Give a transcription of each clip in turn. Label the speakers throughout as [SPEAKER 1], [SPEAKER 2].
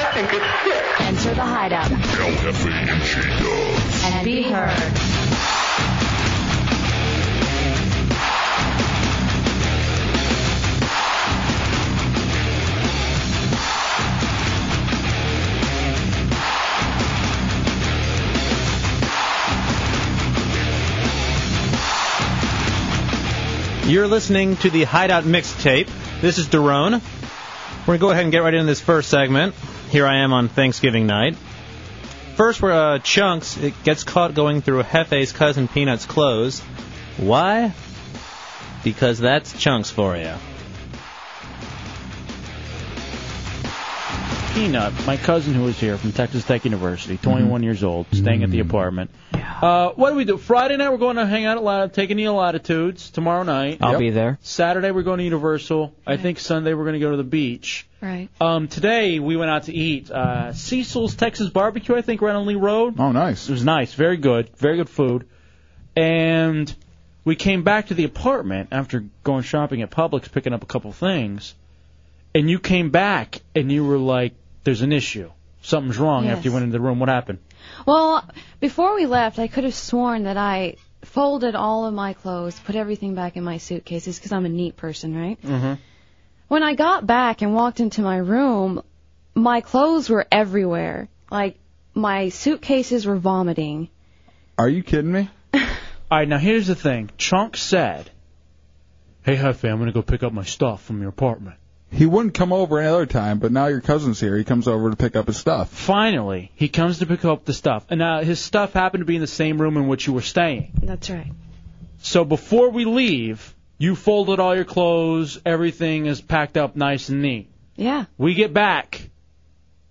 [SPEAKER 1] Enter the hideout and be heard.
[SPEAKER 2] You're listening to the Hideout Mixtape. This is Daron. We're going to go ahead and get right into this first segment. Here I am on Thanksgiving night. First, we're uh, Chunks. It gets caught going through Hefe's cousin Peanut's clothes. Why? Because that's Chunks for you.
[SPEAKER 3] Peanut, my cousin who was here from Texas Tech University, 21 years old, staying at the apartment. Uh, what do we do? Friday night we're going to hang out at Lat- take any latitudes tomorrow night.
[SPEAKER 4] I'll be there.
[SPEAKER 3] Saturday we're going to Universal. I think Sunday we're going to go to the beach.
[SPEAKER 5] Right.
[SPEAKER 3] Um, today we went out to eat uh, Cecil's Texas Barbecue. I think right on Lee Road.
[SPEAKER 6] Oh, nice.
[SPEAKER 3] It was nice. Very good. Very good food. And we came back to the apartment after going shopping at Publix, picking up a couple things. And you came back and you were like, "There's an issue. Something's wrong."
[SPEAKER 5] Yes.
[SPEAKER 3] After you went into the room, what happened?
[SPEAKER 5] Well, before we left, I could have sworn that I folded all of my clothes, put everything back in my suitcases because I'm a neat person, right?
[SPEAKER 3] Mm-hmm.
[SPEAKER 5] When I got back and walked into my room, my clothes were everywhere. Like my suitcases were vomiting.
[SPEAKER 6] Are you kidding me?
[SPEAKER 3] All right, now here's the thing. Chunk said, "Hey, Hefe, I'm gonna go pick up my stuff from your apartment."
[SPEAKER 6] He wouldn't come over any other time, but now your cousin's here. He comes over to pick up his stuff.
[SPEAKER 3] Finally, he comes to pick up the stuff, and now his stuff happened to be in the same room in which you were staying.
[SPEAKER 5] That's right.
[SPEAKER 3] So before we leave, you folded all your clothes. Everything is packed up nice and neat.
[SPEAKER 5] Yeah.
[SPEAKER 3] We get back.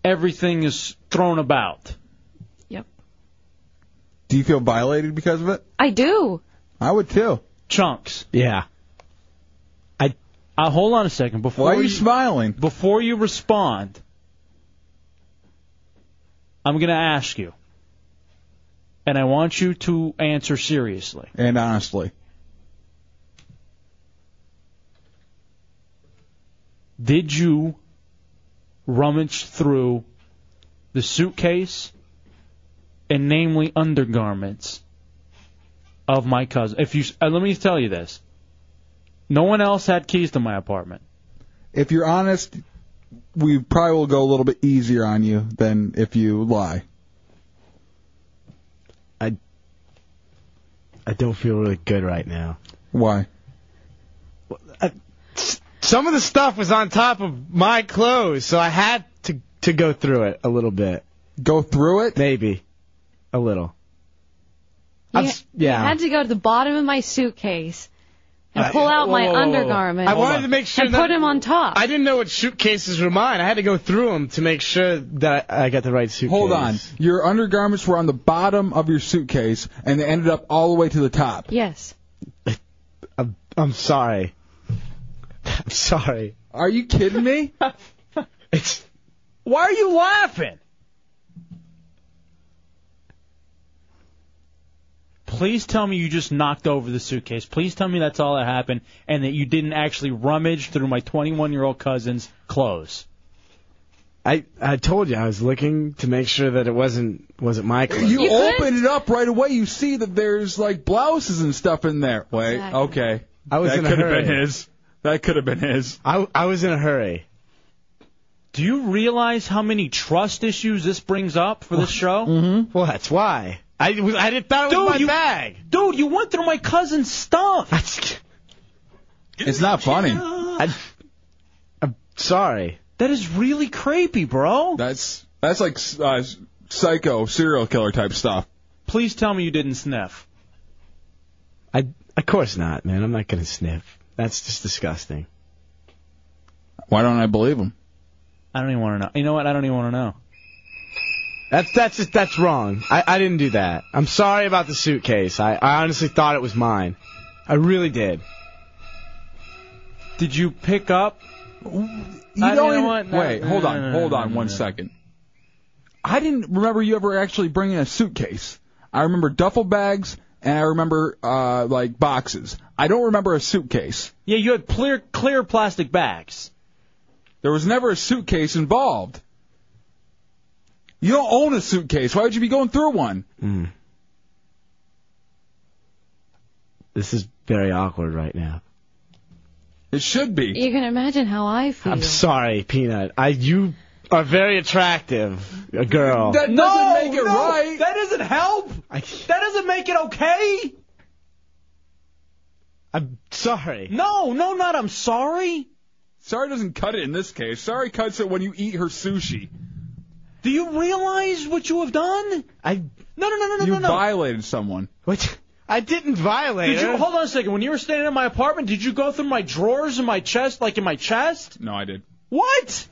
[SPEAKER 3] Everything is thrown about.
[SPEAKER 6] Do you feel violated because of it?
[SPEAKER 5] I do.
[SPEAKER 6] I would too.
[SPEAKER 3] Chunks.
[SPEAKER 4] Yeah.
[SPEAKER 3] Uh, hold on a second. Before
[SPEAKER 6] Why are you
[SPEAKER 3] you
[SPEAKER 6] smiling?
[SPEAKER 3] before you respond, I'm going to ask you, and I want you to answer seriously.
[SPEAKER 6] And honestly,
[SPEAKER 3] Did you rummage through the suitcase and namely undergarments of my cousin? If you uh, let me tell you this, no one else had keys to my apartment.
[SPEAKER 6] if you're honest, we probably will go a little bit easier on you than if you lie.
[SPEAKER 4] I don't feel really good right now.
[SPEAKER 6] Why?
[SPEAKER 4] Some of the stuff was on top of my clothes, so I had to to go through it a little bit.
[SPEAKER 6] Go through it?
[SPEAKER 4] Maybe. A little. I'm
[SPEAKER 5] You-
[SPEAKER 4] s- yeah.
[SPEAKER 5] I had to go to the bottom of my suitcase and
[SPEAKER 4] Uh,
[SPEAKER 5] pull out
[SPEAKER 3] whoa,
[SPEAKER 5] my
[SPEAKER 3] whoa, whoa, whoa.
[SPEAKER 5] undergarment
[SPEAKER 4] I wanted to make sure
[SPEAKER 5] and
[SPEAKER 4] that
[SPEAKER 5] put them on top.
[SPEAKER 4] I didn't know what suitcases were mine. I had to go through them to make sure that I I got the right suitcase.
[SPEAKER 6] Hold on. Your undergarments were on the bottom of your suitcase, and they ended up all the way to the top.
[SPEAKER 5] yes.
[SPEAKER 4] I'm, I'm sorry. I'm sorry.
[SPEAKER 6] Are you kidding me?
[SPEAKER 4] It's
[SPEAKER 3] Why are you laughing? Please tell me you just knocked over the suitcase. Please tell me that's all that happened and that you didn't actually rummage through my 21 year old cousin's clothes.
[SPEAKER 4] I I told you I was looking to make sure that it wasn't wasn't my clothes.
[SPEAKER 6] You,
[SPEAKER 5] You could-
[SPEAKER 6] open it up right away. You see that there's like blouses and stuff in there. Wait,
[SPEAKER 5] Exactly.
[SPEAKER 6] okay.
[SPEAKER 4] I was
[SPEAKER 6] That
[SPEAKER 4] in a
[SPEAKER 6] could have
[SPEAKER 4] hurry.
[SPEAKER 6] been his. That could have been his.
[SPEAKER 4] I I was in a hurry.
[SPEAKER 3] Do you realize how many trust issues this brings up for this show?
[SPEAKER 4] Mm-hmm. Well, that's why. I was I didn't thought it was
[SPEAKER 3] Dude, you-
[SPEAKER 4] my
[SPEAKER 3] Oh.
[SPEAKER 4] bag.
[SPEAKER 3] Dude, you went through my cousin's stuff.
[SPEAKER 4] That's,
[SPEAKER 6] It's not funny.
[SPEAKER 4] I, I'm sorry.
[SPEAKER 3] That is really creepy, bro.
[SPEAKER 6] That's that's like uh, psycho serial killer type stuff.
[SPEAKER 3] Please tell me you didn't sniff.
[SPEAKER 4] I of course not, man. I'm not gonna sniff. That's just disgusting.
[SPEAKER 6] Why don't I believe him?
[SPEAKER 3] I don't even want to know. You know what? I don't even want to know.
[SPEAKER 4] That's that's just that's wrong. I, I didn't do that. I'm sorry about the suitcase. I, I honestly thought it was mine. I really did.
[SPEAKER 3] Did you pick up?
[SPEAKER 6] You
[SPEAKER 3] I- you
[SPEAKER 6] don't
[SPEAKER 3] know
[SPEAKER 6] even-
[SPEAKER 3] what? No,
[SPEAKER 6] wait,
[SPEAKER 3] no,
[SPEAKER 6] hold
[SPEAKER 3] no,
[SPEAKER 6] on,
[SPEAKER 3] no, no,
[SPEAKER 6] hold
[SPEAKER 3] no,
[SPEAKER 6] on
[SPEAKER 3] no,
[SPEAKER 6] one
[SPEAKER 3] no.
[SPEAKER 6] second. I didn't remember you ever actually bringing a suitcase. I remember duffel bags and I remember uh, like boxes. I don't remember a suitcase.
[SPEAKER 3] Yeah, you had clear clear plastic bags.
[SPEAKER 6] There was never a suitcase involved. You don't own a suitcase. Why would you be going through one?
[SPEAKER 4] Hmm. This is very awkward right now.
[SPEAKER 6] It should be.
[SPEAKER 5] You can imagine how I feel.
[SPEAKER 4] I'm sorry, Peanut. I you are very attractive, a girl.
[SPEAKER 6] That doesn't make it right.
[SPEAKER 3] That doesn't help.
[SPEAKER 4] I,
[SPEAKER 3] That doesn't make it okay.
[SPEAKER 4] I'm sorry.
[SPEAKER 3] No, no, not. I'm sorry.
[SPEAKER 6] Sorry doesn't cut it in this case. Sorry cuts it when you eat her sushi.
[SPEAKER 3] Do you realize what you have done?
[SPEAKER 4] I
[SPEAKER 3] No, no, no, no, no,
[SPEAKER 6] You
[SPEAKER 3] no, no.
[SPEAKER 6] violated someone.
[SPEAKER 4] what? I didn't violate.
[SPEAKER 3] Did you
[SPEAKER 4] her.
[SPEAKER 3] hold on a second? When you were standing in my apartment, did you go through my drawers and my chest, like in my chest?
[SPEAKER 6] No, I did.
[SPEAKER 3] What?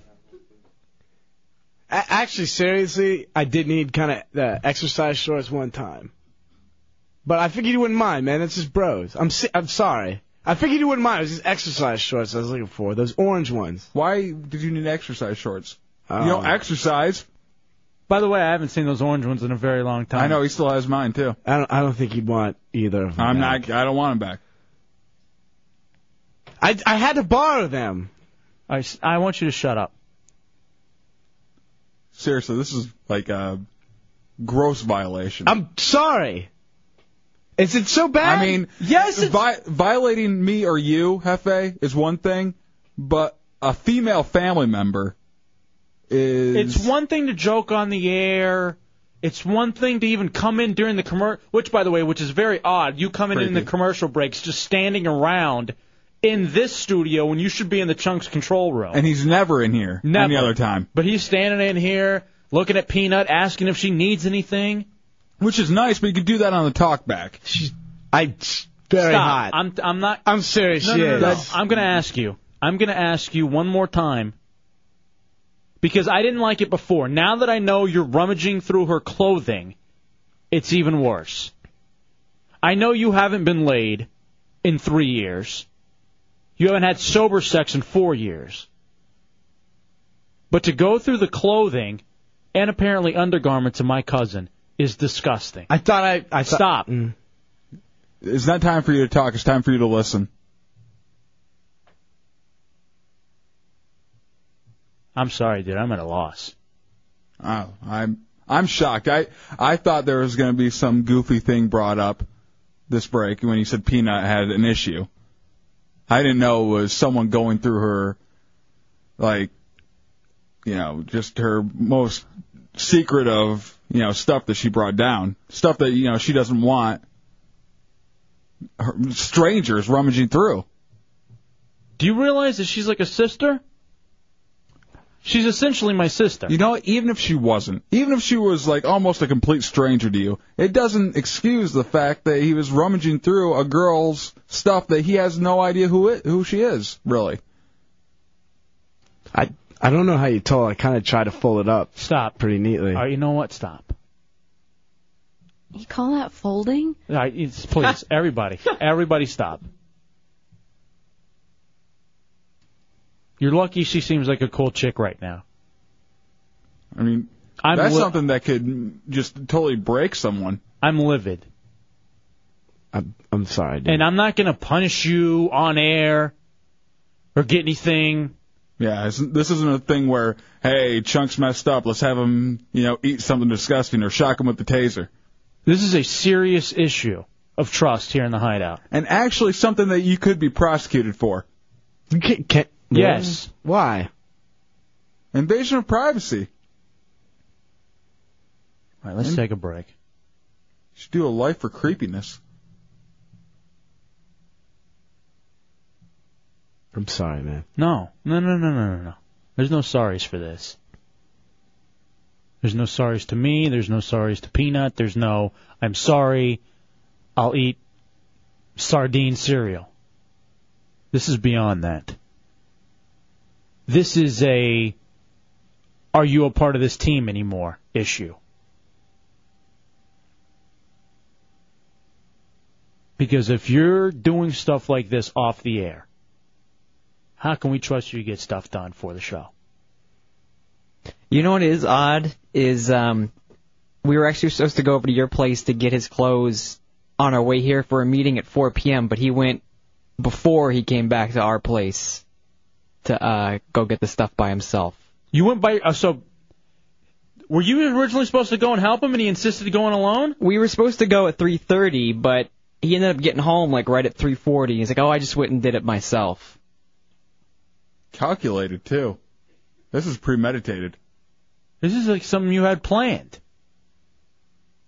[SPEAKER 4] A- actually, seriously, I did need kind of uh, exercise shorts one time. But I figured you wouldn't mind, man. That's just bros. I'm si- I'm sorry. I figured you wouldn't mind. It was just exercise shorts I was looking for. Those orange ones.
[SPEAKER 6] Why did you need exercise shorts?
[SPEAKER 4] Um,
[SPEAKER 6] you don't exercise.
[SPEAKER 3] By the way, I haven't seen those orange ones in a very long time.
[SPEAKER 6] I know he still has mine too.
[SPEAKER 4] I don't. I don't think you'd want either. Of them
[SPEAKER 6] I'm
[SPEAKER 4] back.
[SPEAKER 6] not. I don't want him back.
[SPEAKER 4] I I had to borrow them.
[SPEAKER 3] I, s- I want you to shut up.
[SPEAKER 6] Seriously, this is like a gross violation.
[SPEAKER 4] I'm sorry. Is it so bad?
[SPEAKER 6] I mean,
[SPEAKER 3] Yes, it's-
[SPEAKER 6] vi- violating me or you, Hefe, is one thing, but a female family member is.
[SPEAKER 3] It's one thing to joke on the air. It's one thing to even come in during the commercial, which, by the way, which is very odd. You coming in in the
[SPEAKER 6] Creepy.
[SPEAKER 3] commercial breaks, just standing around in this studio when you should be in the chunks control room.
[SPEAKER 6] and he's never in here any
[SPEAKER 3] Never.
[SPEAKER 6] other time,
[SPEAKER 3] but he's standing in here looking at Peanut, asking if she needs anything.
[SPEAKER 6] which is nice. But you could do that on the talk back.
[SPEAKER 4] she's I very
[SPEAKER 3] Stop.
[SPEAKER 4] hot. I'm,
[SPEAKER 3] I'm I'm not.
[SPEAKER 4] serious.
[SPEAKER 3] No,
[SPEAKER 4] she
[SPEAKER 3] no, no,
[SPEAKER 4] is.
[SPEAKER 3] no. I'm gonna ask you. I'm gonna ask you one more time. Because I didn't like it before. Now that I know you're rummaging through her clothing, it's even worse. I know you haven't been laid in three years. You haven't had sober sex in four years. But to go through the clothing and apparently undergarments of my cousin is disgusting.
[SPEAKER 4] I thought I I thought,
[SPEAKER 3] Stop.
[SPEAKER 6] It's not time for you to talk. It's time for you to listen.
[SPEAKER 3] I'm sorry, dude. I'm at a loss.
[SPEAKER 6] Oh, I'm I'm shocked. I I thought there was going to be some goofy thing brought up this break when you said Peanut had an issue. I didn't know it was someone going through her, like, you know, just her most secret of you know stuff that she brought down, stuff that you know she doesn't want. Her, strangers rummaging through.
[SPEAKER 3] Do you realize that she's like a sister? She's essentially my sister.
[SPEAKER 6] You know, even if she wasn't, even if she was like almost a complete stranger to you, it doesn't excuse the fact that he was rummaging through a girl's stuff that he has no idea who it, who she is, really.
[SPEAKER 4] I I don't know how you told. I kind of tried to fold it up
[SPEAKER 3] Stop.
[SPEAKER 4] pretty neatly.
[SPEAKER 3] All right, you know what? Stop.
[SPEAKER 5] You call that folding?
[SPEAKER 3] All right, it's- please, everybody, everybody, stop. You're lucky she seems like a cool chick right now.
[SPEAKER 6] I mean,
[SPEAKER 3] I'm
[SPEAKER 6] that's
[SPEAKER 3] li-
[SPEAKER 6] something that could just totally break someone.
[SPEAKER 3] I'm livid,
[SPEAKER 4] I'm, I'm sorry, dude.
[SPEAKER 3] and I'm not gonna punish you on air or get anything.
[SPEAKER 6] Yeah, it's, this isn't a thing where, hey, Chunk's messed up, let's have him, you know, eat something disgusting or shock him with the taser.
[SPEAKER 3] This is a serious issue of trust here in the hideout.
[SPEAKER 6] And actually something that you could be prosecuted for.
[SPEAKER 4] You can't, can't-
[SPEAKER 3] Yes.
[SPEAKER 4] Why?
[SPEAKER 6] Invasion of privacy.
[SPEAKER 3] All right, let's take a break.
[SPEAKER 6] should do a life for creepiness.
[SPEAKER 4] I'm sorry, man.
[SPEAKER 3] No, no, no, no, no, no, no. There's no sorries for this. There's no sorries to me. There's no sorries to Peanut. There's no, I'm sorry. I'll eat sardine cereal. This is beyond that. This is a are you a part of this team anymore issue. Because if you're doing stuff like this off the air, how can we trust you to get stuff done for the show?
[SPEAKER 7] You know what is odd is um, we were actually supposed to go over to your place to get his clothes on our way here for a meeting at 4 p.m., but he went before he came back to our place to uh, go get the stuff by himself.
[SPEAKER 3] You went by uh, so. Were you originally supposed to go and help him, and he insisted going alone?
[SPEAKER 7] We were supposed to go at 3:30, but he ended up getting home like right at 3:40. He's like, "Oh, I just went and did it myself."
[SPEAKER 6] Calculated too. This is premeditated.
[SPEAKER 3] This is like something you had planned.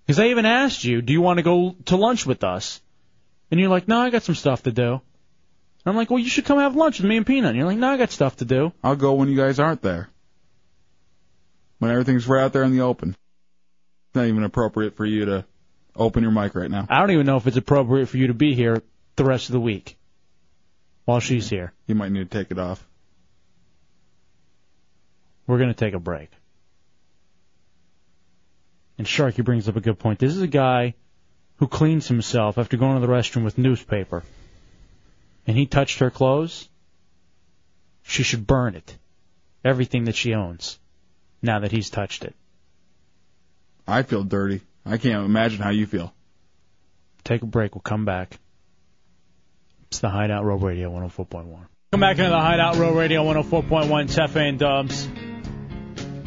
[SPEAKER 3] Because I even asked you, do you want to go to lunch with us? And you're like, no, I got some stuff to do. And I'm like, well, you should come have lunch with me and Peanut. And you're like, no, I got stuff to do.
[SPEAKER 6] I'll go when you guys aren't there. When everything's right out there in the open. It's not even appropriate for you to open your mic right now.
[SPEAKER 3] I don't even know if it's appropriate for you to be here the rest of the week while she's here.
[SPEAKER 6] You might need to take it off.
[SPEAKER 3] We're going to take a break. And Sharky brings up a good point. This is a guy who cleans himself after going to the restroom with newspaper. And he touched her clothes. She should burn it. Everything that she owns. Now that he's touched it.
[SPEAKER 6] I feel dirty. I can't imagine how you feel.
[SPEAKER 3] Take a break. We'll come back. It's the Hideout Road Radio 104.1.
[SPEAKER 2] Come back into the Hideout Row Radio 104.1, Tefe and Dubs.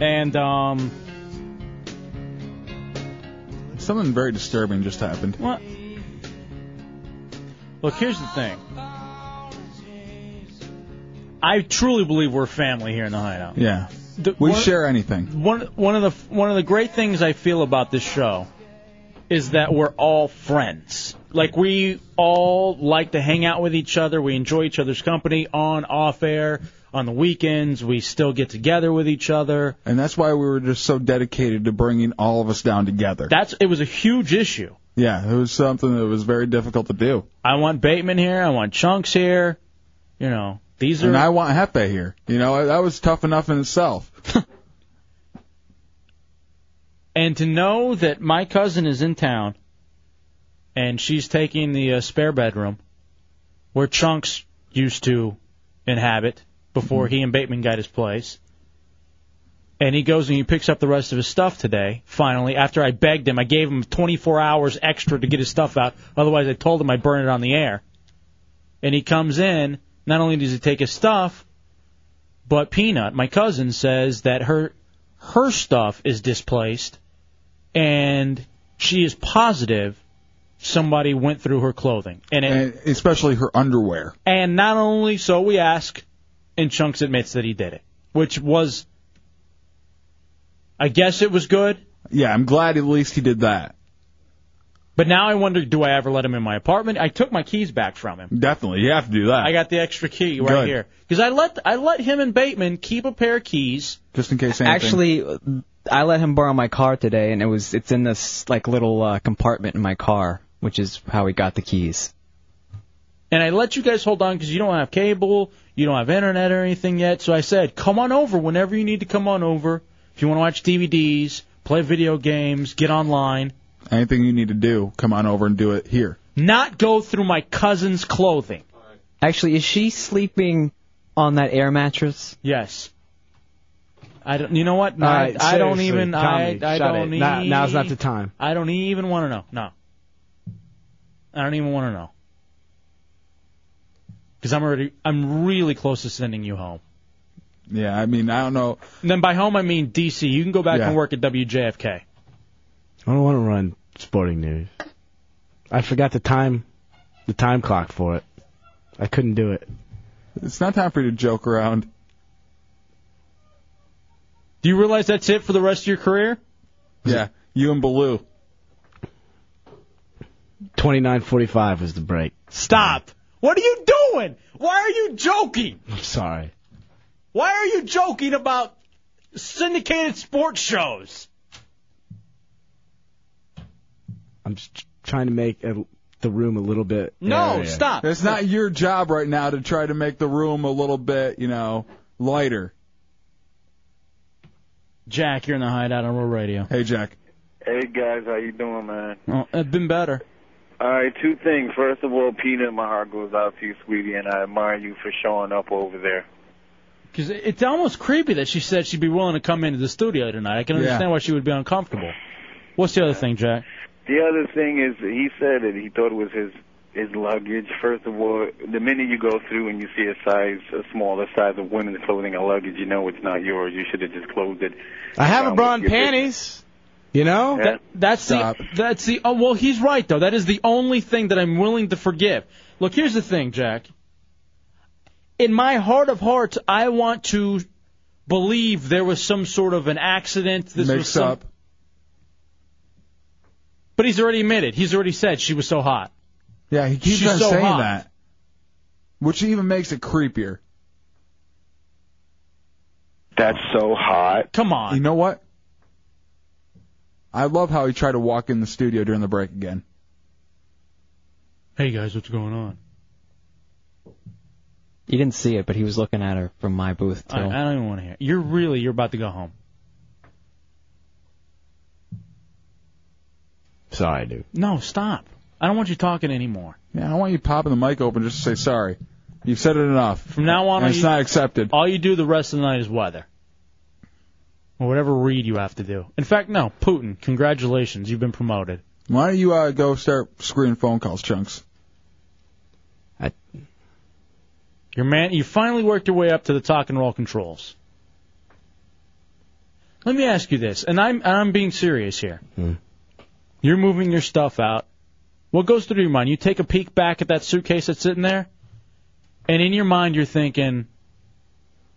[SPEAKER 3] And, um,
[SPEAKER 6] Something very disturbing just happened.
[SPEAKER 3] What? Look, here's the thing. I truly believe we're family here in the Hideout.
[SPEAKER 6] Yeah.
[SPEAKER 3] The-
[SPEAKER 6] We
[SPEAKER 3] one-
[SPEAKER 6] share anything.
[SPEAKER 3] one one of the one of the great things I feel about this show is that we're all friends. Like we all like to hang out with each other. We enjoy each other's company on off air on the weekends. We still get together with each other.
[SPEAKER 6] And that's why we were just so dedicated to bringing all of us down together.
[SPEAKER 3] That's it was a huge issue.
[SPEAKER 6] yeah, it was something that was very difficult to do.
[SPEAKER 3] I want Bateman here. I want Chunks here. You know these
[SPEAKER 6] And
[SPEAKER 3] are
[SPEAKER 6] I want Hepe here. You know, that was tough enough in itself.
[SPEAKER 3] and to know that my cousin is in town and she's taking the uh, spare bedroom where Chunks used to inhabit before he and Bateman got his place. And he goes and he picks up the rest of his stuff today, finally, after I begged him. I gave him 24 hours extra to get his stuff out. Otherwise, I told him I'd burn it on the air. And he comes in. Not only does he take his stuff, but Peanut, my cousin, says that her her stuff is displaced, and she is positive somebody went through her clothing. And it,
[SPEAKER 6] And especially her underwear.
[SPEAKER 3] and not only so, we ask, and Chunks admits that he did it, which was, I guess it was good,
[SPEAKER 6] Yeah, I'm glad at least he did that.
[SPEAKER 3] but now I wonder, do I ever let him in my apartment? I took my keys back from him.
[SPEAKER 6] Definitely, you have to do that.
[SPEAKER 3] I got the extra key right
[SPEAKER 6] Good.
[SPEAKER 3] here because I let I let him and Bateman keep a pair of keys.
[SPEAKER 6] just in case anything.
[SPEAKER 7] Actually, I let him borrow my car today, and it was it's in this like little uh, compartment in my car, which is how he got the keys.
[SPEAKER 3] And I let you guys hold on because you don't have cable, you don't have internet or anything yet. So I said, come on over whenever you need to come on over. If you want to watch DVDs, play video games, get online,
[SPEAKER 6] anything you need to do, come on over and do it here.
[SPEAKER 3] not go through my cousin's clothing.
[SPEAKER 7] Actually, is she sleeping on that air mattress?
[SPEAKER 3] Yes. I don't. You know what?
[SPEAKER 4] All right,
[SPEAKER 3] I, I don't
[SPEAKER 4] seriously,
[SPEAKER 3] even. I,
[SPEAKER 4] Tommy,
[SPEAKER 3] I
[SPEAKER 4] shut
[SPEAKER 3] don't
[SPEAKER 4] it.
[SPEAKER 3] need.
[SPEAKER 4] Now- now's not the time.
[SPEAKER 3] I don't even want to know. No. I don't even want to know. Because I'm already. I'm really close to sending you home.
[SPEAKER 6] Yeah, I mean, I don't know.
[SPEAKER 3] And then by home I mean DC. You can go back
[SPEAKER 6] Yeah.
[SPEAKER 3] and work at WJFK.
[SPEAKER 4] I don't want to run sporting news. I forgot the time, the time clock for it. I couldn't do it.
[SPEAKER 6] It's not time for you to joke around.
[SPEAKER 3] Do you realize that's it for the rest of your career?
[SPEAKER 6] Yeah, you and Baloo.
[SPEAKER 4] 29:45 was the break.
[SPEAKER 3] Stop. What are you doing? Why are you joking?
[SPEAKER 4] I'm sorry.
[SPEAKER 3] Why are you joking about syndicated sports shows?
[SPEAKER 4] I'm just trying to make a, the room a little bit.
[SPEAKER 3] No,
[SPEAKER 4] airier.
[SPEAKER 3] stop.
[SPEAKER 6] It's not your job right now to try to make the room a little bit, you know, lighter.
[SPEAKER 3] Jack, you're in the hideout on Real Radio.
[SPEAKER 6] Hey, Jack.
[SPEAKER 8] Hey guys, how you doing, man?
[SPEAKER 3] Oh, I've been better.
[SPEAKER 8] All right, two things. First of all, Peanut, my heart goes out to you, sweetie, and I admire you for showing up over there.
[SPEAKER 3] Because it's almost creepy that she said she'd be willing to come into the studio tonight. I can
[SPEAKER 8] Yeah.
[SPEAKER 3] understand why she would be uncomfortable. What's the other thing, Jack?
[SPEAKER 8] The other thing is, he said that he thought it was his his luggage. First of all, the minute you go through and you see a size, a smaller size of women clothing and luggage, you know it's not yours. You should have just closed it. Um,
[SPEAKER 4] I have a bra and
[SPEAKER 8] Your business.
[SPEAKER 4] panties. You know?
[SPEAKER 8] Yeah.
[SPEAKER 3] That's the that's the oh well he's right though. That is the only thing that I'm willing to forgive. Look, here's the thing, Jack. In my heart of hearts, I want to believe there was some sort of an accident. This was
[SPEAKER 6] Mix
[SPEAKER 3] some,
[SPEAKER 6] up.
[SPEAKER 3] But he's already admitted. He's already said she was so hot.
[SPEAKER 6] Yeah, he keeps
[SPEAKER 3] She's
[SPEAKER 6] on
[SPEAKER 3] so
[SPEAKER 6] saying
[SPEAKER 3] hot.
[SPEAKER 6] that, which even makes it creepier.
[SPEAKER 8] That's so hot.
[SPEAKER 3] Come on.
[SPEAKER 6] You know what? I love how he tried to walk in the studio during the break again.
[SPEAKER 3] Hey guys, what's going on?
[SPEAKER 7] You didn't see it, but he was looking at her from my booth too.
[SPEAKER 3] I, I don't even want to hear. it. You're really you're about to go home.
[SPEAKER 4] Sorry, dude.
[SPEAKER 3] No, stop. I don't want you talking anymore.
[SPEAKER 6] Yeah, I want you popping the mic open just to say sorry. You've said it enough.
[SPEAKER 3] From now on,
[SPEAKER 6] And
[SPEAKER 3] all
[SPEAKER 6] it's
[SPEAKER 3] you-
[SPEAKER 6] not accepted.
[SPEAKER 3] All you do the rest of the night is weather. Or whatever read you have to do. In fact, no, Putin, congratulations, you've been promoted.
[SPEAKER 6] Why don't you uh, go start screwing phone calls, chunks?
[SPEAKER 3] Your man, you finally worked your way up to the talk and roll controls. Let me ask you this, and I'm and I'm being serious here. You're moving your stuff out. What goes through your mind? You take a peek back at that suitcase that's sitting there, and in your mind you're thinking,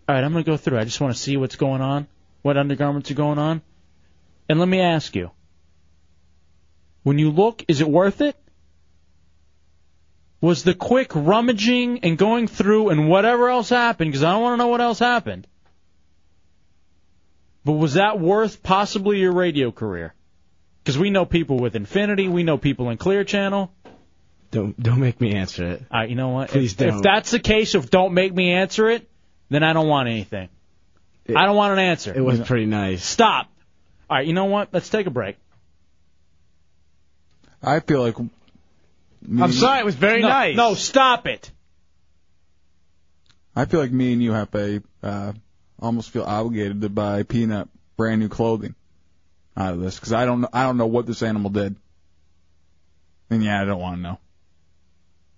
[SPEAKER 3] "All right, I'm gonna go through. I just want to see what's going on, what undergarments are going on." And let me ask you, when you look, is it worth it? was the quick rummaging and going through and whatever else happened, because I don't want to know what else happened. But was that worth possibly your radio career? Because we know people with Infinity, we know people in Clear Channel.
[SPEAKER 4] Don't don't make me answer it.
[SPEAKER 3] I, you know what?
[SPEAKER 4] Please
[SPEAKER 3] if,
[SPEAKER 4] don't.
[SPEAKER 3] If that's the case, if don't make me answer it, then I don't want anything. I don't want an answer.
[SPEAKER 4] It was pretty nice.
[SPEAKER 3] Stop. All right, you know what? Let's take a break.
[SPEAKER 6] I feel like.
[SPEAKER 4] I'm sorry, it was very
[SPEAKER 3] no,
[SPEAKER 4] nice.
[SPEAKER 3] No, stop it.
[SPEAKER 6] I feel like me and you have a uh, almost feel obligated to buy peanut brand new clothing out of this because I don't I don't know what this animal did. And yeah, I don't want to know.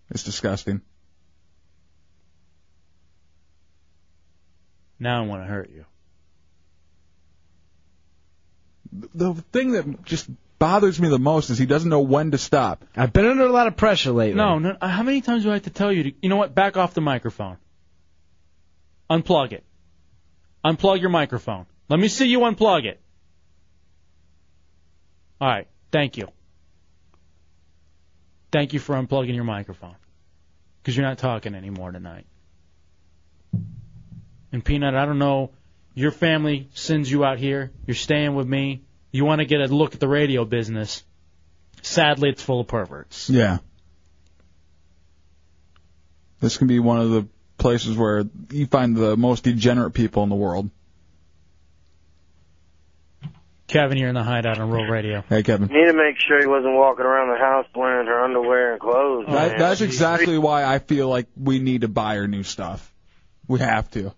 [SPEAKER 6] It's disgusting.
[SPEAKER 3] Now I want to hurt you.
[SPEAKER 6] The the thing that just bothers me the most is he doesn't know when to stop.
[SPEAKER 4] I've been under a lot of pressure lately.
[SPEAKER 3] No, no. uh, How many times do I have to tell you? To, you know what? Back off the microphone. Unplug it. Unplug your microphone. Let me see you unplug it. All right. Thank you. Thank you for unplugging your microphone. Because you're not talking anymore tonight. And Peanut, I don't know. Your family sends you out here. You're staying with me. You want to get a look at the radio business. Sadly, it's full of perverts.
[SPEAKER 6] Yeah. This can be one of the places where you find the most degenerate people in the world.
[SPEAKER 3] Kevin, you're in the hideout on Real Radio.
[SPEAKER 6] Hey, Kevin.
[SPEAKER 9] Need to make sure he wasn't walking around the house wearing her underwear and clothes.
[SPEAKER 6] That,
[SPEAKER 9] man.
[SPEAKER 6] that's exactly why I feel like we need to buy her new stuff. We have to. God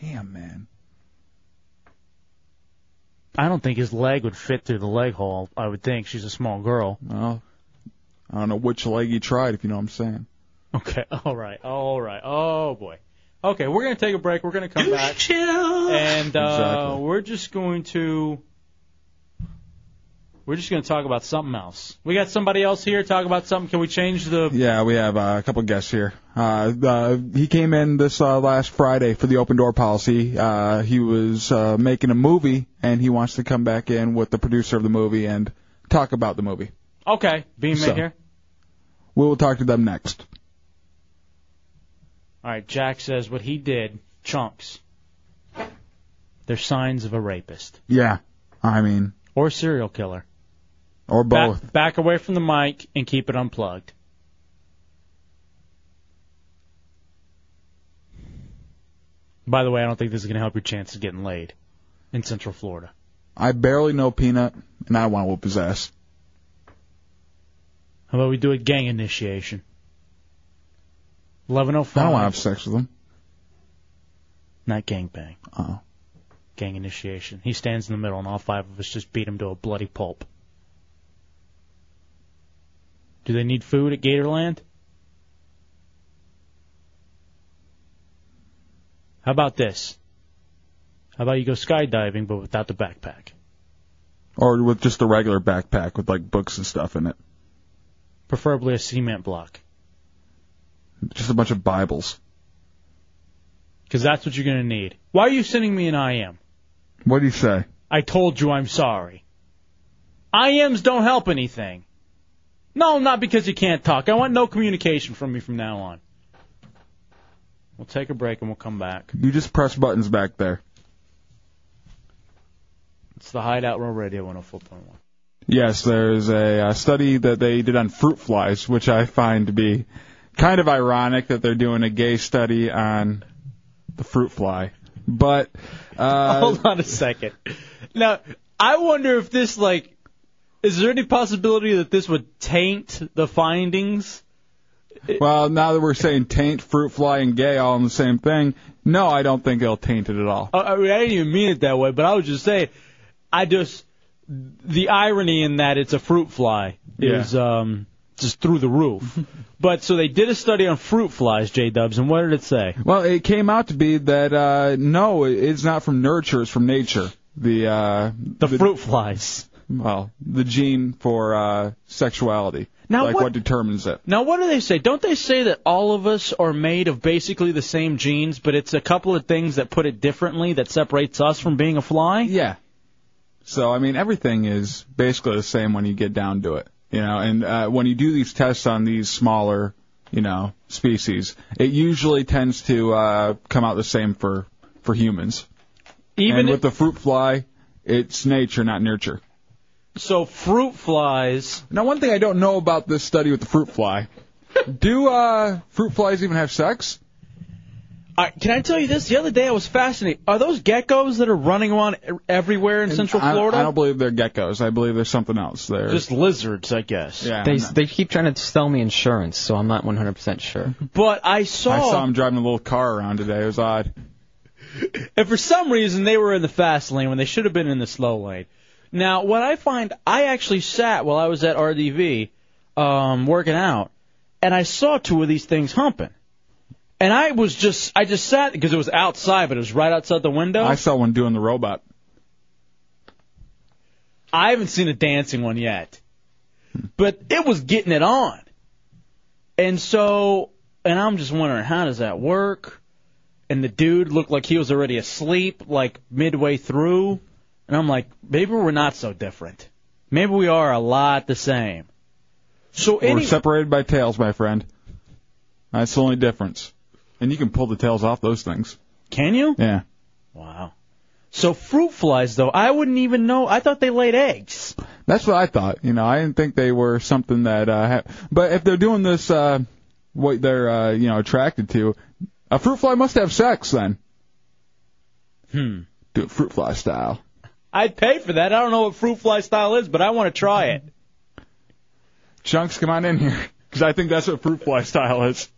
[SPEAKER 6] damn, man.
[SPEAKER 3] I don't think his leg would fit through the leg hole. I would think she's a small girl.
[SPEAKER 6] Well, I don't know which leg you tried, if you know what I'm saying.
[SPEAKER 3] Okay, all right, all right. Oh boy. Okay, we're gonna take a break. We're gonna come back, and uh,
[SPEAKER 6] Exactly.
[SPEAKER 3] we're just going to we're just gonna talk about something else. We got somebody else here. Talk about something. Can we change the?
[SPEAKER 6] Yeah, we have uh, a couple guests here. Uh, uh, he came in this uh, last Friday for the open door policy. Uh, he was uh, making a movie, and he wants to come back in with the producer of the movie and talk about the movie.
[SPEAKER 3] Okay, being made
[SPEAKER 6] So.
[SPEAKER 3] here.
[SPEAKER 6] We will talk to them next.
[SPEAKER 3] All right, Jack says what he did. Chunks. They're signs of a rapist
[SPEAKER 6] Yeah, I mean,
[SPEAKER 3] or serial killer.
[SPEAKER 6] or both.
[SPEAKER 3] Back, back away from the mic and keep it unplugged.
[SPEAKER 10] By the way, I don't think this is going to help your chances of getting laid in Central Florida.
[SPEAKER 6] I barely know Peanut, and I want to whoop his ass.
[SPEAKER 10] How about we do a gang initiation? 1105.
[SPEAKER 6] I don't want to have sex with him.
[SPEAKER 10] Not gangbang.
[SPEAKER 6] Oh.
[SPEAKER 10] Gang initiation. He stands in the middle, and all five of us just beat him to a bloody pulp. Do they need food at Gatorland? How about this? How about you go skydiving but without the backpack?
[SPEAKER 6] Or with just a regular backpack with like books and stuff in it.
[SPEAKER 10] Preferably a cement block.
[SPEAKER 6] Just a bunch of Bibles.
[SPEAKER 10] Because that's what you're going to need. Why are you sending me an IM?
[SPEAKER 6] What do you say?
[SPEAKER 10] I told you I'm sorry. IMs don't help anything. No, not because you can't talk. I want no communication from you from now on. We'll take a break and we'll come back.
[SPEAKER 6] You just press buttons back there.
[SPEAKER 10] It's the Hideout Row Radio 104.1.
[SPEAKER 6] Yes, there's a, uh study that they did on fruit flies, which I find to be kind of ironic that they're doing a gay study on the fruit fly. But uh,
[SPEAKER 3] Hold on a second. Now, I wonder if this, like, is there any possibility that this would taint the findings?
[SPEAKER 6] well, now that we're saying taint, fruit fly, and gay all in the same thing, no, I don't think it'll taint it at all.
[SPEAKER 3] I, I mean, I didn't even mean it that way, but I was just saying, I just the irony in that it's a fruit fly is um, just through the roof. but so they did a study on fruit flies, J Dubs, and what did it say?
[SPEAKER 6] Well, it came out to be that uh, no, it's not from nurture; it's from nature. The uh, the,
[SPEAKER 3] fruit flies.
[SPEAKER 6] Well, the gene for uh, sexuality.
[SPEAKER 3] Now
[SPEAKER 6] like
[SPEAKER 3] what-
[SPEAKER 6] what determines it?
[SPEAKER 3] Now, what do they say? Don't they say that all of us are made of basically the same genes, but it's a couple of things that put it differently that separates us from being a fly?
[SPEAKER 6] Yeah. So I mean, everything is basically the same when you get down to it, you know. And uh, when you do these tests on these smaller, you know, species, it usually tends to uh, come out the same for for humans.
[SPEAKER 3] Even
[SPEAKER 6] and
[SPEAKER 3] if-
[SPEAKER 6] with the fruit fly, it's nature, not nurture.
[SPEAKER 3] So fruit flies.
[SPEAKER 6] Now, one thing I don't know about this study with the fruit fly: do uh, fruit flies even have sex?
[SPEAKER 3] I, can I tell you this? The other day I was fascinated. Are those geckos that are running around e- everywhere in Central
[SPEAKER 6] I-
[SPEAKER 3] Florida?
[SPEAKER 6] I, don't believe they're geckos. I believe there's something else there.
[SPEAKER 3] Just lizards, I guess.
[SPEAKER 6] Yeah.
[SPEAKER 7] They
[SPEAKER 6] I'm not-
[SPEAKER 7] they keep trying to sell me insurance, so I'm not 100% sure.
[SPEAKER 3] But I saw,
[SPEAKER 6] I saw him driving a little car around today. It was odd.
[SPEAKER 3] and for some reason they were in the fast lane when they should have been in the slow lane. Now, what I find, I actually sat while I was at RDV um, working out, and I saw two of these things humping. And I was just, I just sat because it was outside, but it was right outside the window.
[SPEAKER 6] I saw one doing the robot.
[SPEAKER 3] I haven't seen a dancing one yet, but it was getting it on. And so, and I'm just wondering, how does that work? And the dude looked like he was already asleep, like midway through. And I'm like, maybe we're not so different. Maybe we are a lot the same. So any,
[SPEAKER 6] We're separated by tails, my friend. That's the only difference. And you can pull the tails off those things.
[SPEAKER 3] can you?
[SPEAKER 6] Yeah.
[SPEAKER 3] Wow. So fruit flies, though, I wouldn't even know. I thought they laid eggs.
[SPEAKER 6] That's what I thought. You know, I didn't think they were something that. Uh, ha- but if they're doing this, uh, what they're uh, you know attracted to, a fruit fly must have sex then.
[SPEAKER 3] Hmm.
[SPEAKER 6] Do it fruit fly style.
[SPEAKER 3] I'd pay for that. I don't know what fruit fly style is, but I want to try it.
[SPEAKER 6] Chunks, come on in here, because I think that's what fruit fly style is.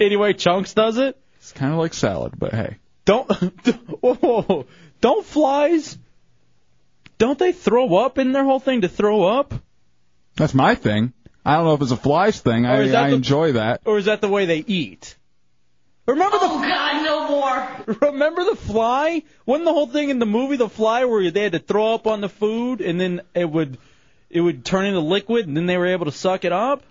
[SPEAKER 3] Anyway, Chunks does it.
[SPEAKER 6] It's kind of like salad, but hey.
[SPEAKER 3] Don't whoa, whoa, whoa. don't flies. Don't they throw up? Isn't their whole thing to throw up?
[SPEAKER 6] That's my thing. I don't know if it's a flies thing.
[SPEAKER 3] Oh,
[SPEAKER 6] I,
[SPEAKER 3] is that
[SPEAKER 6] I
[SPEAKER 3] the-
[SPEAKER 6] enjoy that.
[SPEAKER 3] Or is that the way they eat? Remember the Oh God, no more. Remember the fly? Wasn't the whole thing in the movie The Fly where they had to throw up on the food and then it would it would turn into liquid and then they were able to suck it up?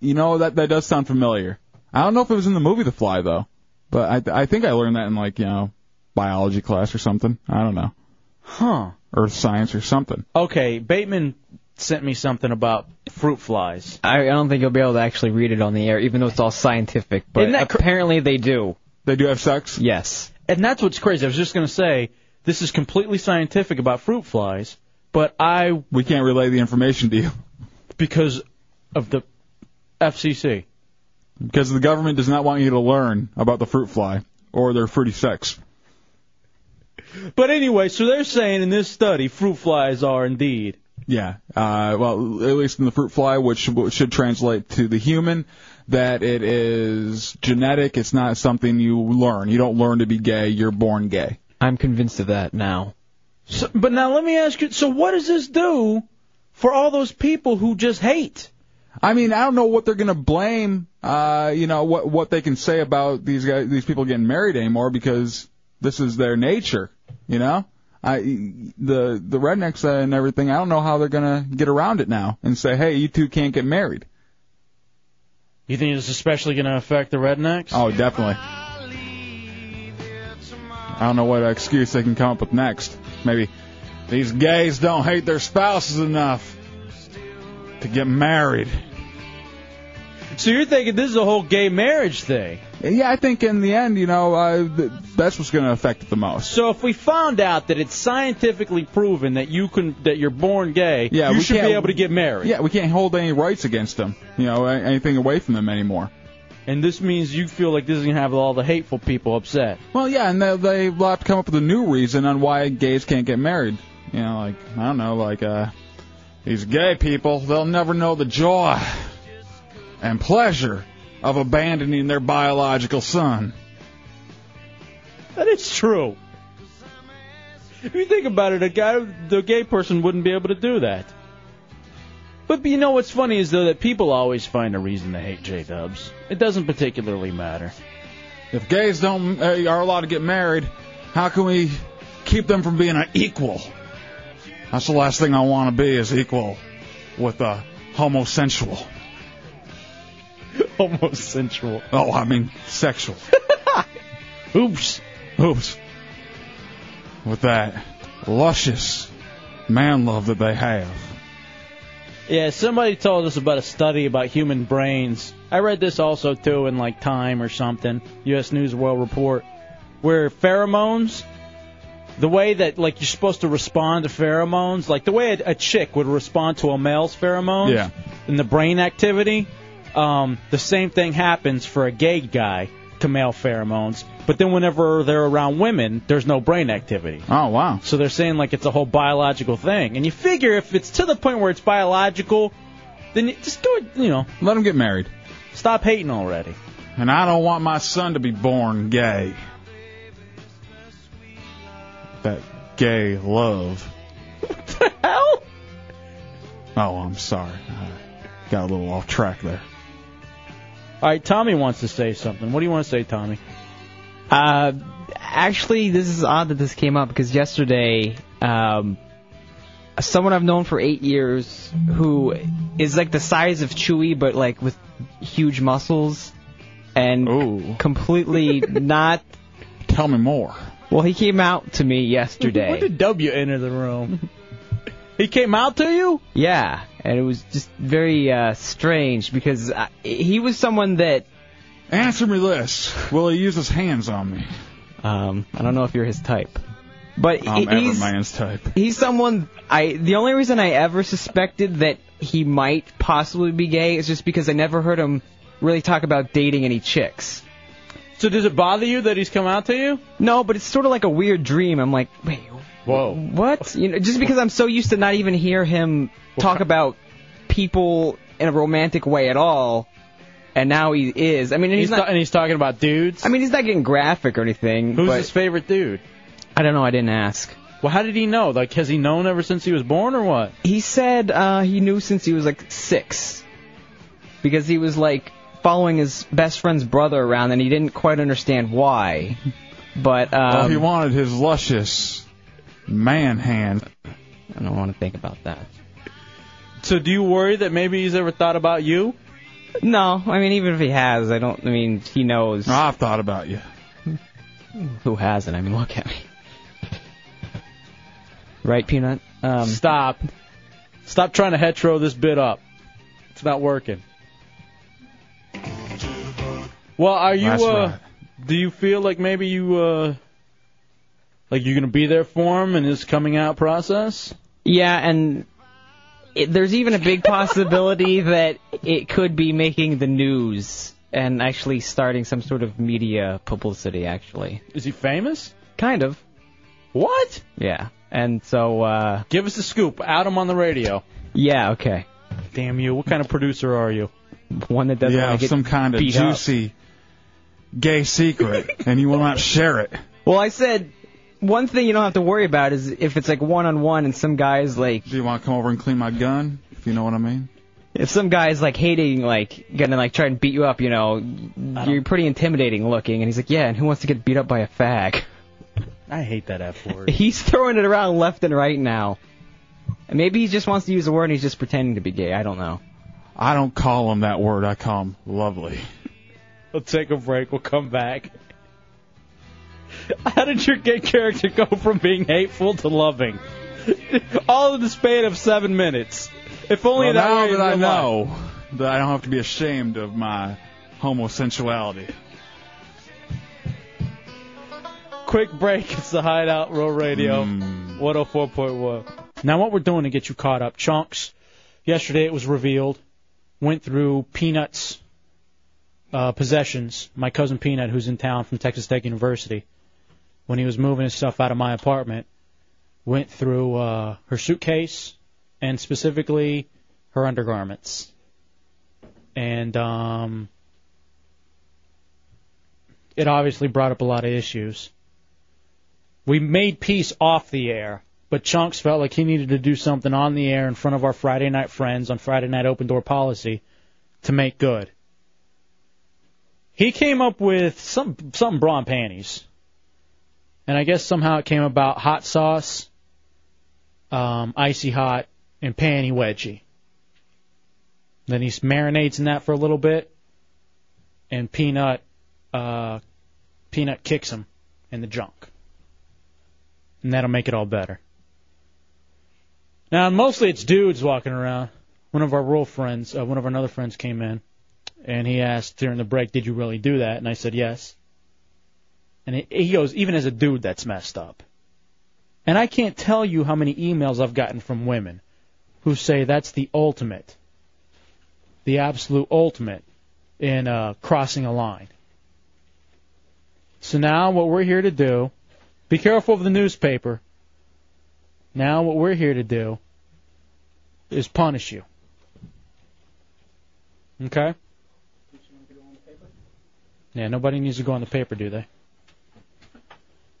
[SPEAKER 6] You know that that does sound familiar. I don't know if it was in the movie The Fly though, but I I think I learned that in like you know biology class or something. I don't know,
[SPEAKER 3] Huh.
[SPEAKER 6] earth science or something.
[SPEAKER 3] Okay, Bateman sent me something about fruit flies.
[SPEAKER 7] I, I don't think you'll be able to actually read it on the air, even though it's all scientific. But
[SPEAKER 3] Isn't that cr-
[SPEAKER 7] apparently they do.
[SPEAKER 6] They do have sex.
[SPEAKER 7] Yes.
[SPEAKER 3] And that's what's crazy. I was just going to say this is completely scientific about fruit flies, but I
[SPEAKER 6] We can't relay the information to you
[SPEAKER 3] because of the FCC.
[SPEAKER 6] because the government does not want you to learn about the fruit fly or they're fruity sex.
[SPEAKER 3] But anyway, so they're saying in this study, fruit flies are indeed.
[SPEAKER 6] Yeah. Uh, well, at least in the fruit fly, which which should translate to the human, that it is genetic. It's not something you learn. You don't learn to be gay. You're born gay.
[SPEAKER 7] I'm convinced of that now.
[SPEAKER 3] So, but now let me ask you. So what does this do for all those people who just hate?
[SPEAKER 6] I mean, I don't know what they're going to blame. Uh, you know what what they can say about these guys, these people getting married anymore because this is their nature. You know, I the the rednecks and everything. I don't know how they're going to get around it now and say, hey, you two can't get married.
[SPEAKER 3] You think it's especially going to affect the rednecks?
[SPEAKER 6] Oh, definitely. I don't know what excuse they can come up with next. Maybe these gays don't hate their spouses enough to get married.
[SPEAKER 3] So you're thinking this is a whole gay marriage thing?
[SPEAKER 6] Yeah, I think in the end, you know, uh, th- that's what's going to affect it the most.
[SPEAKER 3] So if we found out that it's scientifically proven that you can that you're born gay,
[SPEAKER 6] Yeah,
[SPEAKER 3] you
[SPEAKER 6] we
[SPEAKER 3] should
[SPEAKER 6] can't-
[SPEAKER 3] be able to get married.
[SPEAKER 6] Yeah, we can't hold any rights against them. You know, a- anything away from them anymore.
[SPEAKER 3] And this means you feel like this is gonna have all the hateful people upset.
[SPEAKER 6] Well, yeah, and they, they will have to come up with a new reason on why gays can't get married. You know, like I don't know, like uh, these gay people, they'll never know the joy and pleasure of abandoning their biological son.
[SPEAKER 3] That is true. If you think about it, a guy, the gay person wouldn't be able to do that. But you know what's funny is though that people always find a reason to hate J Dubs. It doesn't particularly matter.
[SPEAKER 6] If gays don't uh, are allowed to get married, how can we keep them from being an equal? That's the last thing I want to be is equal with a homosexual.
[SPEAKER 3] Homosexual.
[SPEAKER 6] Oh, I mean sexual.
[SPEAKER 3] Oops.
[SPEAKER 6] Oops. With that luscious man love that they have.
[SPEAKER 3] Yeah, somebody told us about a study about human brains. I read this also too in like Time or something, U.S. News and World Report, where pheromones, the way that like you're supposed to respond to pheromones, like the way a, a chick would respond to a male's pheromones,
[SPEAKER 6] Yeah.
[SPEAKER 3] in the brain activity, um, the same thing happens for a gay guy to male pheromones. But then whenever they're around women, there's no brain activity.
[SPEAKER 6] Oh wow!
[SPEAKER 3] So they're saying like it's a whole biological thing. And you figure if it's to the point where it's biological, then you just do it. You know,
[SPEAKER 6] let them get married.
[SPEAKER 3] Stop hating already.
[SPEAKER 6] And I don't want my son to be born gay. That gay love. what the hell? Oh, I'm sorry. I got a little off track there.
[SPEAKER 3] All right, Tommy wants to say something. What do you want to say, Tommy?
[SPEAKER 7] Uh, actually, this is odd that this came up because yesterday, um, someone I've known for eight years who is like the size of Chewy but like with huge muscles and completely not.
[SPEAKER 6] Tell me more.
[SPEAKER 7] Well, he came out to me yesterday.
[SPEAKER 3] When did W enter the room? he came out to you?
[SPEAKER 7] Yeah, and it was just very uh, strange because I, he was someone that.
[SPEAKER 6] Answer me this: Will he use his hands on me?
[SPEAKER 7] Um, I don't know if you're his type, but
[SPEAKER 6] I'm
[SPEAKER 7] he-
[SPEAKER 6] ever
[SPEAKER 7] he's
[SPEAKER 6] man's type.
[SPEAKER 7] he's someone I. The only reason I ever suspected that he might possibly be gay is just because I never heard him really talk about dating any chicks.
[SPEAKER 3] So does it bother you that he's come out to you?
[SPEAKER 7] No, but it's sort of like a weird dream. I'm like, wait,
[SPEAKER 3] whoa,
[SPEAKER 7] what? You know, just because I'm so used to not even hear him talk about people in a romantic way at all, and now he is. I mean, and
[SPEAKER 3] He's
[SPEAKER 7] he's, not,
[SPEAKER 3] ta- and he's talking about dudes.
[SPEAKER 7] I mean, he's not getting graphic or anything.
[SPEAKER 3] Who's
[SPEAKER 7] but
[SPEAKER 3] his favorite dude?
[SPEAKER 7] I don't know. I didn't ask.
[SPEAKER 3] Well, how did he know? Like, has he known ever since he was born, or what?
[SPEAKER 7] He said uh, he knew since he was like six, because he was like following his best friend's brother around, and he didn't quite understand why. But um,
[SPEAKER 6] oh, he wanted his luscious man hand.
[SPEAKER 7] I don't want to think about that.
[SPEAKER 3] So do you worry that maybe he's ever thought about you?
[SPEAKER 7] No, I mean even if he has, I don't. I mean he knows.
[SPEAKER 6] I've thought about you.
[SPEAKER 7] Who hasn't? I mean look at me. Right, Peanut? Um,
[SPEAKER 3] Stop. Stop trying to hetero this bit up. It's not working. Well, are you?
[SPEAKER 6] That's
[SPEAKER 3] uh
[SPEAKER 6] right.
[SPEAKER 3] Do you feel like maybe you, uh like you're gonna be there for him in his coming out process?
[SPEAKER 7] Yeah, and it, there's even a big possibility that it could be making the news. and actually starting some sort of media publicity. Actually,
[SPEAKER 3] is he famous?
[SPEAKER 7] Kind of.
[SPEAKER 3] What?
[SPEAKER 7] Yeah, and so. uh
[SPEAKER 3] Give us a scoop. Out him on the radio.
[SPEAKER 7] Yeah. Okay.
[SPEAKER 3] Damn you! What kind of producer are you?
[SPEAKER 7] One that doesn't
[SPEAKER 6] yeah,
[SPEAKER 7] want to get
[SPEAKER 6] some kind of
[SPEAKER 7] beat up.
[SPEAKER 6] juicy gay secret, and you will not share it.
[SPEAKER 7] Well, I said one thing you don't have to worry about is if it's like one on one and some guy's like.
[SPEAKER 6] Do you want to come over and clean my gun? If you know what I mean.
[SPEAKER 7] If some guy's like hating, like gonna like try and beat you up, you know, you're pretty intimidating looking, and he's like, yeah, and who wants to get beat up by a fag?
[SPEAKER 3] I hate that F word.
[SPEAKER 7] He's throwing it around left and right now. And maybe he just wants to use the word and he's just pretending to be gay. I don't know.
[SPEAKER 6] I don't call him that word. I call him lovely.
[SPEAKER 3] We'll take a break. We'll come back. How did your gay character go from being hateful to loving? All in the span of seven minutes. If only
[SPEAKER 6] Well,
[SPEAKER 3] that
[SPEAKER 6] now
[SPEAKER 3] were in
[SPEAKER 6] that I
[SPEAKER 3] real
[SPEAKER 6] know
[SPEAKER 3] life.
[SPEAKER 6] that I don't have to be ashamed of my homosexuality.
[SPEAKER 3] Quick break. It's the Hideout Row Radio, 104.1. Now, what we're doing to get you caught up, Chunks. Yesterday it was revealed. Went through Peanut's uh, possessions. My cousin Peanut, who's in town from Texas Tech University, when he was moving his stuff out of my apartment, went through uh, her suitcase and specifically her undergarments. And um, it obviously brought up a lot of issues. We made peace off the air, but Chunks felt like he needed to do something on the air in front of our Friday night friends on Friday night open door policy to make good. He came up with some some brawn panties, and I guess somehow it came about hot sauce, um, icy hot, and panty wedgie. Then he marinates in that for a little bit, and peanut uh, peanut kicks him in the junk and that'll make it all better. Now, mostly it's dudes walking around. One of our rural friends, uh, one of our other friends came in, and he asked during the break, "Did you really do that?" And I said, "Yes." And he- he goes, "Even as a dude, that's messed up." And I can't tell you how many emails I've gotten from women who say that's the ultimate, the absolute ultimate in uh, crossing a line. So now what we're here to do be careful of the newspaper. Now, what we're here to do is punish you. Okay? Yeah, nobody needs to go on the paper, do they?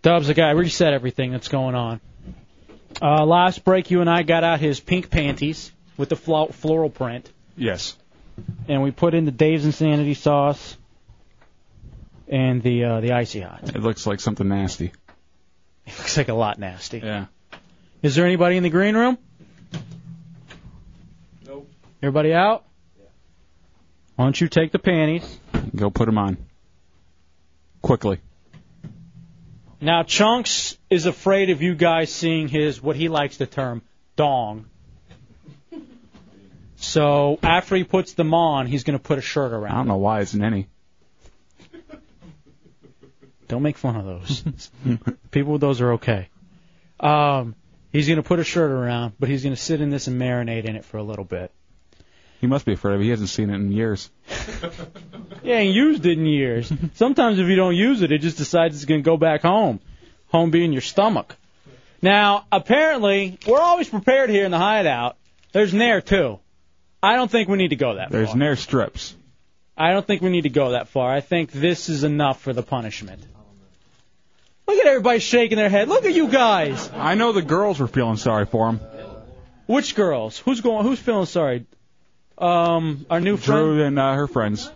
[SPEAKER 3] Dub's the guy. Reset everything that's going on. Uh, last break, you and I got out his pink panties with the flo- floral print,
[SPEAKER 6] Yes.
[SPEAKER 3] and we put in the Dave's Insanity sauce and the uh, the icy hot.
[SPEAKER 6] It looks like something nasty.
[SPEAKER 3] Looks like a lot nasty.
[SPEAKER 6] Yeah.
[SPEAKER 3] Is there anybody in the green room?
[SPEAKER 6] Nope.
[SPEAKER 3] Everybody out? Why don't you take the panties?
[SPEAKER 6] Go put them on. Quickly.
[SPEAKER 3] Now Chunks is afraid of you guys seeing his what he likes to term dong. So after he puts them on, he's gonna put a shirt
[SPEAKER 6] I
[SPEAKER 3] around.
[SPEAKER 6] don't know why it's in any.
[SPEAKER 3] Don't make fun of those. People with those are okay. Um, he's gonna put a shirt around, but he's gonna sit in this and marinate in it for a little bit.
[SPEAKER 6] He must be afraid of it. He hasn't seen it in years.
[SPEAKER 3] He ain't used it in years. Sometimes if you don't use it, it just decides it's going to go back home. Home being your stomach. Now, apparently, we're always prepared here in the hideout. There's Nair, too. I don't think we need to go that
[SPEAKER 6] There's
[SPEAKER 3] far.
[SPEAKER 6] Nair strips.
[SPEAKER 3] I don't think we need to go that far. I think this is enough for the punishment. Look at everybody shaking their head. Look at you guys.
[SPEAKER 6] I know the girls were feeling sorry for him.
[SPEAKER 3] Which girls? Who's going? Who's feeling sorry? Um, our new friend.
[SPEAKER 6] Drew and uh, her friends.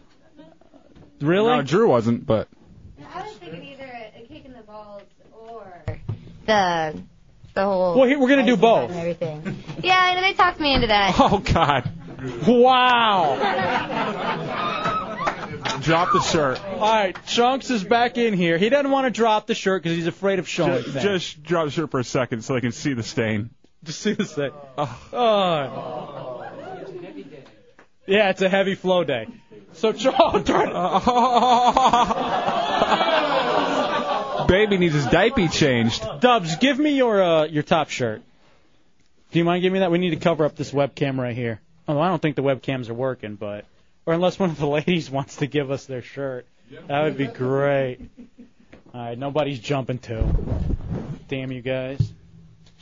[SPEAKER 3] Really?
[SPEAKER 6] No, Drew wasn't, but
[SPEAKER 11] I was thinking either a kick in the balls or the the whole.
[SPEAKER 3] Well, here, we're gonna do
[SPEAKER 11] icing hot
[SPEAKER 3] both.
[SPEAKER 11] and Everything. Yeah, and they talked me into that.
[SPEAKER 6] oh god,
[SPEAKER 3] Wow.
[SPEAKER 6] drop the shirt.
[SPEAKER 3] All right, Chunks is back in here. He doesn't want to drop the shirt because he's afraid of showing
[SPEAKER 6] Just,
[SPEAKER 3] things.
[SPEAKER 6] just drop the shirt for a second so they can see the stain.
[SPEAKER 3] Just see this thing. Oh. Yeah, it's a heavy flow day. So, Ch- oh, darn it.
[SPEAKER 6] Baby needs his diaper changed.
[SPEAKER 3] Dubs, give me your uh, your top shirt. Do you mind giving me that? We need to cover up this webcam right here. Oh, I don't think the webcams are working, but or unless one of the ladies wants to give us their shirt. That would be great. All right, nobody's jumping to. Damn you guys.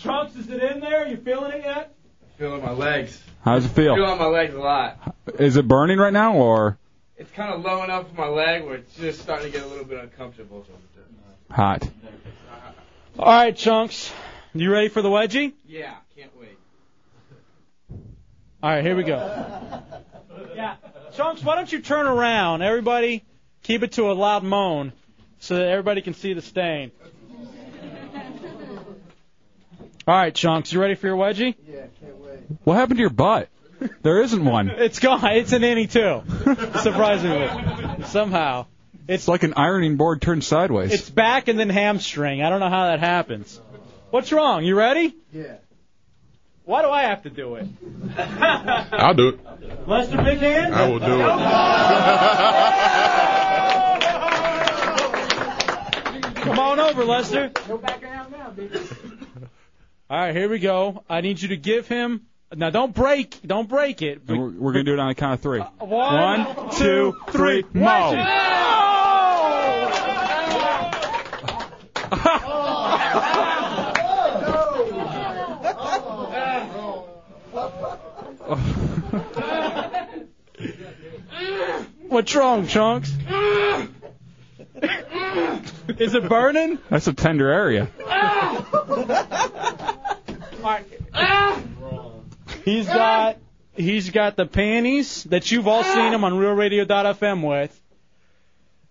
[SPEAKER 8] Trunks, is it in there? You feeling it yet? Feeling my legs.
[SPEAKER 6] How does it feel?
[SPEAKER 8] Feeling my legs a lot.
[SPEAKER 6] Is it burning right now or
[SPEAKER 8] It's kind of low enough for my leg where it's just starting to get a little bit uncomfortable.
[SPEAKER 6] hot?
[SPEAKER 3] All right, chunks. You ready for the wedgie?
[SPEAKER 8] Yeah, can't wait.
[SPEAKER 3] All right, here we go. Yeah. Chunks, why don't you turn around? Everybody, keep it to a loud moan so that everybody can see the stain. All right, Chunks, you ready for your wedgie?
[SPEAKER 6] What happened to your butt? There isn't one.
[SPEAKER 3] It's gone. It's an innie, too, surprisingly. Somehow. It's
[SPEAKER 6] like an ironing board turned sideways.
[SPEAKER 3] It's back and then hamstring. I don't know how that happens. What's wrong? You ready?
[SPEAKER 8] Yeah.
[SPEAKER 3] Why do I have to do it?
[SPEAKER 12] I'll do it.
[SPEAKER 3] Lester Big Hand?
[SPEAKER 12] I will do it.
[SPEAKER 3] Come on over, Lester.
[SPEAKER 8] No backing out now, baby.
[SPEAKER 3] All right, here we go. I need you to give him. Now, don't break. Don't break it.
[SPEAKER 6] And We're, we're gonna do it on a count of three.
[SPEAKER 3] Uh, One,
[SPEAKER 6] One, two, three, mo.
[SPEAKER 3] What's wrong, Chunks? Is it burning?
[SPEAKER 6] That's a tender area.
[SPEAKER 3] He's got he's got the panties that you've all seen him on RealRadio.fm with,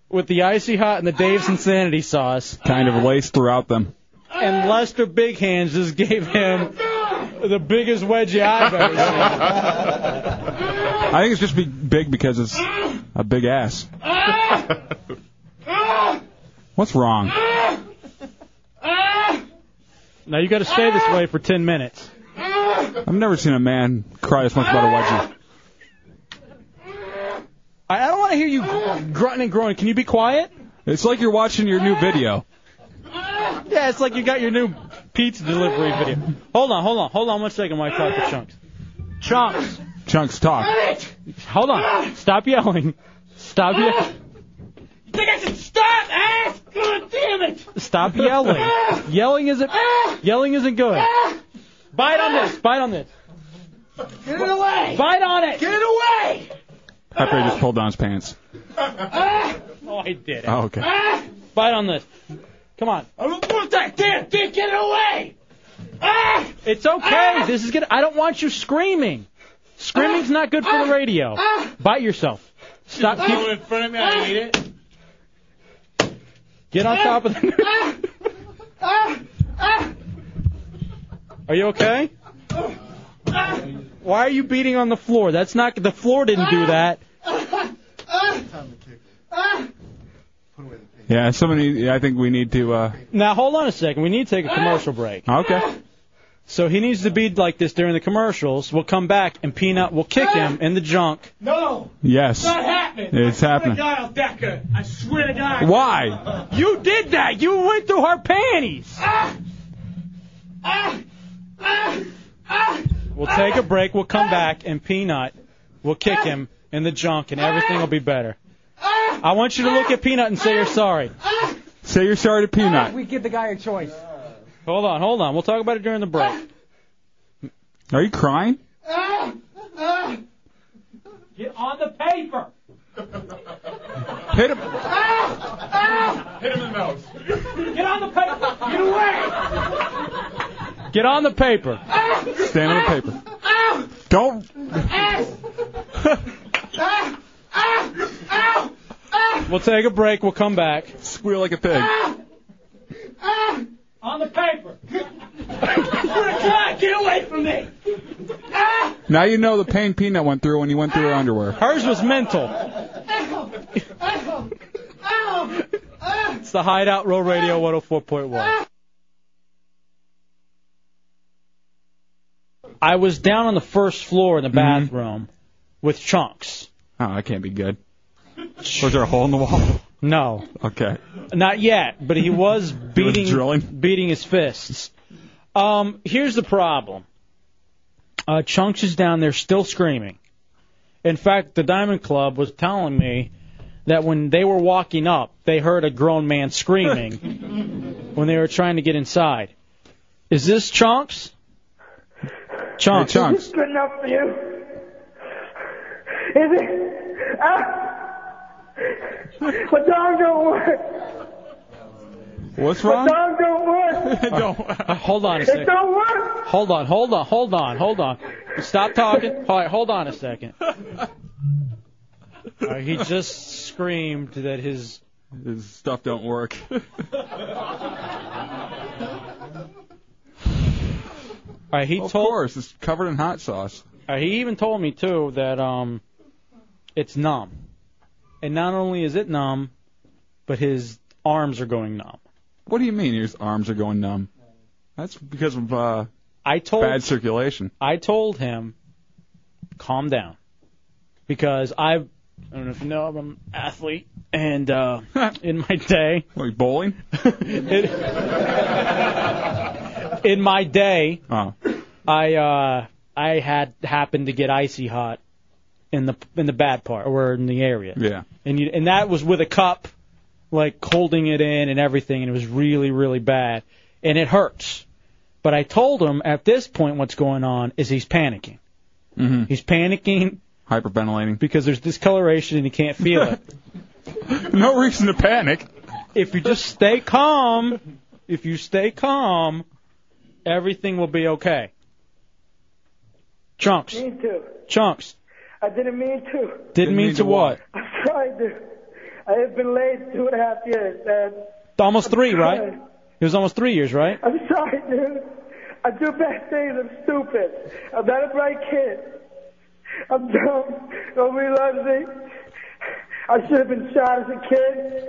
[SPEAKER 3] with the icy hot and the Dave's insanity sauce.
[SPEAKER 6] Kind of laced throughout them.
[SPEAKER 3] And Lester Big Hands just gave him the biggest wedgie I've ever seen.
[SPEAKER 6] I think it's just be big because it's a big ass. What's wrong?
[SPEAKER 3] Now you got to stay this way for ten minutes.
[SPEAKER 6] I've never seen a man cry this much about a wedgie.
[SPEAKER 3] I I don't want to hear you gr- grunting and groaning. Can you be quiet?
[SPEAKER 6] It's like you're watching your new video.
[SPEAKER 3] Yeah, it's like you got your new pizza delivery video. Hold on, hold on, hold on one second, while I talk to Chunks. Chunks,
[SPEAKER 6] Chunks talk.
[SPEAKER 3] hold on. Stop yelling. Stop yelling.
[SPEAKER 8] You think I should stop, ass? God damn it!
[SPEAKER 3] Stop yelling. Yelling isn't yelling isn't good.
[SPEAKER 8] Ah!
[SPEAKER 3] Bite on this. Bite on this.
[SPEAKER 8] Get it away!
[SPEAKER 3] Bite on it!
[SPEAKER 8] Get it
[SPEAKER 6] After he just pulled down his pants.
[SPEAKER 8] away!
[SPEAKER 3] Oh, I did it.
[SPEAKER 6] Oh, okay.
[SPEAKER 3] Bite on this. Come on.
[SPEAKER 8] I don't want that damn dick. Get it away! Ah!
[SPEAKER 3] It's okay. This is good. I don't want you screaming. Screaming's not good for the radio. Bite yourself. Stop. Keep,
[SPEAKER 8] in front of me. I need it.
[SPEAKER 3] get
[SPEAKER 8] Ah!
[SPEAKER 3] on top of the. Are you okay? Why are you beating on the floor? That's not. The floor didn't
[SPEAKER 8] Ah!
[SPEAKER 3] do that.
[SPEAKER 6] Yeah, somebody. I think we need to. uh
[SPEAKER 3] Now hold on a second. We need to take a commercial break.
[SPEAKER 6] Okay.
[SPEAKER 3] So he needs to be like this during the commercials. We'll come back and Peanut will kick him in the junk.
[SPEAKER 8] No,
[SPEAKER 6] Yes.
[SPEAKER 8] it's not happening.
[SPEAKER 6] It's
[SPEAKER 8] I swear to
[SPEAKER 6] happening.
[SPEAKER 8] God, I'll deck her. I swear to God.
[SPEAKER 6] Why?
[SPEAKER 3] You did that. You went through her panties. We'll take a break. We'll come back and Peanut will kick him in the junk and everything will be better. I want you to look at Peanut and say you're sorry.
[SPEAKER 6] Say you're sorry to Peanut.
[SPEAKER 3] We give the guy a choice. Hold on, hold on. We'll talk about it during the break.
[SPEAKER 6] Are you crying?
[SPEAKER 8] Get on the paper.
[SPEAKER 6] Hit him.
[SPEAKER 8] Hit him in the nose. Get on the paper. Get away.
[SPEAKER 3] Get on the paper.
[SPEAKER 6] Stand on the paper. Don't.
[SPEAKER 3] We'll take a break. We'll come back.
[SPEAKER 6] Squeal like a pig.
[SPEAKER 8] On the paper. God, get away from me.
[SPEAKER 6] Now you know the pain Peanut went through when he went through her underwear.
[SPEAKER 3] Hers was mental. It's the Hideout Roll Radio 104.1. I was down on the first floor in the bathroom with chunks.
[SPEAKER 6] Mm-hmm. Oh, that can't be good. Was there a hole in the wall?
[SPEAKER 3] No,
[SPEAKER 6] Okay.
[SPEAKER 3] not yet, but he was beating
[SPEAKER 6] drilling?
[SPEAKER 3] beating his fists. Um, here's the problem. Uh, chunks is down there still screaming. In fact, the Diamond Club was telling me that when they were walking up, they heard a grown man screaming when they were trying to get inside. Is this Chunks? Chunks.
[SPEAKER 13] Is this good enough for you? Is it? Ah! My tongue don't work.
[SPEAKER 6] What's
[SPEAKER 13] My tongue don't work.
[SPEAKER 3] Uh, hold on a
[SPEAKER 13] It
[SPEAKER 3] second.
[SPEAKER 13] don't work.
[SPEAKER 3] Hold on, hold on, hold on, hold on. Stop talking. All right, hold on a second. All right, he just screamed that his
[SPEAKER 6] his stuff don't work.
[SPEAKER 3] All right, Uh, he
[SPEAKER 6] of
[SPEAKER 3] told.
[SPEAKER 6] course, it's covered in hot sauce.
[SPEAKER 3] All right, he even told me too that um, it's numb, and not only is it numb, but his arms are going numb.
[SPEAKER 6] What do you mean his arms are going numb? That's because of uh,
[SPEAKER 3] I told
[SPEAKER 6] bad circulation.
[SPEAKER 3] I told him, calm down, because I've I don't know if you know I'm an athlete, and uh, in my day,
[SPEAKER 6] like bowling.
[SPEAKER 3] in my day,
[SPEAKER 6] Oh.
[SPEAKER 3] I uh, I had happened to get icy hot in the in the bad part or in the area.
[SPEAKER 6] Yeah.
[SPEAKER 3] and you and that was with a cup, like holding it in and everything, and it was really really bad, and it hurts. But I told him at this point what's going on is he's panicking.
[SPEAKER 6] Mm-hmm.
[SPEAKER 3] He's panicking.
[SPEAKER 6] Hyperventilating.
[SPEAKER 3] Because there's discoloration and he can't feel it.
[SPEAKER 6] no reason to panic.
[SPEAKER 3] If you just stay calm, if you stay calm, everything will be okay. Chunks,
[SPEAKER 13] Me too.
[SPEAKER 3] chunks.
[SPEAKER 13] I didn't mean to.
[SPEAKER 3] Didn't, mean, to what?
[SPEAKER 13] I'm trying to. I have been late two and a half years, and
[SPEAKER 3] Almost three, right?
[SPEAKER 13] sorry.
[SPEAKER 3] It was almost three years, right?
[SPEAKER 13] I'm sorry, dude. I do bad things. I'm stupid. I'm not a bright kid. I'm dumb. Nobody loves me. I should have been shot as a kid.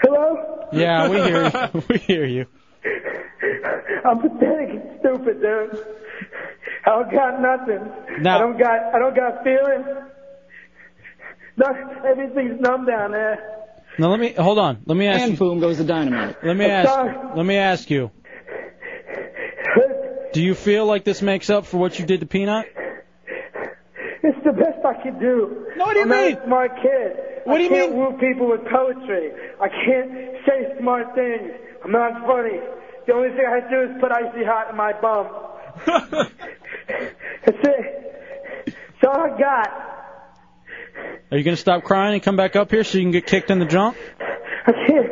[SPEAKER 13] Hello?
[SPEAKER 3] Yeah, we hear you. we hear you.
[SPEAKER 13] I'm pathetic and stupid, dude. I don't got nothing.
[SPEAKER 3] Now-
[SPEAKER 13] I don't got I don't got feelings. No, everything's numb down there.
[SPEAKER 3] Now let me hold on. Let me ask. And
[SPEAKER 14] boom goes the dynamite.
[SPEAKER 3] Let me
[SPEAKER 13] I'm
[SPEAKER 3] ask.
[SPEAKER 13] Oh, sorry.
[SPEAKER 3] Let me ask you. Do you feel like this makes up for what you did to Peanut?
[SPEAKER 13] It's the best I can do. No, what do you I'm mean? Not a smart kid. What do you mean? I can't woo people with poetry. I can't say smart things. I'm not funny. The only thing I do is put icy hot in my bum. That's it. That's all I got.
[SPEAKER 3] Are you gonna stop crying and come back up here so you can get kicked in the junk?
[SPEAKER 13] I can't.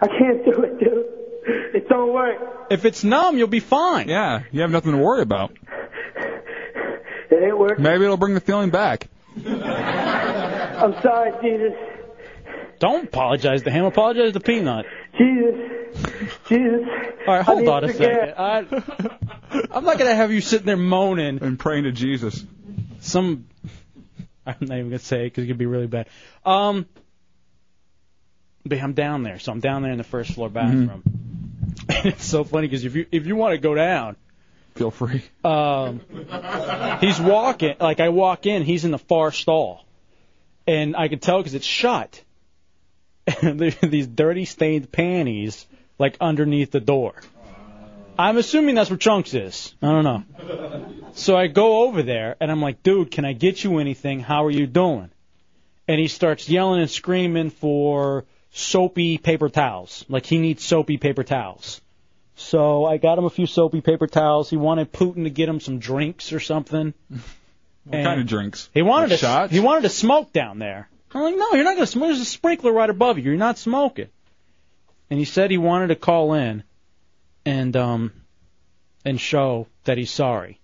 [SPEAKER 13] I can't do it, dude. It don't work.
[SPEAKER 3] If it's numb, you'll be fine.
[SPEAKER 6] Yeah, you have nothing to worry about.
[SPEAKER 13] It ain't working.
[SPEAKER 6] Maybe it'll bring the feeling back.
[SPEAKER 13] I'm sorry, Jesus.
[SPEAKER 3] Don't apologize to him. Apologize to Peanut.
[SPEAKER 13] Jesus. Jesus.
[SPEAKER 3] All right, hold
[SPEAKER 13] I need
[SPEAKER 3] on a
[SPEAKER 13] to
[SPEAKER 3] second.
[SPEAKER 13] get-
[SPEAKER 3] I, I'm not gonna have you sitting there moaning
[SPEAKER 6] and praying to Jesus.
[SPEAKER 3] Some, I'm not even gonna say it 'cause it could be really bad. Um, but I'm down there, so I'm down there in the first floor bathroom. And it's so funny 'cause if you if you want to go down,
[SPEAKER 6] Mm-hmm. feel free.
[SPEAKER 3] Um, he's walking. Like I walk in, he's in the far stall, and I can tell 'cause it's shut. And there are these dirty stained panties like underneath the door. I'm assuming that's where Chunks is. I don't know. So I go over there and I'm like, dude, can I get you anything? How are you doing? And he starts yelling and screaming for soapy paper towels. Like he needs soapy paper towels. So I got him a few soapy paper towels. He wanted Putin to get him some drinks or something.
[SPEAKER 6] What kind of drinks?
[SPEAKER 3] He wanted
[SPEAKER 6] Like
[SPEAKER 3] to he wanted to smoke down there. I'm like, no, you're not gonna smoke. There's a sprinkler right above you. You're not smoking. And he said he wanted to call in and um and show that he's sorry.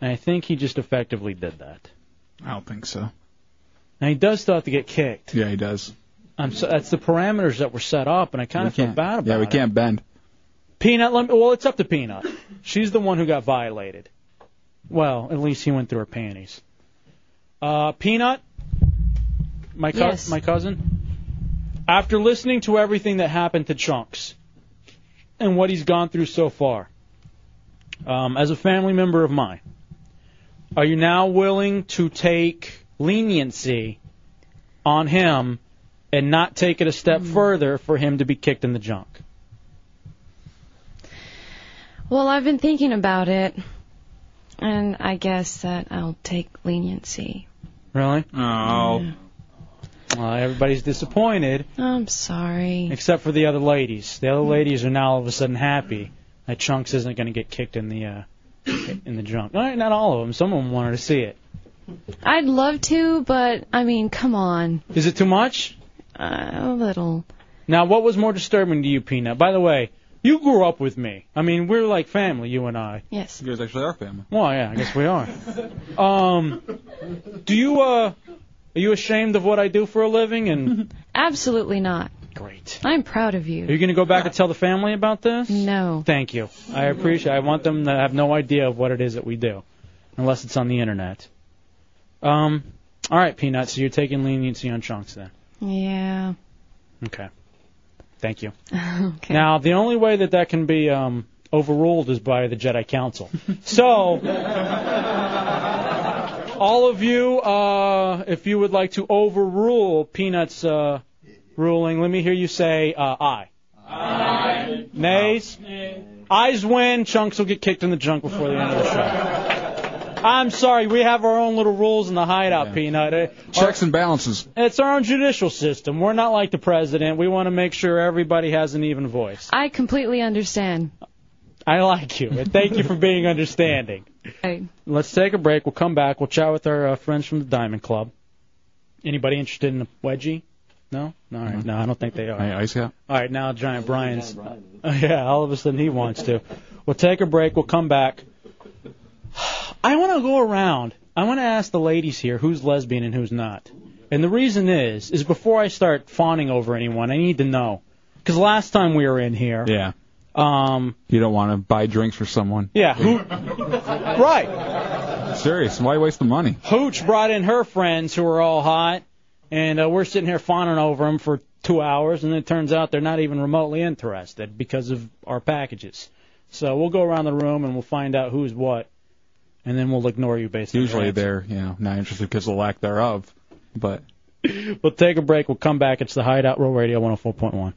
[SPEAKER 3] And I think he just effectively did that.
[SPEAKER 6] I don't think so.
[SPEAKER 3] And he does still have to get kicked.
[SPEAKER 6] Yeah, he does.
[SPEAKER 3] I'm so, that's the parameters that were set up, and I kind
[SPEAKER 6] We
[SPEAKER 3] of feel
[SPEAKER 6] can't-
[SPEAKER 3] bad about
[SPEAKER 6] Yeah, we
[SPEAKER 3] it.
[SPEAKER 6] can't bend.
[SPEAKER 3] Peanut, let me, well, it's up to Peanut. She's the one who got violated. Well, at least he went through her panties. Uh, Peanut, my, cou-
[SPEAKER 4] Yes.
[SPEAKER 3] my cousin, after listening to everything that happened to Chunks and what he's gone through so far, um, as a family member of mine, are you now willing to take leniency on him and not take it a step further for him to be kicked in the junk?
[SPEAKER 5] Well, I've been thinking about it, And I guess that I'll take leniency.
[SPEAKER 3] Really? Oh. Well, everybody's disappointed.
[SPEAKER 5] I'm sorry.
[SPEAKER 3] Except for the other ladies. The other ladies are now all of a sudden happy that Chunks isn't going to get kicked in the uh, in the junk. All right, not all of them. Some of them wanted to see it.
[SPEAKER 5] I'd love to, but I mean, come on.
[SPEAKER 3] Is it too much?
[SPEAKER 5] Uh, a little.
[SPEAKER 3] Now, what was more disturbing to you, Peanut? By the way, you grew up with me. I mean, we're like family, you and I.
[SPEAKER 5] Yes.
[SPEAKER 6] You guys actually are family.
[SPEAKER 3] Well, yeah, I guess we are. um, do you uh, are you ashamed of what I do for a living? And
[SPEAKER 5] Absolutely not.
[SPEAKER 3] Great.
[SPEAKER 5] I'm proud of you.
[SPEAKER 3] are you going to go back and tell the family about this?
[SPEAKER 5] No.
[SPEAKER 3] Thank you. I appreciate. I want them to have no idea of what it is that we do, unless it's on the internet. Um, all right, Peanut. So you're taking leniency on chunks then?
[SPEAKER 5] Yeah.
[SPEAKER 3] Okay. Thank you.
[SPEAKER 5] okay.
[SPEAKER 3] Now, the only way that that can be um, overruled is by the Jedi Council. so, all of you, uh, if you would like to overrule Peanut's uh, ruling, let me hear you say uh, aye. Aye. Nays? Ayes win. Chunks will get kicked in the junk before the end of the show. I'm sorry, we have our own little rules in the hideout, Peanut. Eh,
[SPEAKER 6] Checks and balances.
[SPEAKER 3] It's our own judicial system. We're not like the president. We want to make sure everybody has an even voice.
[SPEAKER 5] I completely understand.
[SPEAKER 3] I like you, and thank you for being understanding. Let's take a break. We'll come back. We'll chat with our uh, friends from the Diamond Club. Anybody interested in a wedgie? No? All right. No, I don't think they are.
[SPEAKER 6] Hey, Ice Cap.
[SPEAKER 3] All right, now Giant Brian's. Oh, yeah, all of a sudden he wants to. We'll take a break. We'll come back. I want to go around. I want to ask the ladies here who's lesbian and who's not. And the reason is, is before I start fawning over anyone, I need to know. Because last time we were in here,
[SPEAKER 6] Yeah.
[SPEAKER 3] Um.
[SPEAKER 6] You don't want to buy drinks for someone.
[SPEAKER 3] yeah, who, right?
[SPEAKER 6] Serious. Why waste the money?
[SPEAKER 3] Hooch brought in her friends who were all hot, and uh, we're sitting here fawning over them for two hours, and it turns out they're not even remotely interested because of our packages. So we'll go around the room and we'll find out who's what, and then we'll ignore you basically.
[SPEAKER 6] Usually they're you know not interested because of the lack thereof. But
[SPEAKER 3] We'll take a break. We'll come back. It's the Hideout Roll Radio 104.1.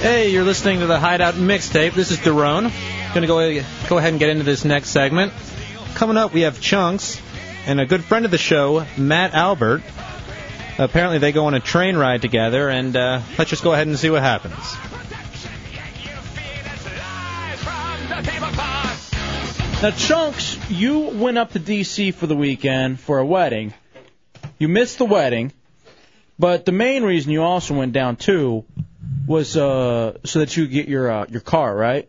[SPEAKER 3] Hey, you're listening to the Hideout mixtape. This is Daron. Gonna go go ahead and get into this next segment. Coming up, we have Chunks and a good friend of the show, Matt Albert. Apparently, they go on a train ride together, and uh, let's just go ahead and see what happens. Now, Chunks, you went up to D.C. for the weekend for a wedding. You missed the wedding, but the main reason you also went down too was uh, so that you could get your uh, your car right,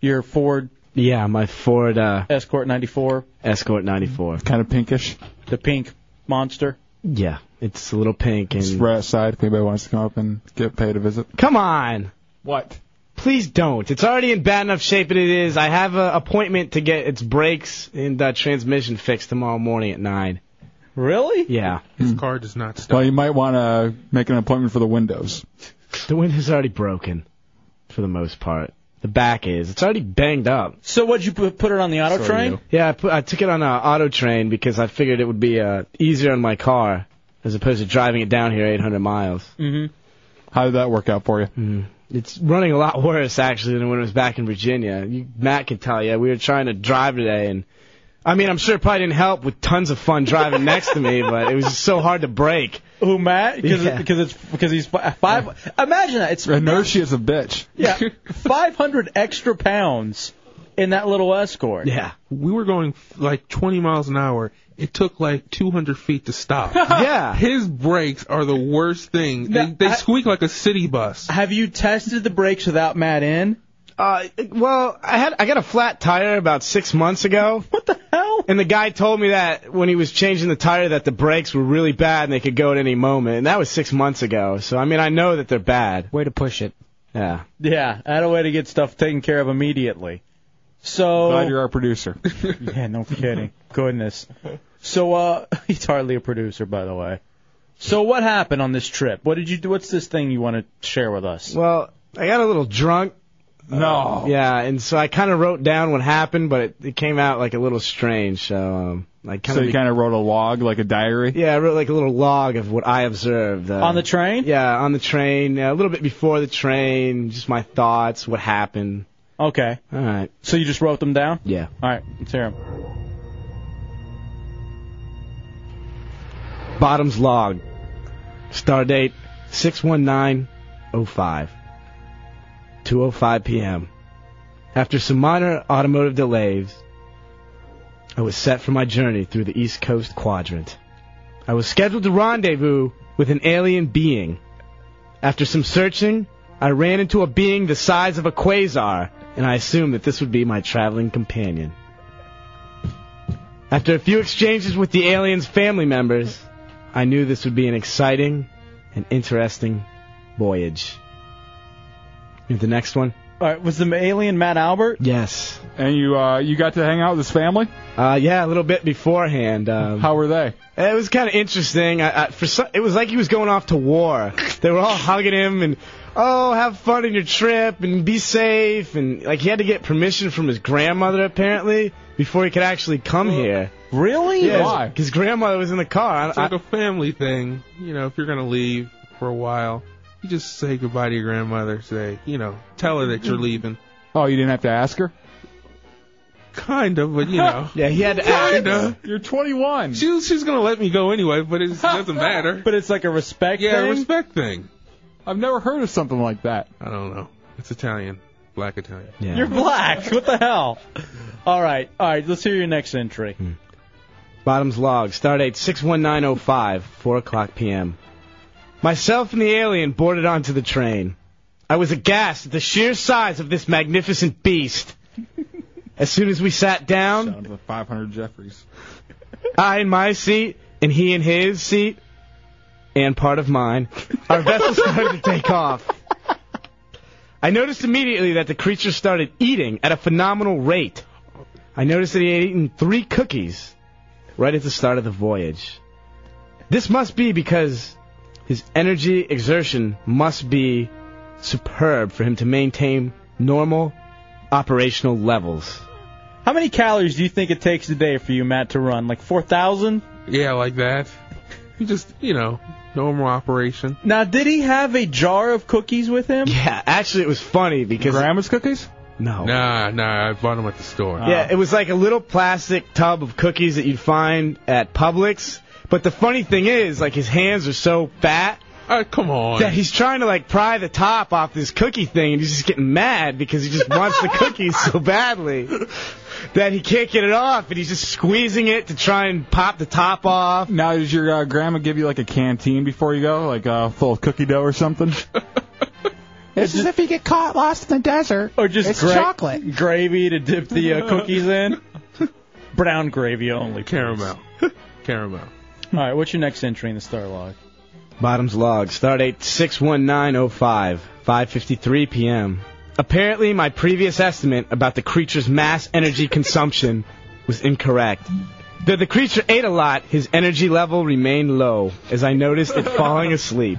[SPEAKER 3] your Ford
[SPEAKER 4] Yeah, my Ford uh,
[SPEAKER 3] Escort 94,
[SPEAKER 4] Escort 94.
[SPEAKER 6] Kind of pinkish.
[SPEAKER 3] the pink monster.
[SPEAKER 4] Yeah, it's a little pink and.
[SPEAKER 6] it's right outside. If anybody wants to come up and get paid a visit.
[SPEAKER 4] Come on.
[SPEAKER 6] What?
[SPEAKER 4] Please don't. It's already in bad enough shape that it is. I have an appointment to get its brakes and uh, transmission fixed tomorrow morning at nine.
[SPEAKER 3] Really?
[SPEAKER 4] Yeah.
[SPEAKER 12] His car does not stop.
[SPEAKER 6] Well, you might want to make an appointment for the windows.
[SPEAKER 4] The window's already broken, for the most part. The back is. It's already banged up.
[SPEAKER 3] So what'd you put, put it on the auto train?
[SPEAKER 4] Yeah, I, put, I took it on uh, auto train because I figured it would be uh, easier on my car as opposed to driving it down here 800 miles. Mm-hmm.
[SPEAKER 3] Mm-hmm.
[SPEAKER 6] How did that work out for you?
[SPEAKER 4] It's running a lot worse actually than when it was back in Virginia. You, Matt can tell you. We were trying to drive today, and I mean, I'm sure it probably didn't help with tons of fun driving next to me, but it was just so hard to brake.
[SPEAKER 3] Who Matt? Because
[SPEAKER 4] Yeah.
[SPEAKER 3] because it's because he's fi- five. Imagine that it's
[SPEAKER 6] inertia is a bitch.
[SPEAKER 3] Yeah, 500 extra pounds in that little escort.
[SPEAKER 4] Yeah.
[SPEAKER 12] We were going like 20 miles an hour. It took like 200 feet to stop.
[SPEAKER 4] Yeah.
[SPEAKER 12] His brakes are the worst thing. They,
[SPEAKER 3] No,
[SPEAKER 12] they
[SPEAKER 3] I-
[SPEAKER 12] squeak like a city bus.
[SPEAKER 3] Have you tested the brakes without Matt in?
[SPEAKER 4] Uh, well, I had I got a flat tire about six months ago.
[SPEAKER 3] What the hell?
[SPEAKER 4] And the guy told me that when he was changing the tire that the brakes were really bad and they could go at any moment. And that was six months ago. So I mean, I know that they're bad.
[SPEAKER 7] Way to push it.
[SPEAKER 4] Yeah.
[SPEAKER 3] Yeah, I had a way to get stuff taken care of immediately. So
[SPEAKER 6] Glad you're our producer.
[SPEAKER 3] yeah, no kidding. Goodness. So uh, he's hardly a producer, by the way. So what happened on this trip? What did you do? What's this thing you want to share with us?
[SPEAKER 4] Well, I got a little drunk Uh,
[SPEAKER 6] No.
[SPEAKER 4] yeah, and so I kind of wrote down what happened, but it, it came out like a little strange. So um, I kind
[SPEAKER 6] So you kind of wrote a log, like a diary.
[SPEAKER 4] Yeah, I wrote like a little log of what I observed. Uh,
[SPEAKER 6] On the
[SPEAKER 4] train? Yeah, on the train. Uh, a little bit before the train, just my thoughts, what happened.
[SPEAKER 15] Okay.
[SPEAKER 4] All right.
[SPEAKER 15] So you just wrote them down?
[SPEAKER 4] Yeah.
[SPEAKER 15] All right, let's hear 'em.
[SPEAKER 4] Bottoms log. Stardate 61905. 2:05 p.m. After some minor automotive delays, I was set for my journey through the East Coast quadrant. I was scheduled to rendezvous with an alien being. After some searching, I ran into a being the size of a quasar, and I assumed that this would be my traveling companion. After a few exchanges with the alien's family members, I knew this would be an exciting and interesting voyage. You have the next one?
[SPEAKER 15] All right, was the alien Matt Albert?
[SPEAKER 4] Yes.
[SPEAKER 6] And you uh, you got to hang out with his family?
[SPEAKER 4] Uh, yeah, a little bit beforehand. Um,
[SPEAKER 6] How were they?
[SPEAKER 4] It was kind of interesting. I, I, for some, it was like he was going off to war. They were all hugging him and, oh, have fun in your trip and be safe. And like he had to get permission from his grandmother apparently before he could actually come here.
[SPEAKER 15] Really?
[SPEAKER 4] Yeah,
[SPEAKER 12] Why?
[SPEAKER 4] His grandmother was in the car. I,
[SPEAKER 12] It's like a family thing. You know, if you're gonna leave for a while, you just say goodbye to your grandmother. Say, you know, tell her that you're leaving.
[SPEAKER 6] Oh, you didn't have to ask her.
[SPEAKER 12] Kind of, but you know.
[SPEAKER 4] yeah, he had to
[SPEAKER 12] Kind of.
[SPEAKER 6] You're 21.
[SPEAKER 12] She was, she was gonna let me go anyway, but it doesn't matter.
[SPEAKER 15] But it's like a respect
[SPEAKER 12] yeah,
[SPEAKER 15] thing?
[SPEAKER 12] respect thing.
[SPEAKER 6] I've never heard of something like that.
[SPEAKER 12] I don't know. It's Italian, black Italian.
[SPEAKER 4] Yeah.
[SPEAKER 15] You're black. What the hell? All right, all right. Let's hear your next entry.
[SPEAKER 6] Hmm.
[SPEAKER 4] Bottoms log, stardate 61905, 4 oh o'clock p.m. Myself and the alien boarded onto the train. I was aghast at the sheer size of this magnificent beast. As soon as we sat down,
[SPEAKER 6] Down to the 500 Jeffries.
[SPEAKER 4] I in my seat, and he in his seat, and part of mine, our vessel started to take off. I noticed immediately that the creature started eating at a phenomenal rate. I noticed that he had eaten three cookies right at the start of the voyage. This must be because his energy exertion must be superb for him to maintain normal operational levels.
[SPEAKER 15] How many calories do you think it takes a day for you, Matt, to run? Like 4,000?
[SPEAKER 12] Yeah, like that. You just, you know, normal operation.
[SPEAKER 15] Now, did he have a jar of cookies with him?
[SPEAKER 4] Yeah, actually, it was funny because.
[SPEAKER 6] Grandma's cookies?
[SPEAKER 4] No.
[SPEAKER 12] Nah, nah, I bought them at the store.
[SPEAKER 4] Yeah,
[SPEAKER 15] Oh.
[SPEAKER 4] it was like a little plastic tub of cookies that you'd find at Publix. But the funny thing is, like his hands are so fat
[SPEAKER 12] Uh, come on.
[SPEAKER 4] that he's trying to like pry the top off this cookie thing, and he's just getting mad because he just wants the cookies so badly that he can't get it off, and he's just squeezing it to try and pop the top off.
[SPEAKER 6] Now, does your uh, grandma give you like a canteen before you go, like uh, full of cookie dough or something?
[SPEAKER 16] It's as if you get caught lost in the desert.
[SPEAKER 15] Or just
[SPEAKER 16] it's
[SPEAKER 15] gra-
[SPEAKER 16] chocolate.
[SPEAKER 15] gravy to dip the uh, cookies in? Brown gravy only.
[SPEAKER 12] Caramel. Caramel.
[SPEAKER 15] All right, what's your next entry in the star log?
[SPEAKER 4] Bottoms log, stardate 61905, 5:53 p.m. Apparently, my previous estimate about the creature's mass energy consumption was incorrect. Though the creature ate a lot, his energy level remained low, as I noticed it falling asleep.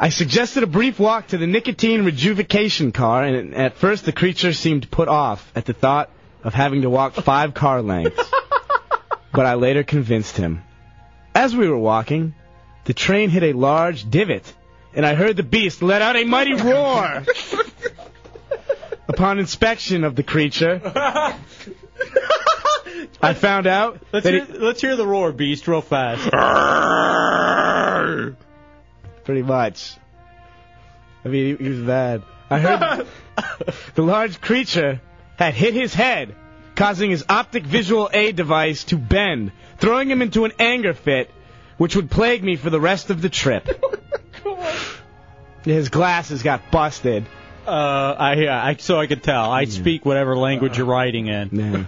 [SPEAKER 4] I suggested a brief walk to the nicotine rejuvication car, and at first the creature seemed put off at the thought of having to walk five car lengths. but I later convinced him. As we were walking, the train hit a large divot, and I heard the beast let out a mighty roar. Upon inspection of the creature, I found out
[SPEAKER 15] Let's,
[SPEAKER 4] that
[SPEAKER 15] hear,
[SPEAKER 4] he,
[SPEAKER 15] let's hear the roar, Beast, real fast.
[SPEAKER 4] pretty much. I mean, he, he was bad. I heard the large creature had hit his head, causing his optic visual aid device to bend, throwing him into an anger fit, which would plague me for the rest of the trip.
[SPEAKER 15] Oh
[SPEAKER 4] His glasses got busted.
[SPEAKER 15] Uh, I, yeah, I, so I could tell. I speak whatever language
[SPEAKER 12] Uh,
[SPEAKER 15] you're writing in.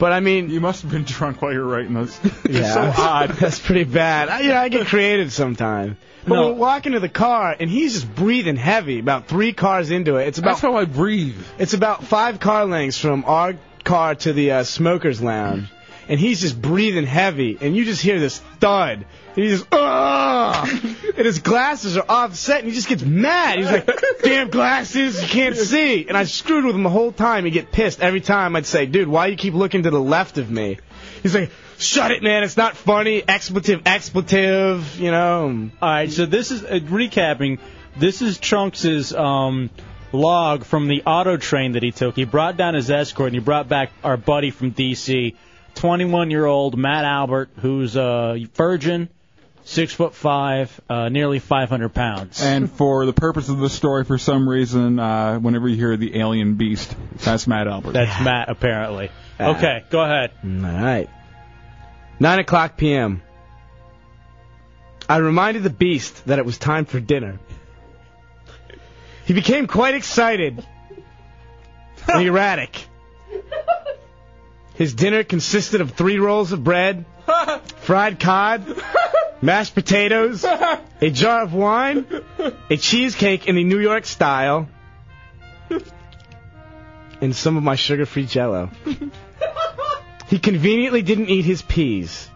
[SPEAKER 4] But I mean,
[SPEAKER 6] you must have been drunk while you're writing this.
[SPEAKER 4] Yeah.
[SPEAKER 6] so odd.
[SPEAKER 4] That's pretty bad. I, you know, I get creative sometimes. But
[SPEAKER 15] No.
[SPEAKER 4] we're walking to the car, and he's just breathing heavy. About three cars into it, it's about
[SPEAKER 12] That's how I breathe.
[SPEAKER 4] it's about five car lengths from our car to the uh, smokers
[SPEAKER 12] Mm-hmm.
[SPEAKER 4] lounge, and he's just breathing heavy, and you just hear this thud, and he's just ah. and his glasses are offset, and he just gets mad. He's like, "Damn glasses, you can't see." And I screwed with him the whole time. He'd get pissed every time. I'd say, "Dude, why you keep looking to the left of me?" He's like, "Shut it, man. It's not funny." Expletive, expletive. You know.
[SPEAKER 3] All right, so this is uh, recapping. This is Trunks's um, log from the auto train that he took. He brought down his escort and he brought back our buddy from D.C., 21-year-old Matt Albert, who's a virgin, six foot five, uh, nearly 500 pounds.
[SPEAKER 6] And for the purpose of the story, for some reason, uh, whenever you hear the alien beast, that's Matt Albert.
[SPEAKER 3] That's Matt, apparently.
[SPEAKER 6] Ah.
[SPEAKER 3] Okay, go ahead.
[SPEAKER 4] All right. 9 o'clock p.m. I reminded the beast that it was time for dinner. He became quite excited and erratic. His dinner consisted of three rolls of bread, fried cod, mashed potatoes, a jar of wine, a cheesecake in the New York style, and some of my sugar free jello. He conveniently didn't eat his peas.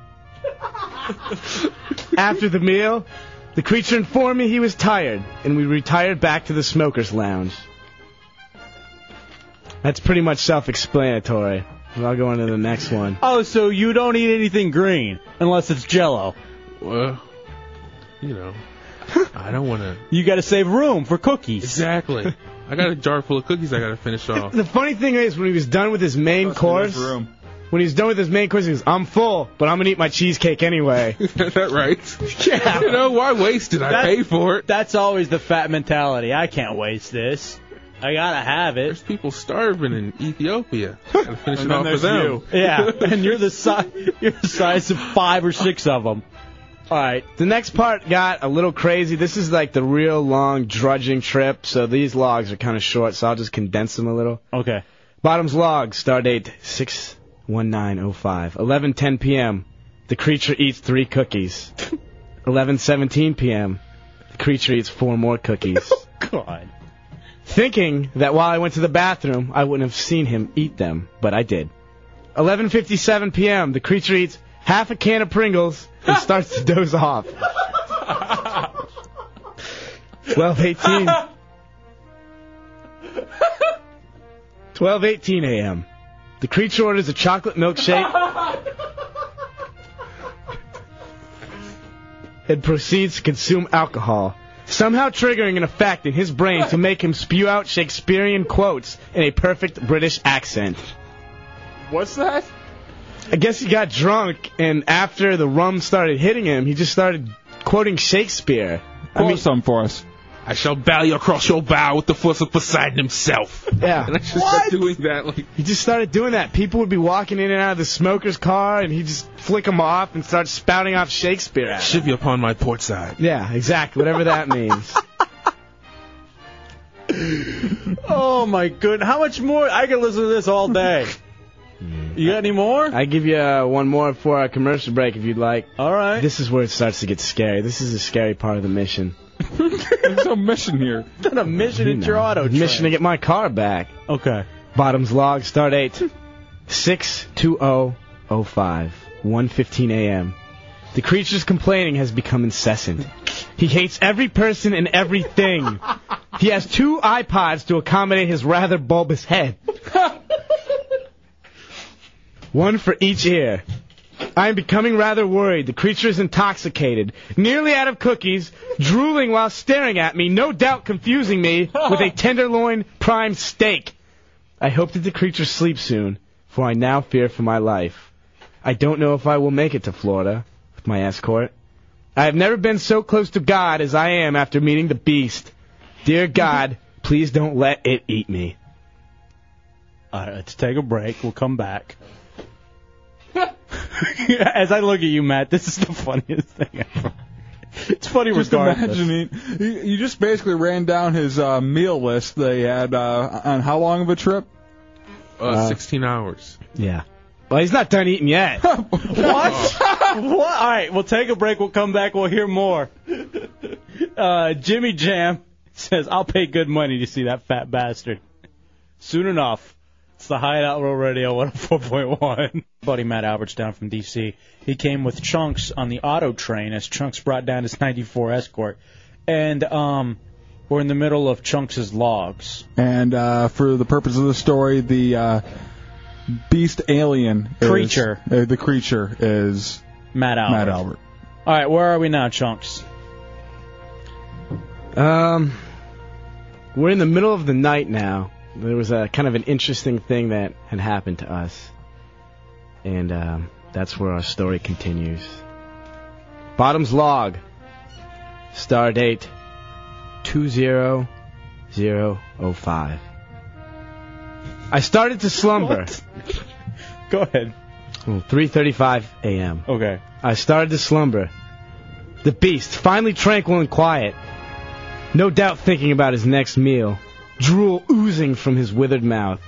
[SPEAKER 4] After the meal, the creature informed me he was tired, and we retired back to the smoker's lounge. That's pretty much self explanatory. I'll go on to the next one.
[SPEAKER 3] Oh, so you don't eat anything green unless it's Jello.
[SPEAKER 12] Well, you know, I don't want to.
[SPEAKER 3] You got to save room for cookies.
[SPEAKER 12] Exactly. I got a jar full of cookies I got to finish off.
[SPEAKER 4] The funny thing is, when he was done with his main course, when he was done with his main course, he goes, I'm full, but I'm going to eat my cheesecake anyway.
[SPEAKER 12] Is that right? Yeah. You know, why waste it? I
[SPEAKER 3] That-
[SPEAKER 12] paid for it.
[SPEAKER 3] That's always the fat mentality. I can't waste this. I gotta have it. There's
[SPEAKER 12] people starving in Ethiopia. Gotta finish it off for them.
[SPEAKER 3] Yeah, and you're the size you're the size of five or six of them.
[SPEAKER 4] All right. The next part got a little crazy. This is like the real long drudging trip, so these logs are kind of short, so I'll just condense them a little.
[SPEAKER 3] Okay.
[SPEAKER 4] Bottom's log, start date 61905. 11:10 p.m. The creature eats 3 cookies. 11:17 p.m. The creature eats 4 more cookies.
[SPEAKER 3] Oh, God.
[SPEAKER 4] Thinking that while I went to the bathroom, I wouldn't have seen him eat them, but I did. 11:57 p.m. The creature eats half a can of Pringles and starts to doze off. 12:18. 12:18 a.m. The creature orders a chocolate milkshake and proceeds to consume alcohol, somehow triggering an effect in his brain to make him spew out Shakespearean quotes in a perfect British accent.
[SPEAKER 6] What's that?
[SPEAKER 4] I guess he got drunk, and after the rum started hitting him, he just started quoting Shakespeare. I mean,
[SPEAKER 6] some for us.
[SPEAKER 12] I shall bow you across your bow with the force of Poseidon himself.
[SPEAKER 4] Yeah.
[SPEAKER 12] And I should start doing that. Like,
[SPEAKER 4] He just started doing that. People would be walking in and out of the smoker's car, and he'd just flick them off and start spouting off Shakespeare at 'em.
[SPEAKER 12] shivy upon my port side.
[SPEAKER 4] Yeah, exactly. Whatever that means.
[SPEAKER 3] Oh my good. How much more? I could listen to this all day. You got any more?
[SPEAKER 4] I give you uh, one more for our commercial break if you'd like.
[SPEAKER 3] All right.
[SPEAKER 4] This is where it starts to get scary. This is a scary part of the mission.
[SPEAKER 6] There's no mission here.
[SPEAKER 3] Not a mission at your auto train.
[SPEAKER 4] Mission to get my car back.
[SPEAKER 3] Okay.
[SPEAKER 4] Bottoms log start eight. Six two oh oh five. One fifteen AM. The creature's complaining has become incessant. He hates every person and everything. He has two iPods to accommodate his rather bulbous head. One for each ear. I am becoming rather worried. The creature is intoxicated, nearly out of cookies, drooling while staring at me, no doubt confusing me with a tenderloin prime steak. I hope that the creature sleeps soon, for I now fear for my life. I don't know if I will make it to Florida with my escort. I have never been so close to God as I am after meeting the beast. Dear God, please don't let it eat me.
[SPEAKER 3] All right, let's take a break. We'll come back. As I look at you, Matt, this is the funniest thing ever. It's funny
[SPEAKER 6] Just
[SPEAKER 3] regardless.
[SPEAKER 6] imagine it. You- You just basically ran down his uh, meal list they had uh, on how long of a trip?
[SPEAKER 12] Uh, 16 hours.
[SPEAKER 4] Yeah. Well, he's not done eating yet.
[SPEAKER 3] what? what? All right, we'll take a break. We'll come back. We'll hear more. Uh, Jimmy Jam says, I'll pay good money to see that fat bastard. Soon enough. It's the Hideout World Radio 104.1. Buddy Matt Alberts down from D.C. He came with Chunks on the auto train as Chunks brought down his 94 Escort. And um, we're in the middle of Chunks' logs.
[SPEAKER 6] And uh, for the purpose of the story, the uh, beast alien is-
[SPEAKER 3] Creature.
[SPEAKER 6] uh, the creature is
[SPEAKER 3] Matt Albert.
[SPEAKER 6] Matt Albert.
[SPEAKER 3] All right, where are we now, Chunks?
[SPEAKER 4] Um, we're in the middle of the night now. There was a kind of an interesting thing that had happened to us, and um, that's where our story continues. Bottom's log, star date two zero zero o five. I started to slumber.
[SPEAKER 3] Go ahead.
[SPEAKER 4] 3:35 a.m.
[SPEAKER 3] Okay.
[SPEAKER 4] I started to slumber. The beast, finally tranquil and quiet, no doubt thinking about his next meal, drool oozing from his withered mouth.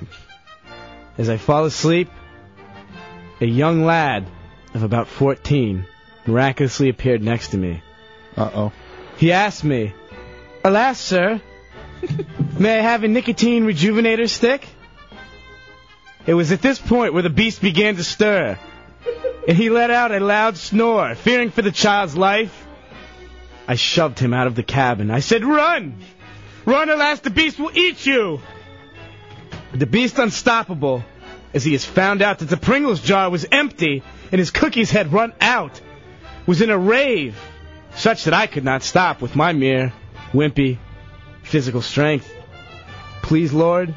[SPEAKER 4] As I fall asleep, a young lad of about 14 miraculously appeared next to me.
[SPEAKER 6] Uh oh.
[SPEAKER 4] He asked me, Alas, sir, may I have a nicotine rejuvenator stick? It was at this point where the beast began to stir, and he let out a loud snore, fearing for the child's life. I shoved him out of the cabin. I said, Run! Run, alas, the beast will eat you! The beast unstoppable, as he has found out that the Pringles jar was empty and his cookies had run out, was in a rave, such that I could not stop with my mere wimpy physical strength. Please, Lord,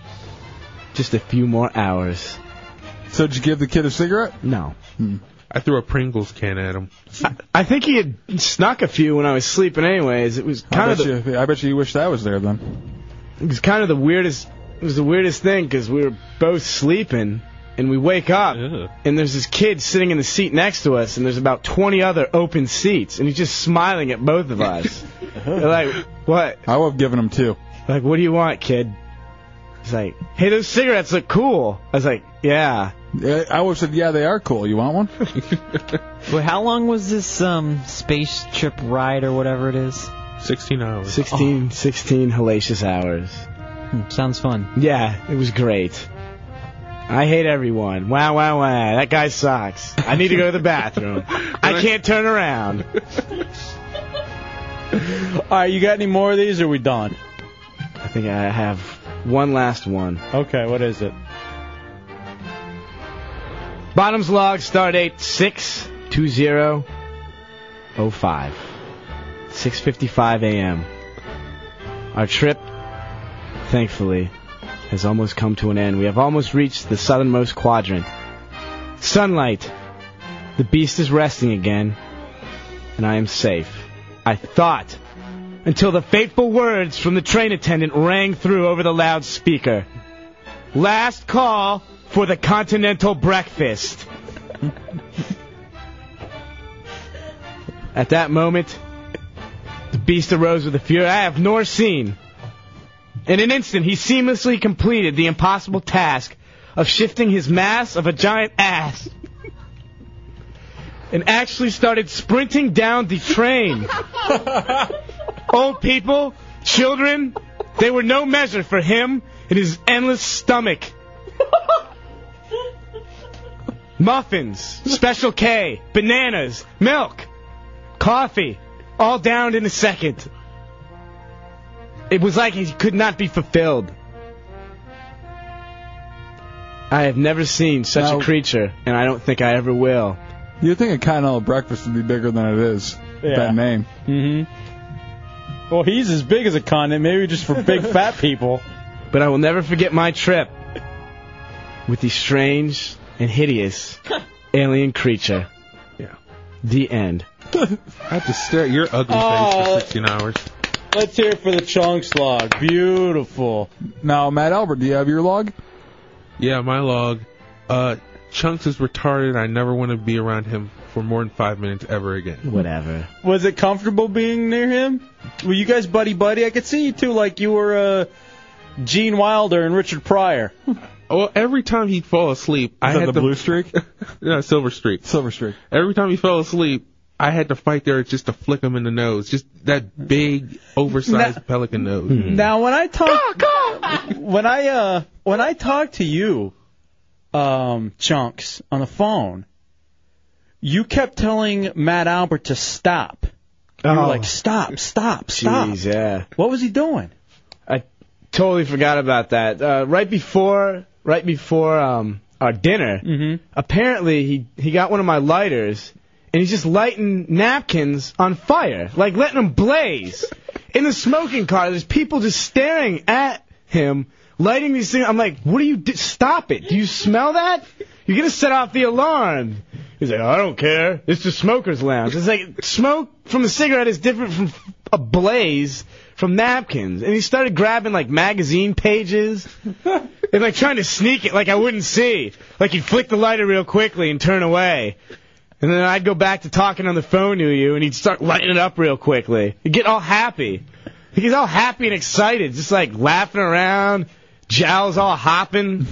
[SPEAKER 4] just a few more hours.
[SPEAKER 6] So did you give the kid a cigarette? Hmm.
[SPEAKER 4] No.
[SPEAKER 12] I threw a Pringles can at him.
[SPEAKER 4] I, I think he had snuck a few when I was sleeping. Anyways, it was kind
[SPEAKER 6] I
[SPEAKER 4] of
[SPEAKER 6] bet,
[SPEAKER 4] the,
[SPEAKER 6] you, I bet you you wish that was there then.
[SPEAKER 4] it was kind of the weirdest. It was the weirdest thing because we were both sleeping and we wake up and there's this kid sitting in the seat next to us and there's about 20 other open seats and he's just smiling at both of us. They're like, what?
[SPEAKER 6] I would have given him two.
[SPEAKER 4] Like, what do you want, kid? He's like, hey, those cigarettes look cool. I was like, yeah.
[SPEAKER 6] Yeah, I would have said, yeah, they are cool. You want one?
[SPEAKER 7] Well, how long was this um space trip ride or whatever it is?
[SPEAKER 12] 16 hours.
[SPEAKER 4] 16, 16 hellacious hours.
[SPEAKER 7] Hmm, Sounds fun.
[SPEAKER 4] Yeah, it was great. I hate everyone. Wow, wow, wow. That guy sucks. I need to go to the bathroom. I can't turn around.
[SPEAKER 3] All right, you got any more of these or are we done?
[SPEAKER 4] I think I have one last one.
[SPEAKER 3] Okay, what is it?
[SPEAKER 4] Bottoms log, stardate 62005. 6.55 a.m. Our trip, thankfully, has almost come to an end. We have almost reached the southernmost quadrant. Sunlight! The beast is resting again, and I am safe. I thought, until the fateful words from the train attendant rang through over the loudspeaker. Last call for the continental breakfast. At that moment, the beast arose with a fury I have nor seen. In an instant, he seamlessly completed the impossible task of shifting his mass of a giant ass and actually started sprinting down the train. Old people, children, they were no measure for him and his endless stomach. Muffins, Special K, bananas, milk, coffee, all down in a second. It was like he could not be fulfilled. I have never seen such a creature, and I don't think I ever will.
[SPEAKER 6] You'd think a continental breakfast would be bigger than it is.
[SPEAKER 3] Yeah.
[SPEAKER 6] That name.
[SPEAKER 3] Mm-hmm. Well, he's as big as a continent, maybe just for big fat people.
[SPEAKER 4] But I will never forget my trip with the strange and hideous alien creature.
[SPEAKER 12] Yeah.
[SPEAKER 4] The end.
[SPEAKER 12] I have to stare at your ugly face
[SPEAKER 3] Oh.
[SPEAKER 12] for 16 hours.
[SPEAKER 3] Let's hear it for the Chunks log. Beautiful.
[SPEAKER 6] Now, Matt Albert, do you have your log?
[SPEAKER 12] Yeah, my log. Uh, Chunks is retarded. I never want to be around him for more than five minutes ever again.
[SPEAKER 4] Whatever.
[SPEAKER 3] Was it comfortable being near him? Were you guys buddy buddy? I could see you two like you were uh, Gene Wilder and Richard Pryor.
[SPEAKER 4] Hmm.
[SPEAKER 12] Oh, Well, every time he'd fall asleep, I
[SPEAKER 6] that
[SPEAKER 12] had
[SPEAKER 6] the
[SPEAKER 12] to,
[SPEAKER 6] blue streak?
[SPEAKER 12] no, silver streak.
[SPEAKER 6] Silver streak.
[SPEAKER 12] Every time he fell asleep, I had to fight there just to flick him in the nose. Just that big, oversized
[SPEAKER 6] Hmm.
[SPEAKER 12] pelican nose.
[SPEAKER 3] Now when I talk when I uh when I talk to you, um, chunks on the phone, you kept telling Matt Albert to stop. You were
[SPEAKER 4] Oh.
[SPEAKER 3] like, stop, stop, stop.
[SPEAKER 4] Jeez, yeah.
[SPEAKER 3] What was he doing?
[SPEAKER 4] I totally forgot about that. Uh, right before, right before um, our dinner,
[SPEAKER 3] Mm-hmm.
[SPEAKER 4] apparently he he got one of my lighters and he's just lighting napkins on fire, like letting them blaze in the smoking car. There's people just staring at him. Lighting these things, I'm like, what do you do? Stop it! Do you smell that? You're gonna set off the alarm. He's like, I don't care. It's the smoker's lounge. It's like smoke from a cigarette is different from a blaze from napkins. And he started grabbing like magazine pages and like trying to sneak it like I wouldn't see. Like he'd flick the lighter real quickly and turn away. And then I'd go back to talking on the phone to you, and he'd start lighting it up real quickly. He'd get all happy. He's all happy and excited, just like laughing around, jowls all hopping.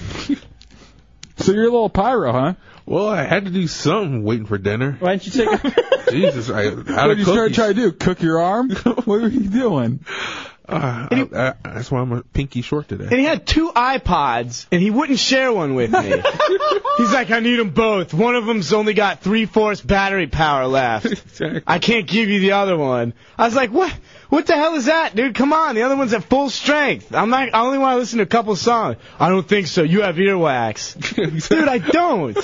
[SPEAKER 6] so you're a little pyro, huh?
[SPEAKER 12] Well, I had to do something waiting for dinner.
[SPEAKER 3] Why didn't you take?
[SPEAKER 12] Jesus, I
[SPEAKER 6] What
[SPEAKER 12] out
[SPEAKER 6] did
[SPEAKER 12] of
[SPEAKER 6] you start trying to do? Cook your arm? what were you doing?
[SPEAKER 12] Uh, I, I, that's why I'm a pinky short
[SPEAKER 4] And
[SPEAKER 12] today.
[SPEAKER 4] he had two iPods, and he wouldn't share one with me. He's like, I need them both. One of them's only got three fourths battery power left. I can't give you the other one. I was like, what? What the hell is that, dude? Come on, the other one's at full strength. I'm not. I only want to listen to a couple songs. I don't think so. You have earwax, dude. I don't.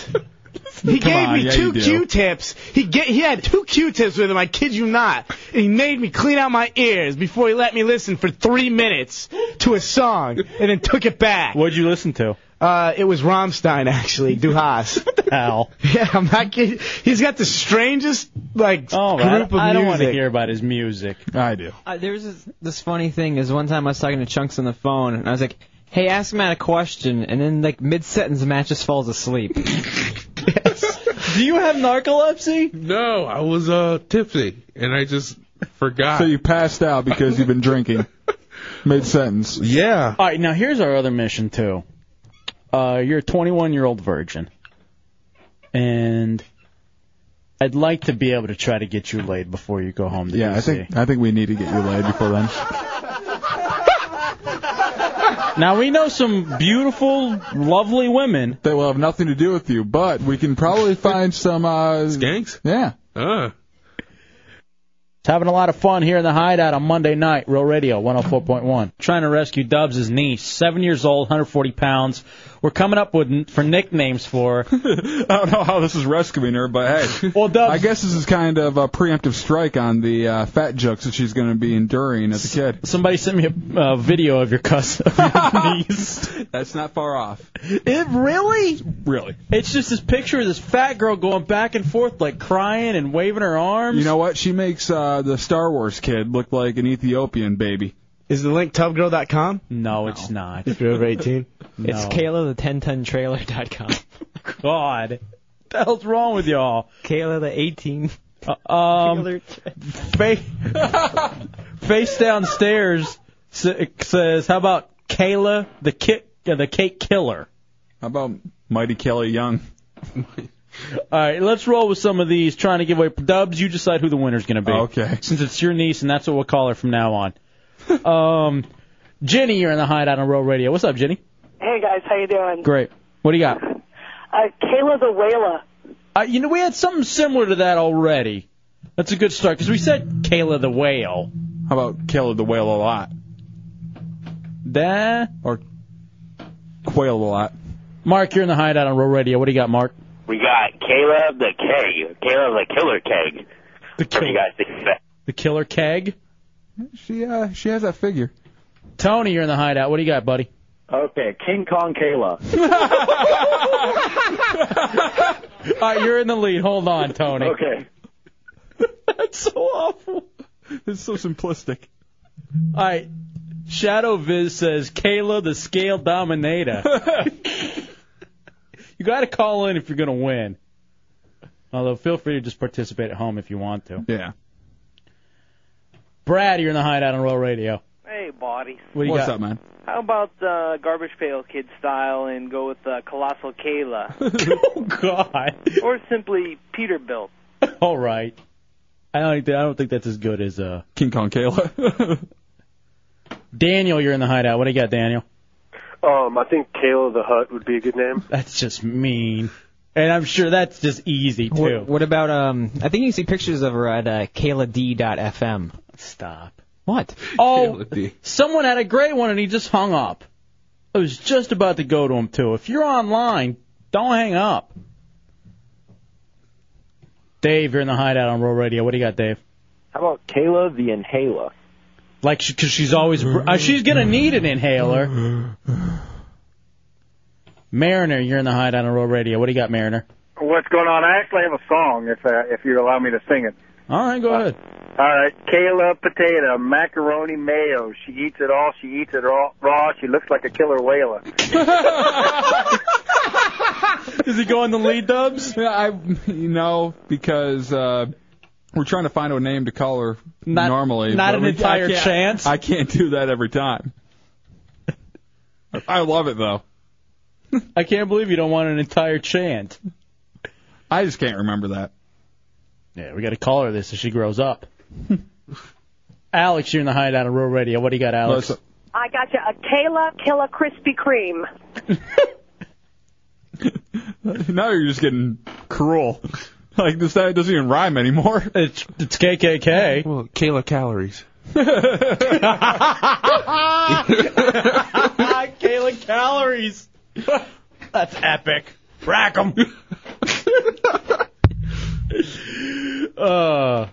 [SPEAKER 4] He
[SPEAKER 6] Come
[SPEAKER 4] gave
[SPEAKER 6] on,
[SPEAKER 4] me
[SPEAKER 6] yeah, you
[SPEAKER 4] two
[SPEAKER 6] do.
[SPEAKER 4] Q-tips. He get, he had two Q-tips with him. I kid you not. And he made me clean out my ears before he let me listen for three minutes to a song, and then took it back.
[SPEAKER 3] What'd you listen to?
[SPEAKER 4] Uh, it was Rammstein actually, Duhas.
[SPEAKER 3] Hell.
[SPEAKER 4] Yeah, I'm not kidding. He's got the strangest like
[SPEAKER 3] Oh,
[SPEAKER 4] group
[SPEAKER 3] I,
[SPEAKER 4] of
[SPEAKER 3] I don't want to
[SPEAKER 4] music.
[SPEAKER 3] hear about his music.
[SPEAKER 6] I do.
[SPEAKER 7] Uh, there was this, this funny thing is one time I was talking to Chunks on the phone and I was like, "Hey, ask Matt a question," and then like mid sentence, Matt just falls asleep.
[SPEAKER 3] Do you have narcolepsy?
[SPEAKER 12] No, I was uh tipsy and I just forgot.
[SPEAKER 6] So you passed out because you've been drinking. Mid sentence.
[SPEAKER 12] Yeah.
[SPEAKER 3] All right, now here's our other mission too. Uh, you're a 21 year old virgin, and I'd like to be able to try to get you laid before you go home to
[SPEAKER 6] Yeah,
[SPEAKER 3] DC.
[SPEAKER 6] I think I think we need to get you laid before then.
[SPEAKER 3] Now we know some beautiful, lovely women
[SPEAKER 6] that will have nothing to do with you, but we can probably find some uh
[SPEAKER 12] skanks.
[SPEAKER 6] Yeah.
[SPEAKER 12] Uh.
[SPEAKER 3] It's having a lot of fun here in the hideout on Monday night, Real Radio 104.1. Trying to rescue Dubs' niece, seven years old, 140 pounds. We're coming up with for nicknames for.
[SPEAKER 6] I don't know how this is rescuing her, but hey.
[SPEAKER 3] Well, Dubs,
[SPEAKER 6] I guess this is kind of a preemptive strike on the uh, fat jokes that she's going to be enduring as a kid.
[SPEAKER 3] Somebody sent me a uh, video of your cousin.
[SPEAKER 6] That's not far off.
[SPEAKER 3] It really?
[SPEAKER 6] Really.
[SPEAKER 3] It's just this picture of this fat girl going back and forth, like crying and waving her arms.
[SPEAKER 6] You know what? She makes uh, the Star Wars kid look like an Ethiopian baby.
[SPEAKER 4] Is the link tubgirl.com?
[SPEAKER 3] No, it's not.
[SPEAKER 4] If you're over 18.
[SPEAKER 7] It's Kayla the 1010trailer.com.
[SPEAKER 3] God, the hell's wrong with y'all?
[SPEAKER 7] Kayla the 18.
[SPEAKER 3] Uh, um, face, face downstairs sa- says, "How about Kayla the kick, uh, the cake killer?"
[SPEAKER 6] How about Mighty Kelly Young?
[SPEAKER 3] All right, let's roll with some of these. Trying to give away dubs. You decide who the winner's going to be.
[SPEAKER 6] Okay.
[SPEAKER 3] Since it's your niece, and that's what we'll call her from now on. um, Jenny, you're in the hideout on Roll Radio. What's up, Jenny?
[SPEAKER 17] Hey guys, how you doing?
[SPEAKER 3] Great. What do you got?
[SPEAKER 17] Uh, Kayla the Whaler.
[SPEAKER 3] Uh, you know, we had something similar to that already. That's a good start because we said Kayla the whale.
[SPEAKER 6] How about Kayla the Whale a lot?
[SPEAKER 3] That
[SPEAKER 6] or Quail a lot.
[SPEAKER 3] Mark, you're in the hideout on Roll Radio. What do you got, Mark?
[SPEAKER 18] We got Caleb the Keg, Caleb the Killer Keg.
[SPEAKER 3] The
[SPEAKER 18] What do you guys think of that?
[SPEAKER 3] The killer keg.
[SPEAKER 6] She uh, she has that figure.
[SPEAKER 3] Tony, you're in the hideout. What do you got, buddy?
[SPEAKER 19] Okay, King Kong Kayla.
[SPEAKER 3] All right, Uh, you're in the lead. Hold on, Tony.
[SPEAKER 19] Okay.
[SPEAKER 3] That's so awful.
[SPEAKER 6] It's so simplistic.
[SPEAKER 3] All right. Shadow Viz says Kayla the Scale Dominator. you got to call in if you're going to win. Although, feel free to just participate at home if you want to.
[SPEAKER 6] Yeah.
[SPEAKER 3] Brad, you're in the hideout on Roll Radio.
[SPEAKER 20] Hey, body.
[SPEAKER 3] What do you
[SPEAKER 6] What's
[SPEAKER 3] got?
[SPEAKER 6] up, man?
[SPEAKER 20] How about uh, garbage pail kid style and go with uh, colossal Kayla,
[SPEAKER 3] oh God.
[SPEAKER 20] or simply Peterbilt?
[SPEAKER 3] All right. I don't think I don't think that's as good as uh.
[SPEAKER 6] King Kong Kayla.
[SPEAKER 3] Daniel, you're in the hideout. What do you got, Daniel?
[SPEAKER 21] Um, I think Kayla the Hut would be a good name.
[SPEAKER 3] That's just mean. And I'm sure that's just easy too.
[SPEAKER 7] What, what about um? I think you see pictures of her at uh, KaylaD.fm.
[SPEAKER 3] Stop.
[SPEAKER 7] What?
[SPEAKER 3] Oh, someone had a great one and he just hung up. I was just about to go to him too. If you're online, don't hang up. Dave, you're in the hideout on Roll Radio. What do you got, Dave?
[SPEAKER 22] How about Kayla the Inhaler?
[SPEAKER 3] Like, because she's always uh, she's gonna need an inhaler. Mariner, you're in the hideout on Roll Radio. What do you got, Mariner?
[SPEAKER 23] What's going on? I actually have a song, if uh, if you allow me to sing it.
[SPEAKER 3] All right, go ahead.
[SPEAKER 23] All right, Kayla potato, macaroni mayo. She eats it all. She eats it all raw. She looks like a killer whaler.
[SPEAKER 3] Does he go on the lead dubs?
[SPEAKER 6] Yeah, I you know because uh, we're trying to find a name to call her
[SPEAKER 3] Not-
[SPEAKER 6] normally.
[SPEAKER 3] not
[SPEAKER 6] but
[SPEAKER 3] an
[SPEAKER 6] we- I
[SPEAKER 3] entire
[SPEAKER 6] can't-
[SPEAKER 3] chance?
[SPEAKER 6] I can't do that every time. I love it though.
[SPEAKER 3] I can't believe you don't want an entire chant.
[SPEAKER 6] I just can't remember that.
[SPEAKER 3] Yeah, we got to call her this as she grows up. Alex, you're in the hideout on Roll Radio. What do you got, Alex?
[SPEAKER 17] I got you a Kayla Killa Krispy Kreme.
[SPEAKER 6] now you're just getting cruel. Like this that doesn't even rhyme anymore.
[SPEAKER 3] It's it's KKK.
[SPEAKER 12] Well, Kayla calories.
[SPEAKER 3] Kayla calories. That's epic. Rack 'em. uh,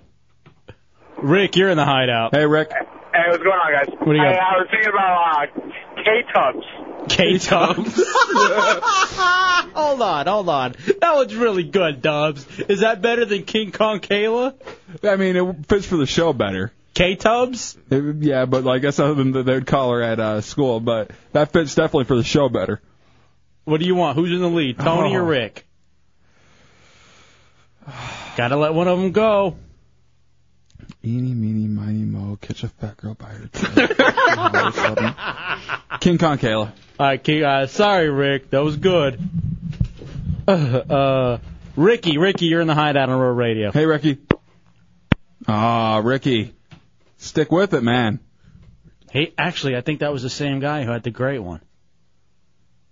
[SPEAKER 3] Rick, you're in the hideout.
[SPEAKER 6] Hey, Rick.
[SPEAKER 23] Hey, what's going on, guys?
[SPEAKER 3] What do you got?
[SPEAKER 23] Hey, I was thinking about uh, K-tubs.
[SPEAKER 3] K Dubs. hold on, hold on. That one's really good, Dubs. Is that better than King Kong Kayla?
[SPEAKER 6] I mean, it fits for the show better.
[SPEAKER 3] K Tubs?
[SPEAKER 6] It- yeah, but like that's something that they'd call her at uh, school, but that fits definitely for the show better.
[SPEAKER 3] What do you want? Who's in the lead, Tony or
[SPEAKER 6] Oh.
[SPEAKER 3] Rick? Gotta let one of them go.
[SPEAKER 6] Eeny, meeny, miny, mo, catch a fat girl by her tail. King Kong Kayla.
[SPEAKER 3] All right, King, uh, sorry, Rick. That was good. Uh, uh, Ricky, Ricky, you're in the hideout on Road Radio.
[SPEAKER 6] Hey, Ricky. Ah, Ricky. Stick with it, man.
[SPEAKER 3] Hey, actually, I think that was the same guy who had the great one.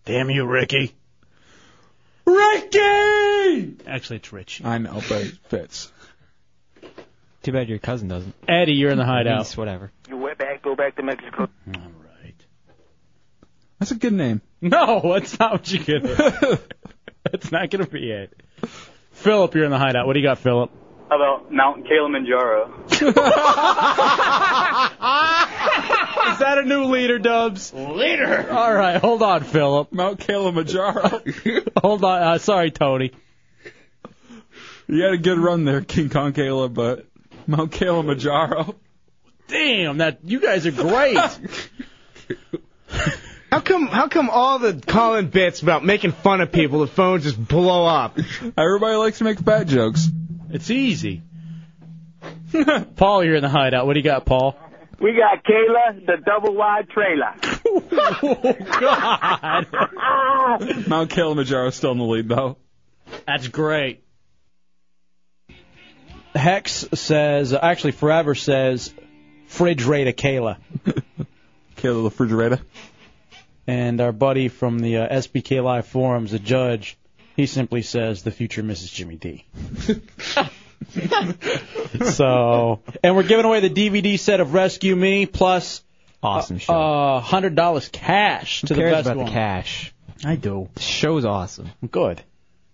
[SPEAKER 3] Damn you, Ricky. Ricky! Actually, it's Rich.
[SPEAKER 6] I know, but it fits.
[SPEAKER 7] Too bad your cousin doesn't.
[SPEAKER 3] Eddie, you're in the hideout.
[SPEAKER 7] Niece, whatever.
[SPEAKER 23] You went back, go back to Mexico.
[SPEAKER 6] That's a good name.
[SPEAKER 3] No, that's not what you get. that's not going to be it. Philip, you're in the hideout. What do you got, Philip?
[SPEAKER 24] How about Mount Kilimanjaro?
[SPEAKER 3] Is that a new leader, Dubs?
[SPEAKER 24] Leader.
[SPEAKER 3] All right, hold on, Philip.
[SPEAKER 6] Mount Kilimanjaro.
[SPEAKER 3] hold on. Uh, sorry, Tony.
[SPEAKER 6] You had a good run there, King Kong Kayla, but Mount Kilimanjaro.
[SPEAKER 3] Damn, that you guys are great.
[SPEAKER 4] How come? How come all the calling bits about making fun of people, the phones just blow up?
[SPEAKER 6] Everybody likes to make fat jokes.
[SPEAKER 3] It's easy. Paul, you're in the hideout. What do you got, Paul?
[SPEAKER 22] We got Kayla the double wide trailer.
[SPEAKER 3] oh God!
[SPEAKER 6] Mount Kilimanjaro's still in the lead, though.
[SPEAKER 3] That's great. Hex says, actually, Forever says, Fridge Raider Kayla.
[SPEAKER 6] Kayla the refrigerator.
[SPEAKER 3] And our buddy from the uh, SBK Live forums, the judge, he simply says, the future Mrs. Jimmy D. so, and we're giving away the DVD set of Rescue Me plus
[SPEAKER 7] awesome
[SPEAKER 3] show. Uh, hundred dollars cash to
[SPEAKER 7] Who
[SPEAKER 3] the
[SPEAKER 7] cares
[SPEAKER 3] best
[SPEAKER 7] about
[SPEAKER 3] one.
[SPEAKER 7] the cash?
[SPEAKER 3] I do.
[SPEAKER 7] The show's awesome.
[SPEAKER 3] Good.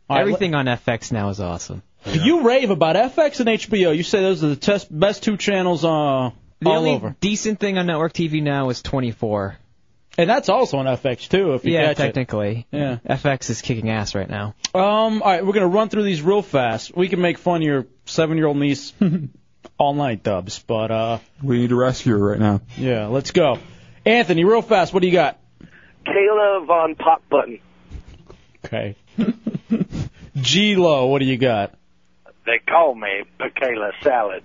[SPEAKER 7] Everything on FX now is awesome.
[SPEAKER 3] You rave about FX and HBO. You say those are the test, best two channels uh, all
[SPEAKER 7] The only
[SPEAKER 3] over.
[SPEAKER 7] decent thing on network TV now is 24.
[SPEAKER 3] And that's also on FX too, if you
[SPEAKER 7] yeah,
[SPEAKER 3] catch it.
[SPEAKER 7] technically.
[SPEAKER 3] Yeah.
[SPEAKER 7] FX is kicking ass right now.
[SPEAKER 3] Um, all right, we're gonna run through these real fast. We can make fun of your seven-year-old niece all night, Dubs. But uh,
[SPEAKER 6] We need to rescue her right now.
[SPEAKER 3] yeah, let's go. Anthony, real fast, what do you got?
[SPEAKER 22] Kayla Von Pop Button.
[SPEAKER 3] Okay. G Lo, what do you got?
[SPEAKER 22] They call me Kayla Salad.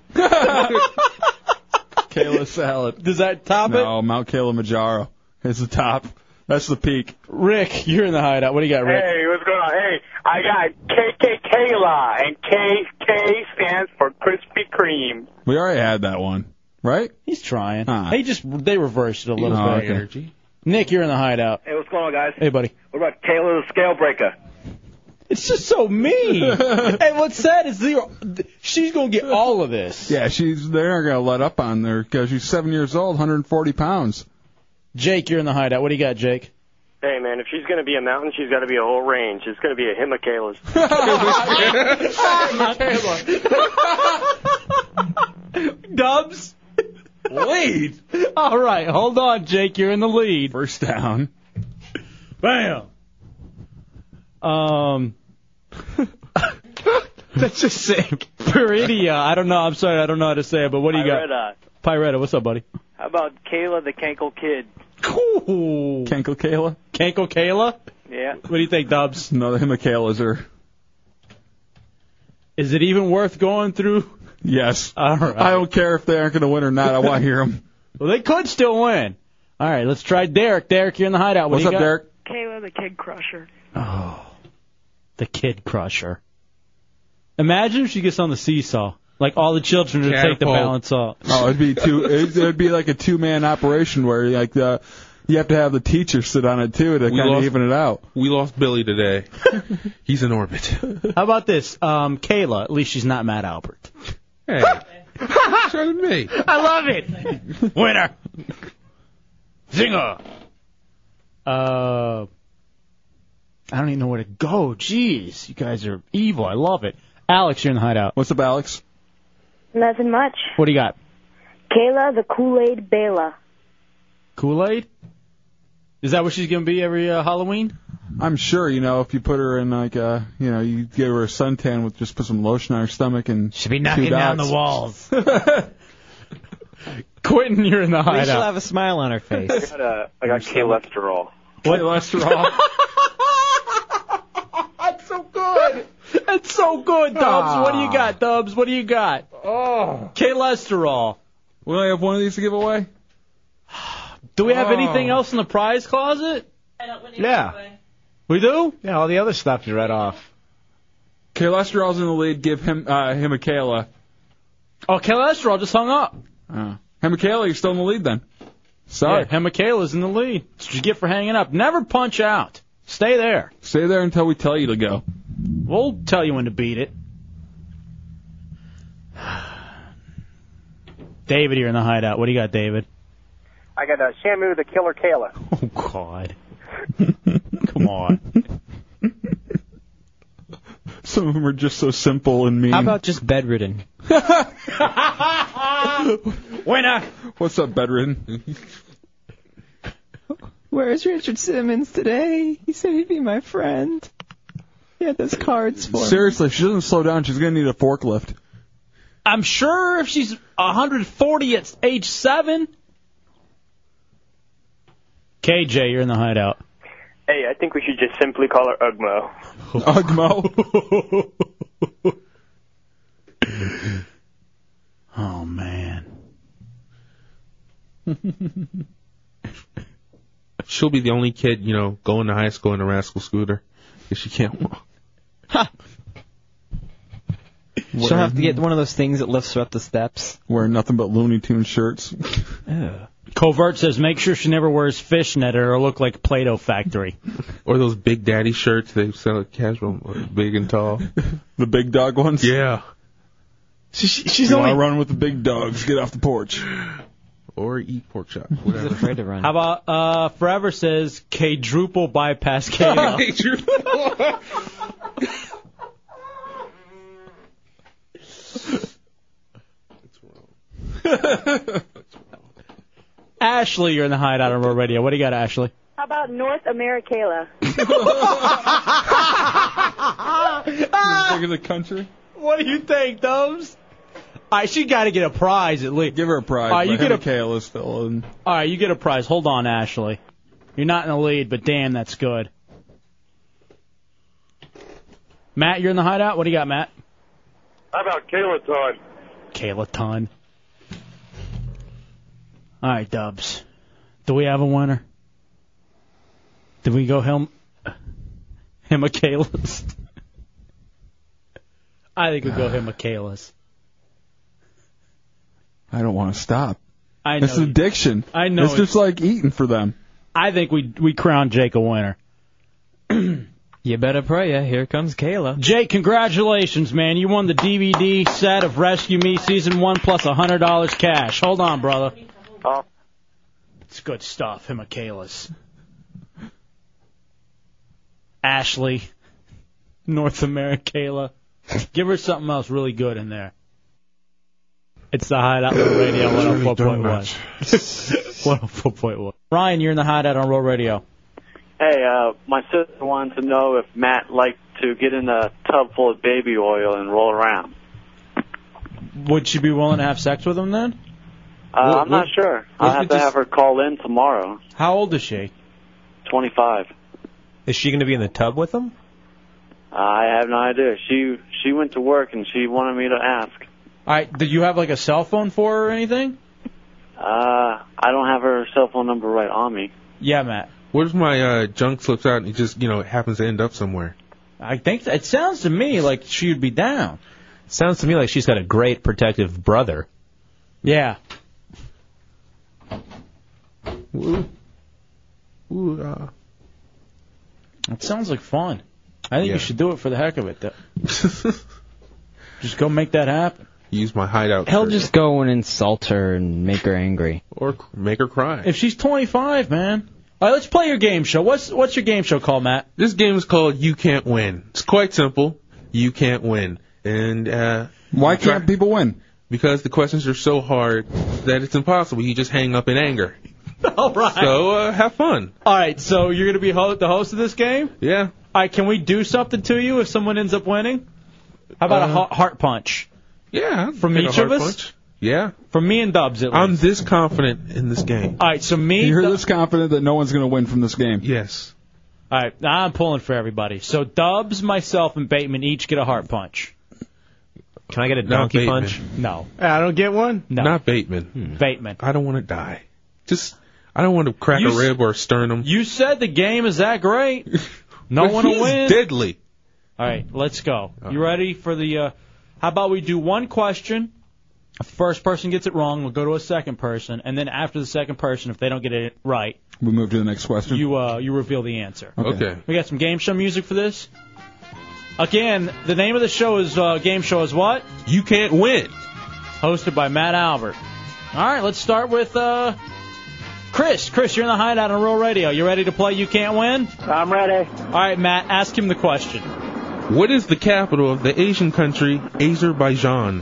[SPEAKER 6] Kayla salad.
[SPEAKER 3] Does that top
[SPEAKER 6] no, it? No, Mount Kilimanjaro is the top. That's the peak.
[SPEAKER 3] Rick, you're in the hideout. What do you got, Rick?
[SPEAKER 22] Hey, what's going on? Hey, I got KK Kayla, and KK stands for Krispy Kreme.
[SPEAKER 6] We already had that one, right?
[SPEAKER 3] He's trying.
[SPEAKER 6] Ah.
[SPEAKER 3] They just they reversed it a little
[SPEAKER 6] Oh,
[SPEAKER 3] bit.
[SPEAKER 6] okay.
[SPEAKER 3] Nick, you're in the hideout.
[SPEAKER 25] Hey, what's going on, guys?
[SPEAKER 3] Hey, buddy.
[SPEAKER 25] What about Kayla the Scale Breaker?
[SPEAKER 3] It's just so mean. and what's sad is the, she's gonna get all of this.
[SPEAKER 6] Yeah, she's they're not gonna let up on her because she's seven years old, 140 pounds.
[SPEAKER 3] Jake, you're in the hideout. What do you got, Jake?
[SPEAKER 21] Hey man, if she's gonna be a mountain, she's gotta be a whole range. It's gonna be a him of Kayla's.
[SPEAKER 3] Dubs. lead. All right, hold on, Jake. You're in the lead.
[SPEAKER 6] First down.
[SPEAKER 3] Bam. Um. That's just sick. Peridia. I don't know. I'm sorry. I don't know how to say it. But what do you
[SPEAKER 20] Pyretta.
[SPEAKER 3] got? Pyretta. What's up, buddy?
[SPEAKER 20] How about Kayla the Kankle Kid?
[SPEAKER 3] Cool.
[SPEAKER 6] Kenkel Kayla.
[SPEAKER 3] Kenkel Kayla.
[SPEAKER 20] Yeah.
[SPEAKER 3] What do you think, Dubs?
[SPEAKER 6] No, him Kayla's her.
[SPEAKER 3] Is it even worth going through?
[SPEAKER 6] Yes.
[SPEAKER 3] All right.
[SPEAKER 6] I don't care if they aren't gonna win or not. I want to hear them.
[SPEAKER 3] Well, they could still win. All right, let's try Derek. Derek, you're in the hideout. What
[SPEAKER 6] What's
[SPEAKER 3] do you
[SPEAKER 6] up,
[SPEAKER 3] got?
[SPEAKER 6] Derek?
[SPEAKER 26] Kayla the Kid Crusher.
[SPEAKER 3] Oh, the Kid Crusher. Imagine if she gets on the seesaw. Like all the children would take the
[SPEAKER 6] Catapult.
[SPEAKER 3] balance off.
[SPEAKER 6] Oh, it'd be two. It'd, it'd be like a two-man operation where like the you have to have the teacher sit on it too to
[SPEAKER 12] We
[SPEAKER 6] kind of
[SPEAKER 12] lost-
[SPEAKER 6] even it out.
[SPEAKER 12] We lost Billy today. He's in orbit.
[SPEAKER 3] How about this? Um, Kayla, at least she's not Matt Albert.
[SPEAKER 12] Hey, show me.
[SPEAKER 3] I love it. Winner. Zinger. Uh, I don't even know where to go. Jeez, you guys are evil. I love it. Alex, you're in the hideout.
[SPEAKER 6] What's up, Alex?
[SPEAKER 1] Nothing much.
[SPEAKER 3] What do you got?
[SPEAKER 1] Kayla the Kool Aid Bela.
[SPEAKER 3] Kool Aid? Is that what she's gonna be every uh, Halloween?
[SPEAKER 6] I'm sure you know if you put her in like a you know you give her a suntan with just put some lotion on her stomach and she'd be
[SPEAKER 7] knocking down the
[SPEAKER 3] walls. Quentin, you're in the
[SPEAKER 7] At least she'll
[SPEAKER 3] hideout.
[SPEAKER 7] have a smile on her face.
[SPEAKER 25] I got, uh, I got cholesterol.
[SPEAKER 3] What?
[SPEAKER 6] Cholesterol.
[SPEAKER 3] That's so good. That's so good, Dubs. What do you
[SPEAKER 6] Ah.
[SPEAKER 3] got, Dubs? What do you got? Oh. Cholesterol.
[SPEAKER 6] Will I Ah. have one of these to give away? Ah.
[SPEAKER 3] Do we have
[SPEAKER 4] Oh.
[SPEAKER 3] anything else in the prize closet?
[SPEAKER 4] Yeah.
[SPEAKER 3] We do?
[SPEAKER 4] Yeah, all the other stuff you read off.
[SPEAKER 6] Cholesterol's in the lead. Give him uh, him a Kayla.
[SPEAKER 3] Oh, cholesterol just hung up.
[SPEAKER 6] Uh, him a Kayla, you're still in the lead then. Sorry.
[SPEAKER 3] Yeah, and Michaela's in the lead. That's what you get for hanging up. Never punch out. Stay there.
[SPEAKER 6] Stay there until we tell you to go.
[SPEAKER 3] We'll tell you when to beat it. David, you're in the hideout. What do you got, David?
[SPEAKER 19] I got uh, Shamu the Killer Kayla.
[SPEAKER 3] Oh, God. Come on.
[SPEAKER 6] Some of them are just so simple and mean.
[SPEAKER 7] How about just bedridden?
[SPEAKER 3] Winner.
[SPEAKER 6] What's up, bedridden?
[SPEAKER 16] Where's Richard Simmons today? He said he'd be my friend. He had those cards for me.
[SPEAKER 6] Seriously, if she doesn't slow down, she's gonna need a forklift.
[SPEAKER 3] I'm sure if she's 140 at age 7. KJ, you're in the hideout.
[SPEAKER 21] Hey, I think we should just simply call her Ugmo.
[SPEAKER 6] Ugmo.
[SPEAKER 3] oh, man.
[SPEAKER 12] She'll be the only kid, you know, going to high school in a rascal scooter because she can't walk.
[SPEAKER 7] She'll have to get one of those things that lifts her up the steps.
[SPEAKER 6] Wearing nothing but Looney Tune shirts.
[SPEAKER 3] Covert says make sure she never wears fishnet or it'll look like Play-Doh Factory.
[SPEAKER 12] Or those Big Daddy shirts they sell at casual, uh, big and tall.
[SPEAKER 6] the big dog ones?
[SPEAKER 12] Yeah.
[SPEAKER 4] she's
[SPEAKER 6] you
[SPEAKER 4] only-
[SPEAKER 6] to run with the big dogs. Get off the porch.
[SPEAKER 12] Or eat pork chop. Whatever.
[SPEAKER 7] afraid to run.
[SPEAKER 3] How about uh, Forever says K-druple bypass K. Ashley, you're in the hideout on Roll Radio. What do you got, Ashley?
[SPEAKER 1] How about North Americala?
[SPEAKER 6] of the country.
[SPEAKER 3] What do you think, Dubs? All right, she got to get a prize at least.
[SPEAKER 6] Give her a prize.
[SPEAKER 3] All right, you
[SPEAKER 6] but
[SPEAKER 3] get a,
[SPEAKER 6] him and Kayla's still in.
[SPEAKER 3] all right, you get a prize. Hold on, Ashley. You're not in the lead, but damn, that's good. Matt, you're in the hideout. What do you got, Matt?
[SPEAKER 21] How about Kayla Todd?
[SPEAKER 3] Kayla Ton. All right, Dubs. Do we have a winner? Did we go him? Him a Kayla's? I think we go him a Kayla's.
[SPEAKER 6] I don't want to stop.
[SPEAKER 3] I know.
[SPEAKER 6] It's an addiction.
[SPEAKER 3] I know
[SPEAKER 6] It's just like eating for them.
[SPEAKER 3] I think we we crown Jake a winner.
[SPEAKER 7] You better pray. Yeah, here comes Kayla.
[SPEAKER 3] Jake, congratulations, man. You won the DVD set of Rescue Me Season 1 plus a $100 cash. Hold on, brother.
[SPEAKER 22] Oh.
[SPEAKER 3] It's good stuff, him and Kayla's. Ashley, North America, Kayla. Give her something else really good in there. It's the Hideout on Radio 104.1. 104.1. Ryan, you're in the Hideout on Roll Radio.
[SPEAKER 26] Hey, uh, my sister wanted to know if Matt liked to get in a tub full of baby oil and roll around.
[SPEAKER 3] Would she be willing to have sex with him then?
[SPEAKER 26] Uh,
[SPEAKER 3] What-
[SPEAKER 26] I'm not
[SPEAKER 3] what-
[SPEAKER 26] sure. I'll
[SPEAKER 3] what-
[SPEAKER 26] have to have her call in tomorrow.
[SPEAKER 3] How old is she?
[SPEAKER 26] 25.
[SPEAKER 2] Is she going to be in the tub with him?
[SPEAKER 26] I have no idea. She she went to work and she wanted me to ask.
[SPEAKER 3] All right, did you have like a cell phone for her or anything?
[SPEAKER 26] Uh, I don't have her cell phone number right on me.
[SPEAKER 3] Yeah, Matt.
[SPEAKER 12] What if my uh, junk slips out and it just, you know, it happens to end up somewhere?
[SPEAKER 3] I think it sounds to me like she would be down.
[SPEAKER 2] Sounds to me like she's got a great protective brother.
[SPEAKER 3] Yeah.
[SPEAKER 12] Ooh. Ooh, uh.
[SPEAKER 3] It sounds like fun. I think
[SPEAKER 12] Yeah.
[SPEAKER 3] you should do it for the heck of it. Though. just go make that happen.
[SPEAKER 12] Use my hideout.
[SPEAKER 7] He'll
[SPEAKER 12] shirt.
[SPEAKER 7] just go and insult her and make her angry.
[SPEAKER 12] Or c- make her cry.
[SPEAKER 3] If she's 25, man. All right, let's play your game show. What's what's your game show called, Matt?
[SPEAKER 12] This game is called You Can't Win. It's quite simple. You can't win. And uh why can't
[SPEAKER 6] people win?
[SPEAKER 12] Because the questions are so hard that it's impossible. You just hang up in anger.
[SPEAKER 3] All right.
[SPEAKER 12] So uh, have fun.
[SPEAKER 3] All right, so you're gonna be ho- the host of this game.
[SPEAKER 12] Yeah.
[SPEAKER 3] All right, can we do something to you if someone ends up winning? How about a
[SPEAKER 12] Uh,
[SPEAKER 3] ha- heart punch?
[SPEAKER 12] Yeah.
[SPEAKER 3] From
[SPEAKER 12] take a
[SPEAKER 3] each of
[SPEAKER 12] hard
[SPEAKER 3] us.
[SPEAKER 12] punch. Yeah.
[SPEAKER 3] From me and Dubs, at
[SPEAKER 12] I'm this confident in this game.
[SPEAKER 3] All right, so me.
[SPEAKER 6] You're this confident that no one's going to win from this game.
[SPEAKER 12] Yes.
[SPEAKER 3] All right, now I'm pulling for everybody. So Dubs, myself, and Bateman each get a heart punch.
[SPEAKER 2] Can I get a
[SPEAKER 12] Not
[SPEAKER 2] donkey
[SPEAKER 12] Bateman.
[SPEAKER 2] punch?
[SPEAKER 3] No,
[SPEAKER 4] I don't get one.
[SPEAKER 3] No. Hmm.
[SPEAKER 12] Not Bateman.
[SPEAKER 3] Bateman.
[SPEAKER 12] I don't want to die. Just I don't want to crack
[SPEAKER 3] You
[SPEAKER 12] a
[SPEAKER 3] s-
[SPEAKER 12] rib or a sternum.
[SPEAKER 3] You said the game is that great. No
[SPEAKER 12] But
[SPEAKER 3] one will
[SPEAKER 12] he's
[SPEAKER 3] win.
[SPEAKER 12] Deadly.
[SPEAKER 3] All right, let's go.
[SPEAKER 12] Oh.
[SPEAKER 3] You ready for the? Uh, how about we do one question? If the first person gets it wrong, we'll go to a second person, and then after the second person, if they don't get it right,
[SPEAKER 6] We move to the next question.
[SPEAKER 3] you uh, you reveal the answer.
[SPEAKER 6] Okay.
[SPEAKER 3] We got some game show music for this. Again, the name of the show is uh, game show is what?
[SPEAKER 12] You can't win.
[SPEAKER 3] Hosted by Matt Albert. All right, let's start with uh, Chris. Chris, you're in the hideout on Real Radio. You ready to play? You can't win.
[SPEAKER 19] I'm ready.
[SPEAKER 3] All right, Matt, ask him the question.
[SPEAKER 12] What is the capital of the Asian country Azerbaijan?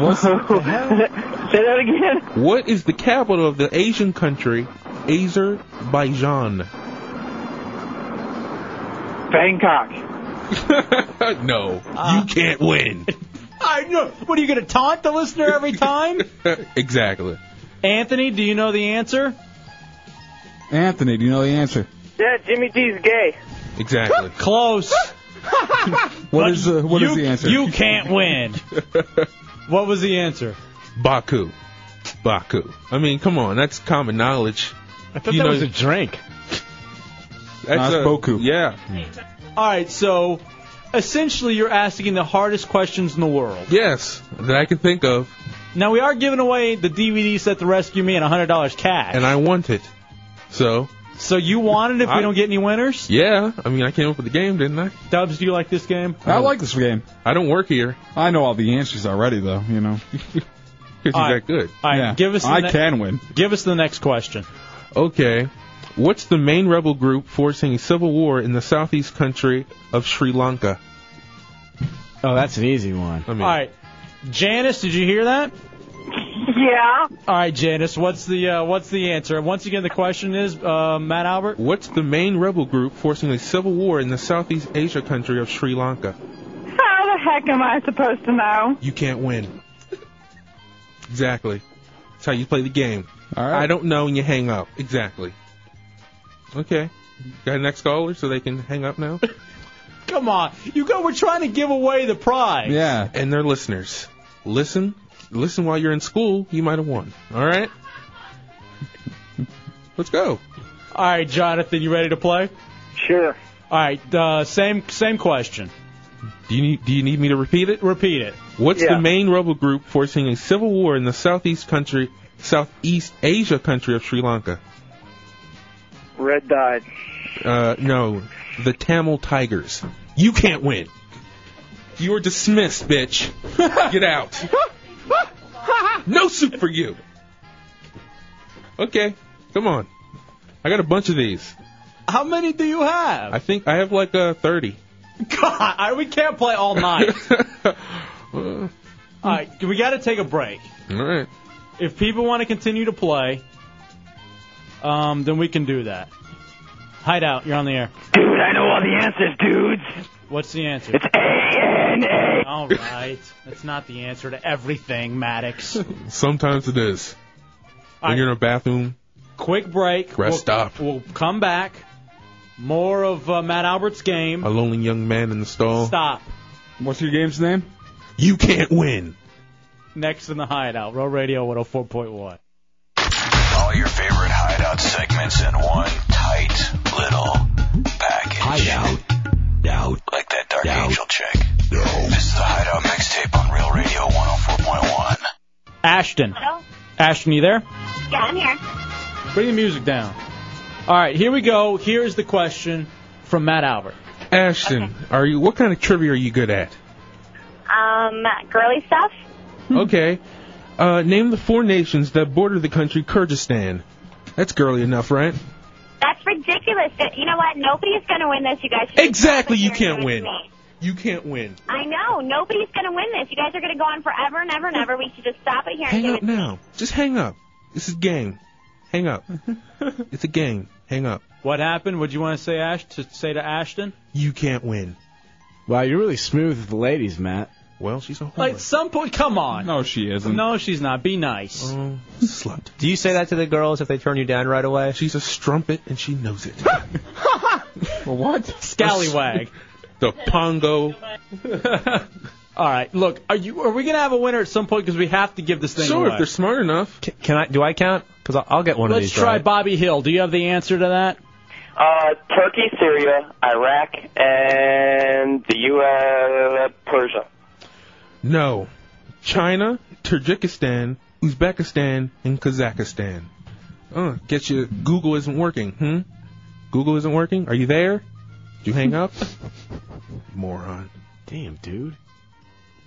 [SPEAKER 3] What's
[SPEAKER 19] Say that again.
[SPEAKER 12] What is the capital of the Asian country Azerbaijan?
[SPEAKER 19] Bangkok.
[SPEAKER 12] no, you can't win.
[SPEAKER 3] I know. What are you going to taunt the listener every time?
[SPEAKER 12] exactly.
[SPEAKER 3] Anthony, do you know the answer?
[SPEAKER 6] Anthony, do you know the answer?
[SPEAKER 19] Yeah, Jimmy D's gay.
[SPEAKER 12] Exactly.
[SPEAKER 3] Close.
[SPEAKER 6] What is the what is the answer?
[SPEAKER 3] You can't win. what was the answer?
[SPEAKER 12] Baku. Baku. I mean, come on, that's common knowledge.
[SPEAKER 4] I thought
[SPEAKER 12] You
[SPEAKER 4] that
[SPEAKER 12] know-
[SPEAKER 4] was a drink.
[SPEAKER 12] That's
[SPEAKER 6] That's
[SPEAKER 12] a-
[SPEAKER 6] Boku.
[SPEAKER 12] Yeah.
[SPEAKER 3] All right, so essentially you're asking the hardest questions in the world.
[SPEAKER 12] Yes, that I can think of,
[SPEAKER 3] Now we are giving away the DVD set to rescue me and $100 cash.
[SPEAKER 12] and I want it. So,
[SPEAKER 3] so you want it if
[SPEAKER 12] I-
[SPEAKER 3] we don't get any winners?
[SPEAKER 12] yeah, I mean, I came up with the game, didn't I?
[SPEAKER 3] Dubs, do you like this game?
[SPEAKER 6] I like this game.
[SPEAKER 12] I don't work here.
[SPEAKER 6] I know all the answers already, though. You know.
[SPEAKER 12] Because
[SPEAKER 3] All
[SPEAKER 12] he's
[SPEAKER 3] right.
[SPEAKER 12] that good.
[SPEAKER 3] All right,
[SPEAKER 6] Yeah.
[SPEAKER 3] give us the
[SPEAKER 6] I
[SPEAKER 3] ne-
[SPEAKER 6] can win.
[SPEAKER 3] Give us the next question.
[SPEAKER 12] Okay. What's the main rebel group forcing civil war in the southeast country of Sri Lanka?
[SPEAKER 4] Oh, that's an easy one.
[SPEAKER 12] I mean,
[SPEAKER 3] All right. Janice, did you hear that?
[SPEAKER 17] Yeah.
[SPEAKER 3] All right, Janice, what's the uh, what's the answer? And Once again, the question is uh, Matt Albert.
[SPEAKER 12] What's the main rebel group forcing a civil war in the Southeast Asia country of Sri Lanka?
[SPEAKER 17] How the heck am I supposed to know?
[SPEAKER 12] You can't win. exactly. That's how you play the game.
[SPEAKER 6] All right.
[SPEAKER 12] I don't know and you hang up. Exactly. Okay. Got a next caller so they can hang up now?
[SPEAKER 3] Come on, you go. We're trying to give away the prize.
[SPEAKER 6] Yeah.
[SPEAKER 12] and their listeners. Listen. Listen while you're in school. You might have won. All right? Let's go.
[SPEAKER 3] All right, Jonathan, you ready to play?
[SPEAKER 19] Sure.
[SPEAKER 3] All right, uh, same same question.
[SPEAKER 12] Do you need, do you need me to repeat it?
[SPEAKER 3] Repeat it.
[SPEAKER 12] What's
[SPEAKER 3] Yeah.
[SPEAKER 12] the main rebel group forcing a civil war in the southeast country, southeast Asia country of Sri Lanka?
[SPEAKER 23] Red died.
[SPEAKER 12] Uh, no, the Tamil Tigers. You can't win. You're dismissed, bitch. Get out. No soup for you. Okay, come on. I got a bunch of these.
[SPEAKER 8] How many do you have?
[SPEAKER 12] I think I have like uh, 30.
[SPEAKER 8] God, I, we can't play all night.
[SPEAKER 12] Uh,
[SPEAKER 8] all right, we got to take a break.
[SPEAKER 12] all right.
[SPEAKER 3] If people want to continue to play, um, then we can do that. Hideout, you're on the air.
[SPEAKER 9] Dude, I know all the answers, dudes.
[SPEAKER 3] What's the answer? It's
[SPEAKER 9] A.
[SPEAKER 3] All right, that's not the answer to everything, Maddox.
[SPEAKER 12] Sometimes it is. When you're in a bathroom,
[SPEAKER 3] Quick break.
[SPEAKER 12] Rest
[SPEAKER 3] we'll,
[SPEAKER 12] up.
[SPEAKER 3] We'll come back. More of uh, Matt Albert's game.
[SPEAKER 12] a lonely young man in the stall.
[SPEAKER 3] Stop.
[SPEAKER 6] What's your game's name?
[SPEAKER 12] You can't win.
[SPEAKER 3] Next in the Hideout, Row Radio 104.1.
[SPEAKER 11] All your favorite hideout segments in one tight little package. Hideout. Doubt. Like that Dark Angel chick. This is the Hideout mixtape on Real Radio 104.1.
[SPEAKER 3] Ashton. Ashton, you there?
[SPEAKER 13] Yeah, I'm here.
[SPEAKER 3] Bring the music down. All right, here we go. Here's the question from Matt Albert.
[SPEAKER 12] Ashton, are you? What kind of trivia are you good at?
[SPEAKER 13] Um, girly stuff.
[SPEAKER 12] okay. Uh, name the four nations that border the country Kyrgyzstan. That's girly enough, right?
[SPEAKER 13] That's ridiculous. That- You know what? Nobody's going to win this. You guys. should-
[SPEAKER 12] Exactly. You can't win. You can't win.
[SPEAKER 13] I know. Nobody's going to win this. You guys are going to go on forever and ever and ever. We should just stop it here.
[SPEAKER 12] Hang
[SPEAKER 13] and
[SPEAKER 12] up
[SPEAKER 13] give it-
[SPEAKER 12] now. Just hang up. This is game. Hang up. it's a game. Hang up.
[SPEAKER 3] What happened? Would you want to say Ash to say to Ashton?
[SPEAKER 12] You can't win.
[SPEAKER 4] Wow, you're really smooth with the ladies, Matt.
[SPEAKER 12] Well, she's a whore.
[SPEAKER 3] Like some point, come on.
[SPEAKER 6] No, she isn't.
[SPEAKER 3] No, she's not. Be nice.
[SPEAKER 12] slut.
[SPEAKER 2] Do you say that to the girls if they turn you down right away?
[SPEAKER 12] She's a strumpet and she knows it.
[SPEAKER 3] what? Scallywag.
[SPEAKER 12] The Pongo.
[SPEAKER 3] All right. Look, are you? Are we gonna have a winner at some point? Because we have to give this thing
[SPEAKER 2] Sure, if
[SPEAKER 3] away.
[SPEAKER 2] they're
[SPEAKER 12] smart enough.
[SPEAKER 2] Can, I? Do I count? Because I'll, I'll get one of
[SPEAKER 3] Let's
[SPEAKER 2] these.
[SPEAKER 3] try
[SPEAKER 2] right.
[SPEAKER 3] Bobby Hill. Do you have the answer to that?
[SPEAKER 24] Uh, Turkey, Syria, Iraq, and the U.S. Persia.
[SPEAKER 12] No. China, Tajikistan, Uzbekistan, and Kazakhstan. Uh, get you. Google isn't working. Hmm. Google isn't working. Are you there? Did you hang up? Moron.
[SPEAKER 4] Damn, dude.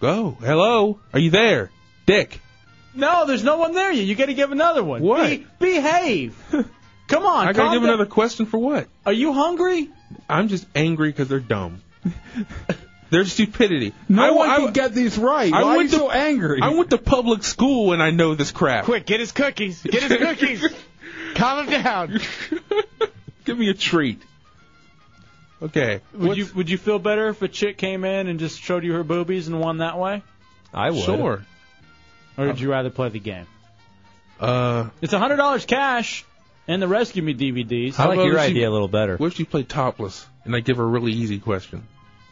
[SPEAKER 12] Go. Hello. Are you there? Dick.
[SPEAKER 3] No, there's no one there. You you got to give another one.
[SPEAKER 12] What?
[SPEAKER 3] Be- behave. Come on.
[SPEAKER 12] I gotta
[SPEAKER 3] calm
[SPEAKER 12] give
[SPEAKER 3] down.
[SPEAKER 12] another question for what?
[SPEAKER 3] Are you hungry?
[SPEAKER 12] I'm just angry because they're dumb. Their stupidity.
[SPEAKER 6] No
[SPEAKER 12] I, wa-
[SPEAKER 6] one
[SPEAKER 12] I,
[SPEAKER 6] can
[SPEAKER 12] wa-
[SPEAKER 6] get these right.
[SPEAKER 12] I
[SPEAKER 6] Why are you
[SPEAKER 12] went to-
[SPEAKER 6] so angry?
[SPEAKER 12] I went to public school and I know this crap.
[SPEAKER 4] Quick, get his cookies. Get his cookies. Calm him down.
[SPEAKER 12] Give me a treat. Okay.
[SPEAKER 3] Would you Would you feel better if a chick came in and just showed you her boobies and won that way?
[SPEAKER 2] I would.
[SPEAKER 12] Sure.
[SPEAKER 3] Or would you rather play the game?
[SPEAKER 12] Uh,
[SPEAKER 3] It's a hundred dollars cash and the Rescue Me DVDs.
[SPEAKER 12] How about if she-
[SPEAKER 2] a little better.
[SPEAKER 12] What if you play topless and I give her a really easy question?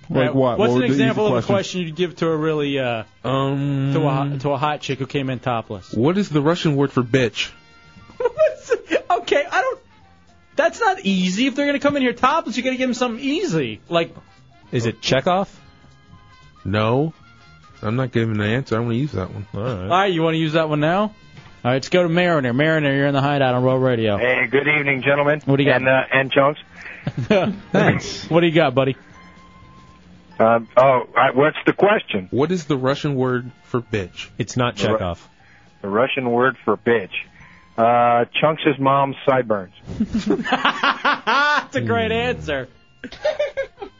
[SPEAKER 3] Right, What's an example of a question you'd give to a really uh,
[SPEAKER 12] Um,
[SPEAKER 3] to a to a hot chick who came in topless?
[SPEAKER 12] What is the Russian word for bitch?
[SPEAKER 3] okay, I don't. That's not easy. If they're gonna come in here topless, you gotta give them something easy. Like
[SPEAKER 2] Is it Chekhov?
[SPEAKER 12] No. I'm not giving an answer. I'm going to use that one. All
[SPEAKER 3] All right, you want to use that one now? All right, let's go to Mariner. Mariner, you're in the hideout on Roll Radio.
[SPEAKER 27] Hey, good evening, gentlemen.
[SPEAKER 3] What do you got?
[SPEAKER 27] And, uh, and Chunks.
[SPEAKER 3] Thanks. what do you got, buddy?
[SPEAKER 27] Uh, oh, I, what's the question?
[SPEAKER 12] What is the Russian word for bitch?
[SPEAKER 2] It's not
[SPEAKER 27] The Ru-
[SPEAKER 2] Chekhov.
[SPEAKER 27] The Russian word for bitch. Uh, Chunks' mom's sideburns.
[SPEAKER 3] That's a great answer.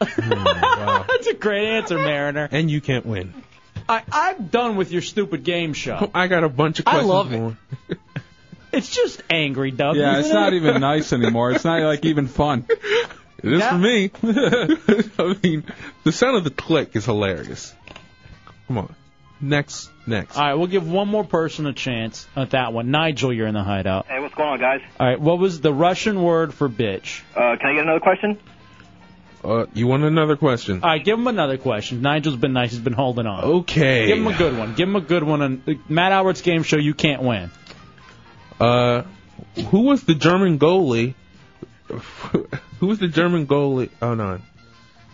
[SPEAKER 3] That's a great answer, Mariner.
[SPEAKER 12] And you can't win.
[SPEAKER 3] I, I'm done with your stupid game show.
[SPEAKER 12] I got a bunch of
[SPEAKER 3] I
[SPEAKER 12] questions.
[SPEAKER 3] love
[SPEAKER 12] it.
[SPEAKER 3] It's just angry, Doug.
[SPEAKER 6] Yeah,
[SPEAKER 3] isn't
[SPEAKER 6] it's not
[SPEAKER 3] it?
[SPEAKER 6] even nice anymore. It's not like even fun.
[SPEAKER 12] It is for me. I mean, the sound of the click is hilarious. Come on. Next, next.
[SPEAKER 3] All right, we'll give one more person a chance at that one. Nigel, you're in the hideout.
[SPEAKER 24] Hey, what's going on, guys?
[SPEAKER 3] All right, what was the Russian word for bitch?
[SPEAKER 24] Uh, can I get another question?
[SPEAKER 12] Uh, you want another question?
[SPEAKER 3] All right, give him another question. Nigel's been nice. He's been holding on.
[SPEAKER 12] Okay.
[SPEAKER 3] Give him a good one. Give him a good one. On Matt Albert's game show, you can't win.
[SPEAKER 12] Uh, who was the German goalie? who was the German goalie? Oh no,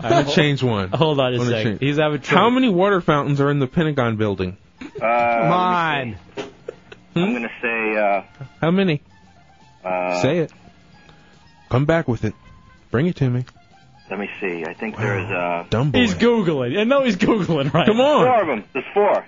[SPEAKER 12] I'm gonna
[SPEAKER 3] hold-
[SPEAKER 12] change one.
[SPEAKER 3] Hold on a
[SPEAKER 12] I'm gonna
[SPEAKER 3] sec.
[SPEAKER 12] change-
[SPEAKER 3] He's having trouble.
[SPEAKER 12] How many water fountains are in the Pentagon building?
[SPEAKER 24] Uh, Come
[SPEAKER 4] on.
[SPEAKER 24] I'm going to say,
[SPEAKER 12] How many?
[SPEAKER 24] uh, uh,
[SPEAKER 12] Say it. Come back with it. Bring it to me.
[SPEAKER 24] Let me see. I think there's uh.
[SPEAKER 12] Dumb boy.
[SPEAKER 3] He's googling. I know he's googling right.
[SPEAKER 12] Come on.
[SPEAKER 24] Four of them. There's four.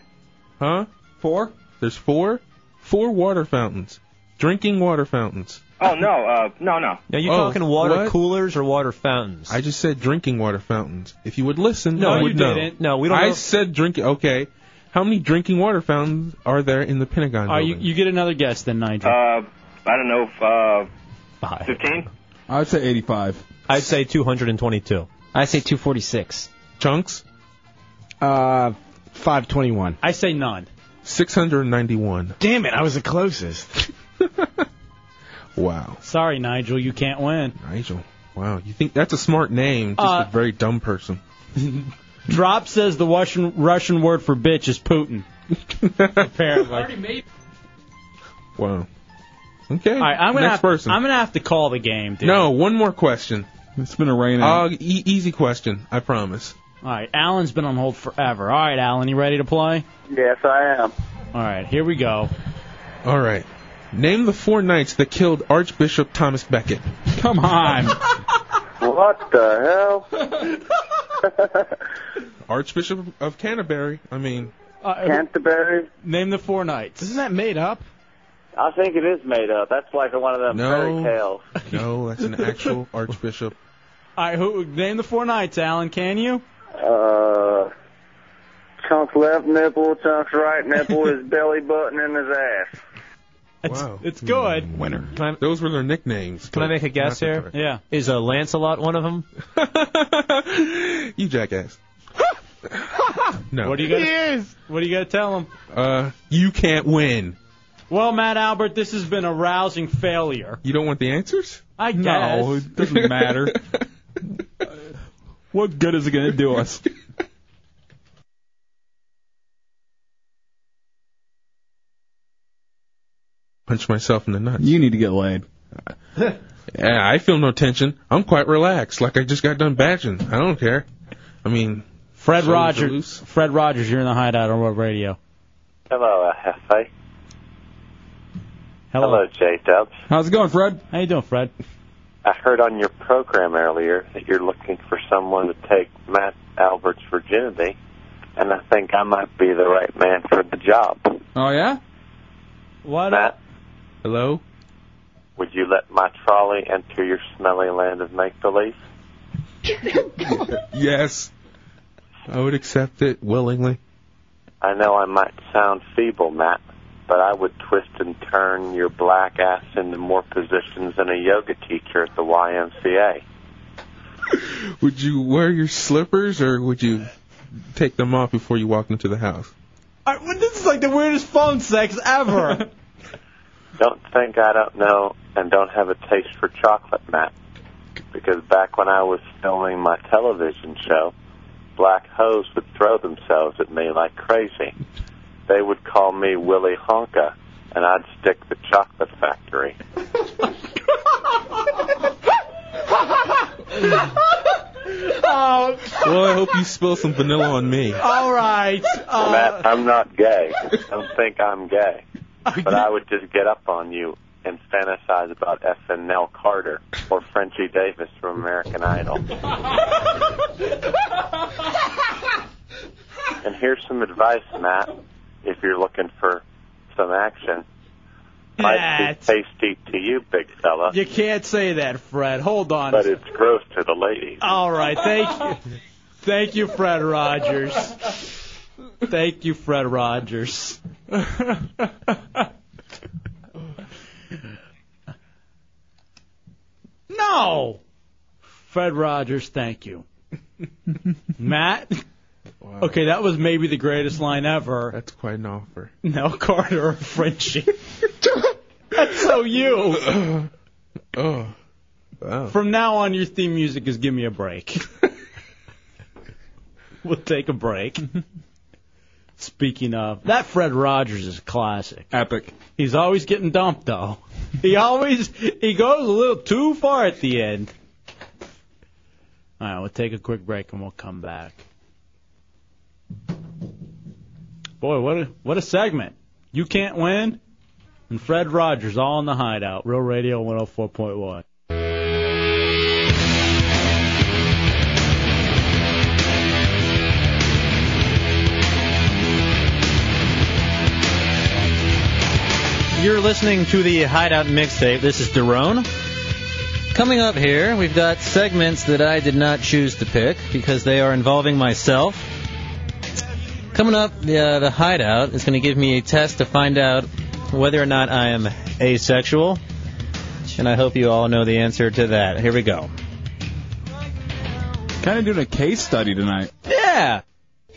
[SPEAKER 12] Huh? Four? There's four? Four water fountains. Drinking water fountains.
[SPEAKER 24] Oh no. Uh, no, no.
[SPEAKER 2] Now you
[SPEAKER 12] Oh,
[SPEAKER 2] talking water
[SPEAKER 12] what?
[SPEAKER 2] coolers or water fountains?
[SPEAKER 12] I just said drinking water fountains. If you would listen,
[SPEAKER 2] No,
[SPEAKER 12] I
[SPEAKER 2] you
[SPEAKER 12] would know.
[SPEAKER 2] didn't. No, we don't
[SPEAKER 12] I
[SPEAKER 2] know.
[SPEAKER 12] said drinking. Okay. How many drinking water fountains are there in the Pentagon?
[SPEAKER 3] All right, you,
[SPEAKER 12] building?
[SPEAKER 3] you get another guess then, Nigel.
[SPEAKER 24] Uh, I don't know. Uh, fifteen.
[SPEAKER 2] I would say 85. I'd say 222. I'd say 246.
[SPEAKER 12] Chunks?
[SPEAKER 4] Uh, 521.
[SPEAKER 3] I say none.
[SPEAKER 12] 691.
[SPEAKER 4] Damn it, I was the closest.
[SPEAKER 12] Wow.
[SPEAKER 3] Sorry, Nigel, you can't win.
[SPEAKER 12] Nigel. Wow. You think that's a smart name? Just
[SPEAKER 3] Uh,
[SPEAKER 12] a very dumb person.
[SPEAKER 3] Drop says the Russian Russian word for bitch is Putin. Apparently.
[SPEAKER 12] Wow. Okay.
[SPEAKER 3] All right, I'm gonna
[SPEAKER 12] Next
[SPEAKER 3] have,
[SPEAKER 12] person.
[SPEAKER 3] I'm gonna have to call the game, dude.
[SPEAKER 12] No, one more question.
[SPEAKER 6] It's been a rain
[SPEAKER 12] Uh, e- easy question, I promise.
[SPEAKER 3] All right, Alan's been on hold forever. All right, Alan, you ready to play?
[SPEAKER 19] Yes, I am.
[SPEAKER 3] All right, here we go.
[SPEAKER 12] All right. Name the four knights that killed Archbishop Thomas Becket.
[SPEAKER 3] Come on.
[SPEAKER 19] What the hell?
[SPEAKER 12] Archbishop of Canterbury. I mean,
[SPEAKER 19] Canterbury.
[SPEAKER 3] Uh, Name the four knights.
[SPEAKER 4] Isn't that made up?
[SPEAKER 19] I think it is made up. That's like one of them
[SPEAKER 12] No.
[SPEAKER 19] fairy tales.
[SPEAKER 12] no, that's an actual archbishop.
[SPEAKER 3] All right, who name the four knights, Alan? Can you?
[SPEAKER 19] Uh, chunks left nipple, chunks right nipple, his belly button, and his ass.
[SPEAKER 3] It's,
[SPEAKER 12] wow.
[SPEAKER 3] it's
[SPEAKER 6] Hmm,
[SPEAKER 3] good.
[SPEAKER 12] Winner. Those were their nicknames.
[SPEAKER 2] Can I
[SPEAKER 12] but
[SPEAKER 2] make a guess
[SPEAKER 12] not the
[SPEAKER 2] here?
[SPEAKER 3] Yeah.
[SPEAKER 2] Is
[SPEAKER 6] uh,
[SPEAKER 2] a Lancelot one of them?
[SPEAKER 12] correct- You jackass. no.
[SPEAKER 3] What do you got? What do you got to tell him?
[SPEAKER 12] Uh, you can't win.
[SPEAKER 3] Well, Matt Albert, this has been a rousing failure.
[SPEAKER 12] You don't want the answers?
[SPEAKER 3] I guess.
[SPEAKER 6] No, it doesn't matter. what good is it going to do us?
[SPEAKER 12] Punch myself in the nuts.
[SPEAKER 6] You need to get laid.
[SPEAKER 12] Yeah, I feel no tension. I'm quite relaxed, like I just got done batching. I don't care. I mean,
[SPEAKER 3] Fred
[SPEAKER 12] Shoulders are
[SPEAKER 3] Rogers.
[SPEAKER 12] loose.
[SPEAKER 3] Fred Rogers, you're in the hideout on World Radio.
[SPEAKER 22] Hello, uh, Hefe.
[SPEAKER 3] Hello.
[SPEAKER 22] J Dubs.
[SPEAKER 6] How's it going, Fred?
[SPEAKER 3] How you doing, Fred?
[SPEAKER 22] I heard on your program earlier that you're looking for someone to take Matt Albert's virginity, and I think I might be the right man for the job.
[SPEAKER 6] Oh yeah.
[SPEAKER 3] What?
[SPEAKER 22] Matt,
[SPEAKER 12] Hello.
[SPEAKER 22] would you let my trolley enter your smelly land of make believe?
[SPEAKER 12] Yes. I would accept it willingly.
[SPEAKER 22] I know I might sound feeble, Matt, but I would twist and turn your black ass into more positions than a yoga teacher at the YMCA.
[SPEAKER 12] Would you wear your slippers or would you take them off before you walk into the house?
[SPEAKER 3] All right, well, this is like the weirdest phone sex ever.
[SPEAKER 22] Don't think I don't know and don't have a taste for chocolate, Matt. Because back when I was filming my television show, black hoes would throw themselves at me like crazy. They would call me Willie Honka, and I'd stick the chocolate factory.
[SPEAKER 3] oh,
[SPEAKER 12] Well, I hope you spill some vanilla on me.
[SPEAKER 3] all right. Uh,
[SPEAKER 22] Matt, I'm not gay. Don't think I'm gay. But I would just get up on you and fantasize about SNL Carter or Frenchie Davis from American Idol. And here's some advice, Matt, if you're looking for some action. Might
[SPEAKER 3] Matt.
[SPEAKER 22] be tasty to you, big fella,
[SPEAKER 3] you can't say that, Fred. Hold on.
[SPEAKER 22] but it's gross to the ladies.
[SPEAKER 3] All right, thank you. Thank you, Fred Rogers. Thank you, Fred Rogers. no! Fred Rogers, thank you. Matt? Okay, that was maybe the greatest line ever.
[SPEAKER 12] That's quite an offer.
[SPEAKER 3] No, Carter or Frenchie. That's so you.
[SPEAKER 12] Oh. Wow.
[SPEAKER 3] From now on, your theme music is Give Me a Break. we'll take a break. Speaking of, that Fred Rogers is a classic.
[SPEAKER 6] Epic.
[SPEAKER 3] He's always getting dumped, though. He always he goes a little too far at the end. All right, we'll take a quick break and we'll come back. Boy, what a what a segment! You can't
[SPEAKER 6] oh
[SPEAKER 3] win, and Fred Rogers all in the hideout. Real Radio 104.1.
[SPEAKER 25] You're listening to the Hideout Mixtape. This is Daron. Coming up here, we've got segments that I did not choose to pick because they are involving myself. Coming up, uh, the Hideout is going to give me a test to find out whether or not I am asexual. And I hope you all know the answer to that. Here we go.
[SPEAKER 6] Kind of doing a case study tonight.
[SPEAKER 3] Yeah,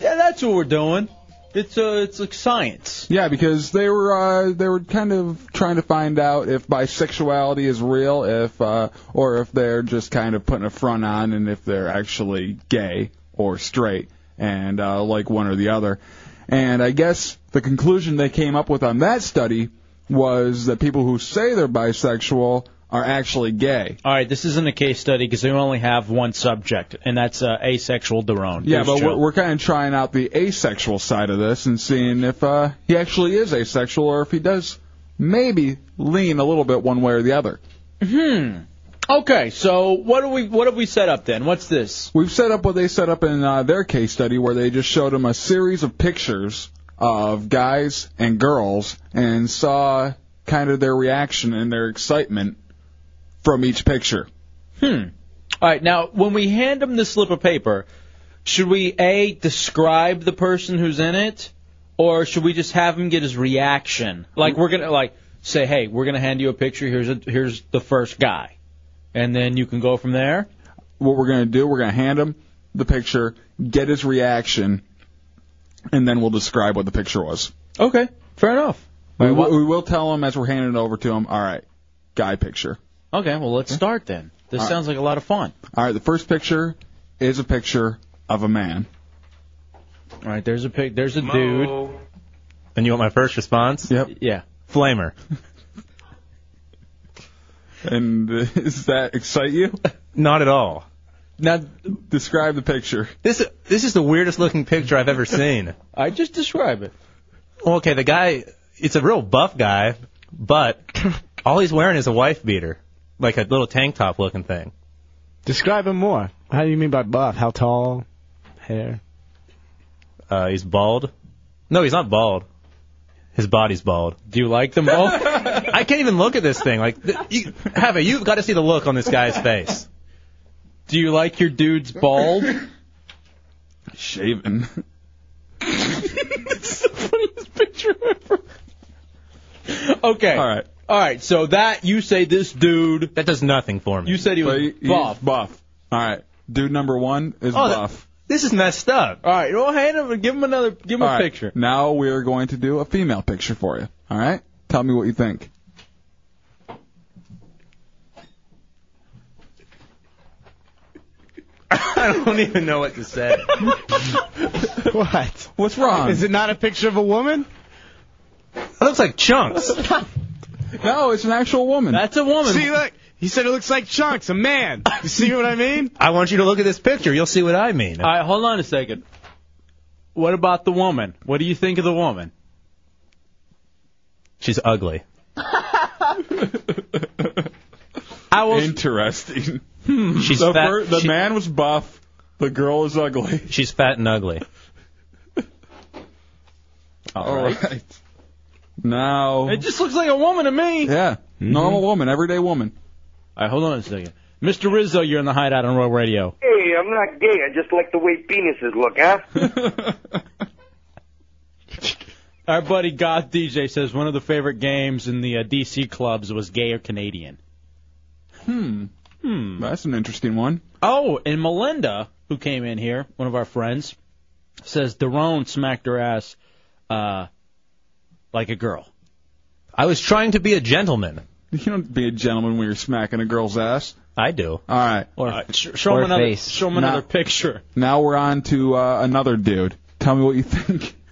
[SPEAKER 3] yeah, that's what we're doing. It's uh, it's like science.
[SPEAKER 6] Yeah, because they were uh, they were kind of trying to find out if bisexuality is real, if uh, or if they're just kind of putting a front on, and if they're actually gay or straight, and uh, like one or the other. And I guess the conclusion they came up with on that study was that people who say they're bisexual are actually gay.
[SPEAKER 3] All right, this isn't a case study because we only have one subject, and that's uh, asexual Daron.
[SPEAKER 6] Yeah,
[SPEAKER 3] Who's
[SPEAKER 6] but
[SPEAKER 3] Joe.
[SPEAKER 6] we're, we're kind of trying out the asexual side of this and seeing if uh, he actually is asexual or if he does maybe lean a little bit one way or the other.
[SPEAKER 3] Hmm. Okay, so what do we what have we set up then? What's this?
[SPEAKER 6] We've set up what they set up in uh, their case study where they just showed him a series of pictures of guys and girls and saw kind of their reaction and their excitement from each picture.
[SPEAKER 3] Hmm. All right, now when we hand them the slip of paper, should we a describe the person who's in it, or should we just have him get his reaction? Like we're gonna like say, hey, we're gonna hand you a picture. Here's a here's the first guy, and then you can go from there.
[SPEAKER 6] What we're going to do, we're going to hand him the picture, get his reaction, and then we'll describe what the picture was.
[SPEAKER 3] Okay, fair enough.
[SPEAKER 6] We will, we will tell him as we're handing it over to him. All right, guy picture.
[SPEAKER 3] Okay, well let's start then. This
[SPEAKER 6] All right.
[SPEAKER 3] sounds like a lot of fun.
[SPEAKER 6] All right, the first picture is a picture of a man.
[SPEAKER 3] All right, there's a pic. There's a dude.
[SPEAKER 25] And you want my first response?
[SPEAKER 6] Yep.
[SPEAKER 3] Yeah.
[SPEAKER 25] Flamer.
[SPEAKER 6] And uh, does that excite you?
[SPEAKER 25] Not at all.
[SPEAKER 3] Now
[SPEAKER 6] describe the picture.
[SPEAKER 25] This this is the weirdest looking picture I've ever seen.
[SPEAKER 3] I just describe it.
[SPEAKER 25] Okay, the guy, it's a real buff guy, but all he's wearing is a wife beater, like a little tank top looking thing.
[SPEAKER 4] Describe him more. How do you mean by buff? How tall? Hair?
[SPEAKER 25] Uh, he's bald. No, he's not bald. His body's bald.
[SPEAKER 3] Do you like them both? I
[SPEAKER 25] can't even look at this thing. Like, th- you, have you've got to see the look on this guy's face.
[SPEAKER 3] Do you like your dudes bald?
[SPEAKER 6] Shaven.
[SPEAKER 3] it's the funniest picture ever. Okay. All
[SPEAKER 6] right.
[SPEAKER 3] All right. So that you say this dude
[SPEAKER 25] that does nothing for me.
[SPEAKER 3] You said he was
[SPEAKER 6] But he- he's
[SPEAKER 3] buff.
[SPEAKER 6] buff. All right, dude number one is
[SPEAKER 3] Oh, that-
[SPEAKER 6] buff.
[SPEAKER 25] This is messed up.
[SPEAKER 3] All right. Well, hand him. Give him another. Give him
[SPEAKER 6] All
[SPEAKER 3] a
[SPEAKER 6] right,
[SPEAKER 3] picture.
[SPEAKER 6] Now we are going to do a female picture for you. All right, tell me what you think.
[SPEAKER 25] I don't even know what to say.
[SPEAKER 4] What?
[SPEAKER 6] What's wrong?
[SPEAKER 4] Is it not a picture of a woman?
[SPEAKER 25] That looks like chunks.
[SPEAKER 6] no, it's an actual woman.
[SPEAKER 3] That's a woman.
[SPEAKER 4] See, look. He said it looks like chunks, a man. You see what I mean?
[SPEAKER 25] I want you to look at this picture. You'll see what I mean.
[SPEAKER 3] All right. Hold on a second. What about the woman? What do you think of the woman?
[SPEAKER 25] She's ugly.
[SPEAKER 3] I will.
[SPEAKER 6] Interesting.
[SPEAKER 25] She's
[SPEAKER 6] the
[SPEAKER 25] fat.
[SPEAKER 6] fir- the
[SPEAKER 25] she-
[SPEAKER 6] man was buff. The girl is ugly.
[SPEAKER 25] She's fat and ugly.
[SPEAKER 6] All Oh, right. Now,
[SPEAKER 3] It just looks like a woman to me.
[SPEAKER 6] yeah, normal woman, everyday woman.
[SPEAKER 3] Mm-hmm. All right. Hold on a second. Mr. Rizzo, you're in the hideout on Royal Radio.
[SPEAKER 13] Hey, I'm not gay. I just like the way penises look, huh?
[SPEAKER 3] Our buddy Goth DJ says one of the favorite games in the uh, DC clubs was gay or Canadian.
[SPEAKER 6] Hmm.
[SPEAKER 3] Hmm.
[SPEAKER 6] That's an interesting one.
[SPEAKER 3] Oh, and Melinda, who came in here, one of our friends, says Daron smacked her ass uh, like a girl.
[SPEAKER 25] I was trying to be a gentleman.
[SPEAKER 6] You don't be a gentleman when you're smacking a girl's ass.
[SPEAKER 25] I do. Uh,
[SPEAKER 6] All right.
[SPEAKER 3] Or sh- show
[SPEAKER 25] or
[SPEAKER 3] him another
[SPEAKER 25] face.
[SPEAKER 3] show him
[SPEAKER 6] No.
[SPEAKER 3] another picture.
[SPEAKER 6] Now we're on to uh, another dude. Tell me what you think.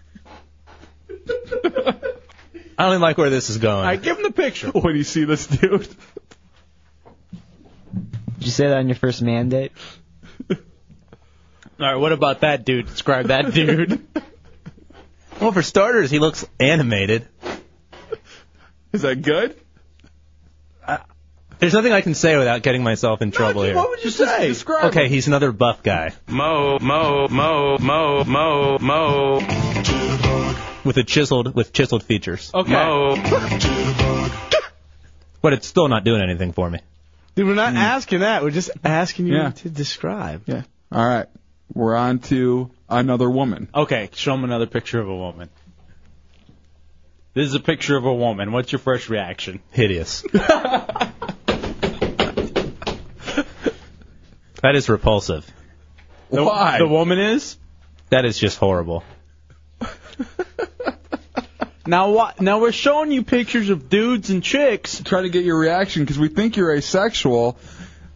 [SPEAKER 25] I don't even like where this is going.
[SPEAKER 3] I give him the picture.
[SPEAKER 6] when you see this dude.
[SPEAKER 7] Did you say that on your first mandate?
[SPEAKER 3] All right, what about that dude? Describe that dude.
[SPEAKER 25] well, for starters, he looks animated.
[SPEAKER 6] Is that good?
[SPEAKER 25] There's nothing I can say without getting myself in trouble here.
[SPEAKER 3] would you say?
[SPEAKER 6] Describe
[SPEAKER 25] Okay, he's another buff guy.
[SPEAKER 12] Mo, mo, mo, mo, mo, mo.
[SPEAKER 25] with a chiseled with chiseled features.
[SPEAKER 3] Okay.
[SPEAKER 25] But it's still not doing anything for me.
[SPEAKER 4] Dude, we're
[SPEAKER 25] Mm.
[SPEAKER 4] not asking that. We're just asking you
[SPEAKER 6] Yeah.
[SPEAKER 4] to describe.
[SPEAKER 6] Yeah. All right. We're on to another woman.
[SPEAKER 3] Okay, show him another picture of a woman. This is a picture of a woman. What's your first reaction?
[SPEAKER 25] Hideous. That is repulsive.
[SPEAKER 3] The- Why? the woman is?
[SPEAKER 25] That is just horrible.
[SPEAKER 3] Now what? Now we're showing you pictures of dudes and chicks.
[SPEAKER 6] Trying to get your reaction because we think you're asexual,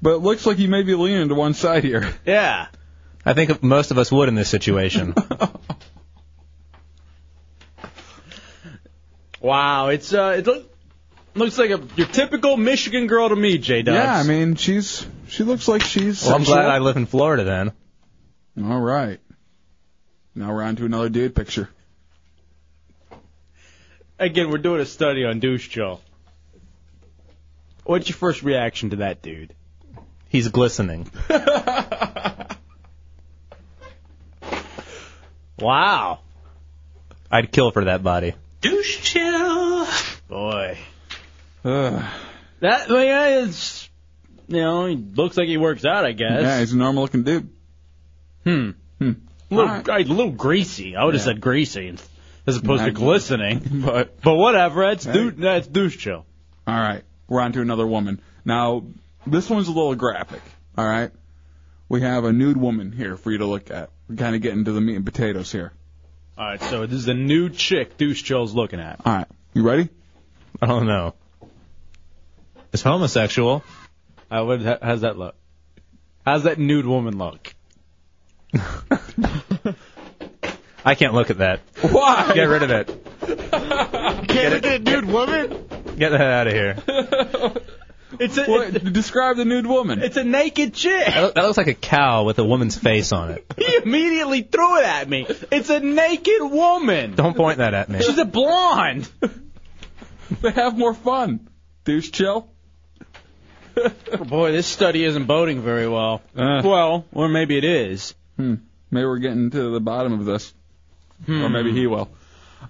[SPEAKER 6] but it looks like you may be leaning to one side here.
[SPEAKER 3] Yeah.
[SPEAKER 25] I think most of us would in this situation.
[SPEAKER 3] Wow, it's uh, it look, looks like a, your typical Michigan girl to me, J. Dubs.
[SPEAKER 6] Yeah, I mean, she's she looks like she's.
[SPEAKER 3] Well, I'm glad I
[SPEAKER 25] live in Florida then.
[SPEAKER 6] All right. Now we're on to another dude picture.
[SPEAKER 3] Again, we're doing a study on douche Joe. What's your first reaction to that dude?
[SPEAKER 25] He's glistening.
[SPEAKER 3] wow.
[SPEAKER 25] I'd kill for that body.
[SPEAKER 3] Douche chill. Boy. That guy is, you know, he looks like he works out, I guess.
[SPEAKER 6] Yeah, he's a normal looking dude.
[SPEAKER 3] Hmm.
[SPEAKER 6] Hmm.
[SPEAKER 3] Little, a little greasy. I would have said greasy in- as opposed to
[SPEAKER 6] Not-
[SPEAKER 3] glistening.
[SPEAKER 6] But
[SPEAKER 3] but whatever. That's
[SPEAKER 6] Hey.
[SPEAKER 3] dou- that's douche chill.
[SPEAKER 6] All right, we're on to another woman. Now, this one's a little graphic. All right, we have a nude woman here for you to look at. We're kind of getting to the meat and potatoes here.
[SPEAKER 3] All right, so this is a new chick douche chill's looking at.
[SPEAKER 6] All right, you ready?
[SPEAKER 25] I don't know. It's homosexual.
[SPEAKER 3] Uh, what, how's that look? How's that nude woman look?
[SPEAKER 25] I can't look at that.
[SPEAKER 6] Why?
[SPEAKER 25] Get rid of it.
[SPEAKER 4] Get it, dude, woman.
[SPEAKER 25] Get that out of here.
[SPEAKER 3] It's a,
[SPEAKER 6] what, describe the nude woman.
[SPEAKER 3] It's a naked chick.
[SPEAKER 25] That, that looks like a cow with a woman's face on it.
[SPEAKER 3] He immediately threw it at me. It's a naked woman.
[SPEAKER 25] Don't point that at me.
[SPEAKER 3] She's a blonde.
[SPEAKER 6] they have more fun. Douche chill.
[SPEAKER 3] Boy, this study isn't boding very well.
[SPEAKER 6] Uh.
[SPEAKER 3] Well, or maybe it is.
[SPEAKER 6] Hmm. Maybe we're getting to the bottom of this, or maybe he will.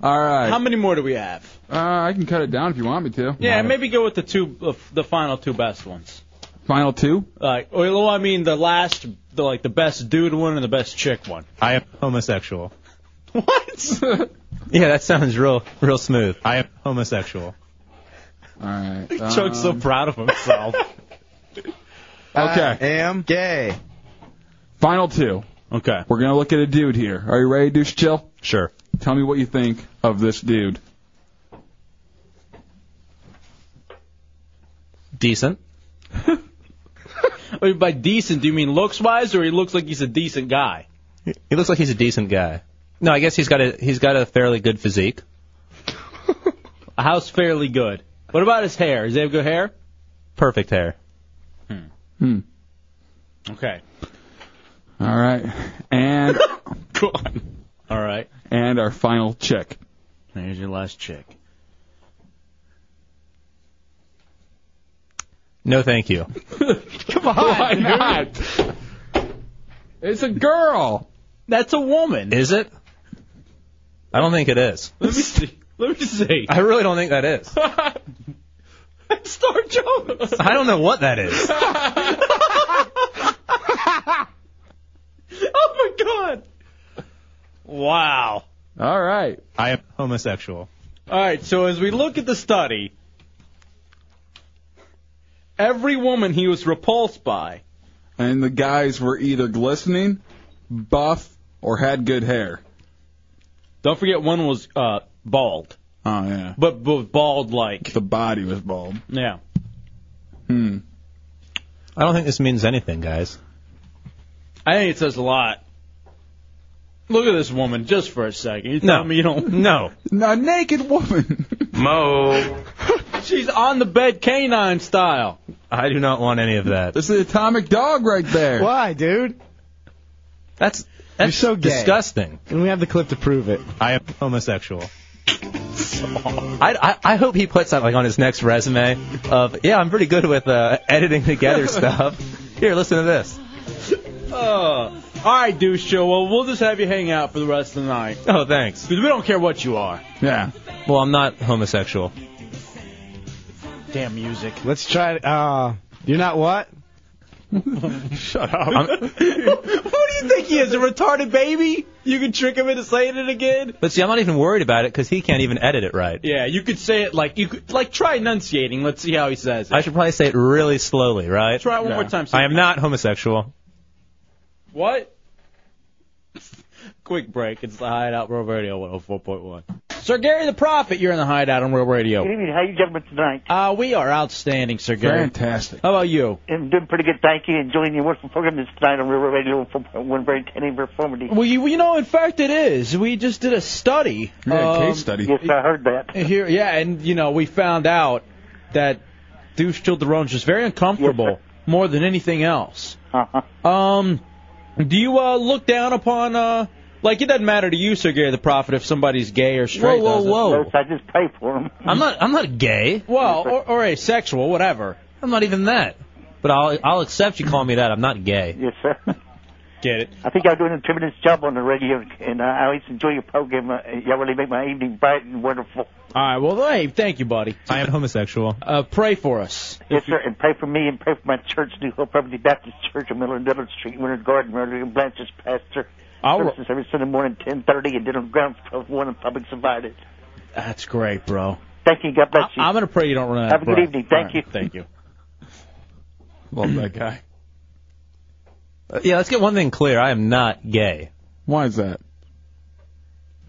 [SPEAKER 6] All right.
[SPEAKER 3] Hmm. How many more do we have?
[SPEAKER 6] Uh, I can cut it down if you want me to.
[SPEAKER 3] Yeah, maybe go with the two, uh, the final two best ones.
[SPEAKER 6] Final two.
[SPEAKER 3] Like, well, I mean, the last, the, like the best dude one and the best chick one.
[SPEAKER 25] I am homosexual.
[SPEAKER 3] What?
[SPEAKER 25] Yeah, that sounds real, real smooth. I am homosexual.
[SPEAKER 6] All right.
[SPEAKER 25] Chuck's
[SPEAKER 3] Uh.
[SPEAKER 25] so proud of himself.
[SPEAKER 6] Okay.
[SPEAKER 4] I am gay.
[SPEAKER 6] Final two.
[SPEAKER 3] Okay.
[SPEAKER 6] We're gonna look at a dude here. Are you ready, douche chill?
[SPEAKER 25] Sure.
[SPEAKER 6] Tell me what you think of this dude.
[SPEAKER 25] Decent.
[SPEAKER 3] I mean, by decent, do you mean looks wise, or he looks like he's a decent guy?
[SPEAKER 25] He looks like he's a decent guy. No, I guess he's got a he's got a fairly good physique.
[SPEAKER 3] A house fairly good. What about his hair? Does he have good hair?
[SPEAKER 25] Perfect hair.
[SPEAKER 6] Hmm.
[SPEAKER 3] Okay.
[SPEAKER 6] All right. And
[SPEAKER 3] Go on. All right.
[SPEAKER 6] and our final chick.
[SPEAKER 3] There's your last chick.
[SPEAKER 25] No, thank you.
[SPEAKER 3] Come on. Why not?
[SPEAKER 6] It's a girl.
[SPEAKER 3] That's a woman.
[SPEAKER 25] Is it? I don't think it is.
[SPEAKER 3] Let me see. Let me see.
[SPEAKER 25] I really don't think that is.
[SPEAKER 3] Star Jones.
[SPEAKER 25] I don't know what that is.
[SPEAKER 3] Oh my God. Wow.
[SPEAKER 6] All right.
[SPEAKER 25] I am homosexual.
[SPEAKER 3] All right. So as we look at the study, every woman he was repulsed by.
[SPEAKER 6] And the guys were either glistening, buff, or had good hair.
[SPEAKER 3] Don't forget, one was uh, bald,
[SPEAKER 6] Oh yeah.
[SPEAKER 3] but but bald like.
[SPEAKER 6] The body was bald.
[SPEAKER 3] Yeah.
[SPEAKER 6] Hmm.
[SPEAKER 25] I don't think this means anything, guys.
[SPEAKER 3] I think it says a lot. Look at this woman just for a second. You
[SPEAKER 25] No.
[SPEAKER 3] tell me you don't.
[SPEAKER 25] No.
[SPEAKER 6] A naked woman.
[SPEAKER 25] Mo.
[SPEAKER 3] She's on the bed canine style.
[SPEAKER 25] I do not want any of that.
[SPEAKER 6] This is atomic dog right there.
[SPEAKER 4] Why, dude?
[SPEAKER 25] That's that's
[SPEAKER 4] so gay.
[SPEAKER 25] disgusting.
[SPEAKER 4] And we have the clip to prove it.
[SPEAKER 25] I am homosexual. I, I, I hope he puts that like on his next resume of yeah I'm pretty good with uh, editing together stuff. Here, listen to this.
[SPEAKER 3] Oh, All right, Deuce Show. Well, we'll just have you hang out for the rest of the night.
[SPEAKER 25] Oh, thanks.
[SPEAKER 3] Because we don't care what you are.
[SPEAKER 25] Yeah. Well, I'm not homosexual.
[SPEAKER 4] Damn music. Let's try it. Uh, you're not what?
[SPEAKER 25] Shut up. I'm,
[SPEAKER 3] Who do you think he is? A retarded baby? You can trick him into saying it again?
[SPEAKER 25] but see, I'm not even worried about it because he can't even edit it right.
[SPEAKER 3] Yeah, you could say it like you could like try enunciating. Let's see how he says it.
[SPEAKER 25] I should probably say it really slowly, right?
[SPEAKER 3] Try it one more Yeah. time, see
[SPEAKER 25] I am not homosexual.
[SPEAKER 3] What? Quick break. It's the Hideout World Radio 104.1. Sir Gary the Prophet, you're in the Hideout on World Radio.
[SPEAKER 28] Good evening. How you gentlemen tonight?
[SPEAKER 3] Uh, we are outstanding, Sir Gary.
[SPEAKER 28] Fantastic.
[SPEAKER 3] How about you?
[SPEAKER 28] I'm doing pretty good, thank you. Enjoying your wonderful program this tonight on River Radio from Winbury Tanning Performity.
[SPEAKER 3] Well, you, you know, in fact, it is. We just did a study.
[SPEAKER 28] Yeah, a case
[SPEAKER 3] study.
[SPEAKER 28] Um, Yes, I heard that.
[SPEAKER 3] Here, yeah, and you know, we found out that Deuce Childerone's just very uncomfortable more than anything else. Uh-huh. Um, do you uh, look down upon uh, like it doesn't matter to you, Sir Gary the Prophet, if somebody's gay or straight?
[SPEAKER 28] whoa,
[SPEAKER 3] does it?
[SPEAKER 28] whoa. I just pray for him.
[SPEAKER 25] I'm not. I'm not gay.
[SPEAKER 3] Well, or, or asexual, whatever.
[SPEAKER 25] I'm not even that. But I'll I'll accept you calling me that. I'm not gay.
[SPEAKER 28] Yes, sir.
[SPEAKER 3] Get it?
[SPEAKER 28] I think y'all doing a tremendous job on the radio, and uh, I always enjoy your program. Uh, y'all really make my evening bright and wonderful.
[SPEAKER 3] All right. Well, hey, thank you, buddy.
[SPEAKER 25] I am homosexual.
[SPEAKER 3] Uh, pray for us.
[SPEAKER 28] Yes, sir, and pray for me and pray for my church, New Hope Property Baptist Church on Miller and Dillard Street, Winter Garden, Murder and Blanchard's pastor.
[SPEAKER 3] All right.
[SPEAKER 28] Services every Sunday morning, 10.30, and dinner on ground floor 1 and public invited.
[SPEAKER 3] That's great, bro.
[SPEAKER 28] Thank you. God bless you.
[SPEAKER 3] I'm gonna pray you don't run out.
[SPEAKER 28] Have
[SPEAKER 3] of
[SPEAKER 28] a good
[SPEAKER 3] breath.
[SPEAKER 28] evening.
[SPEAKER 3] All
[SPEAKER 28] Thank
[SPEAKER 3] right,
[SPEAKER 28] you.
[SPEAKER 3] Thank you.
[SPEAKER 25] Love that guy. Uh, yeah, let's get one thing clear. I am not gay.
[SPEAKER 6] Why is that?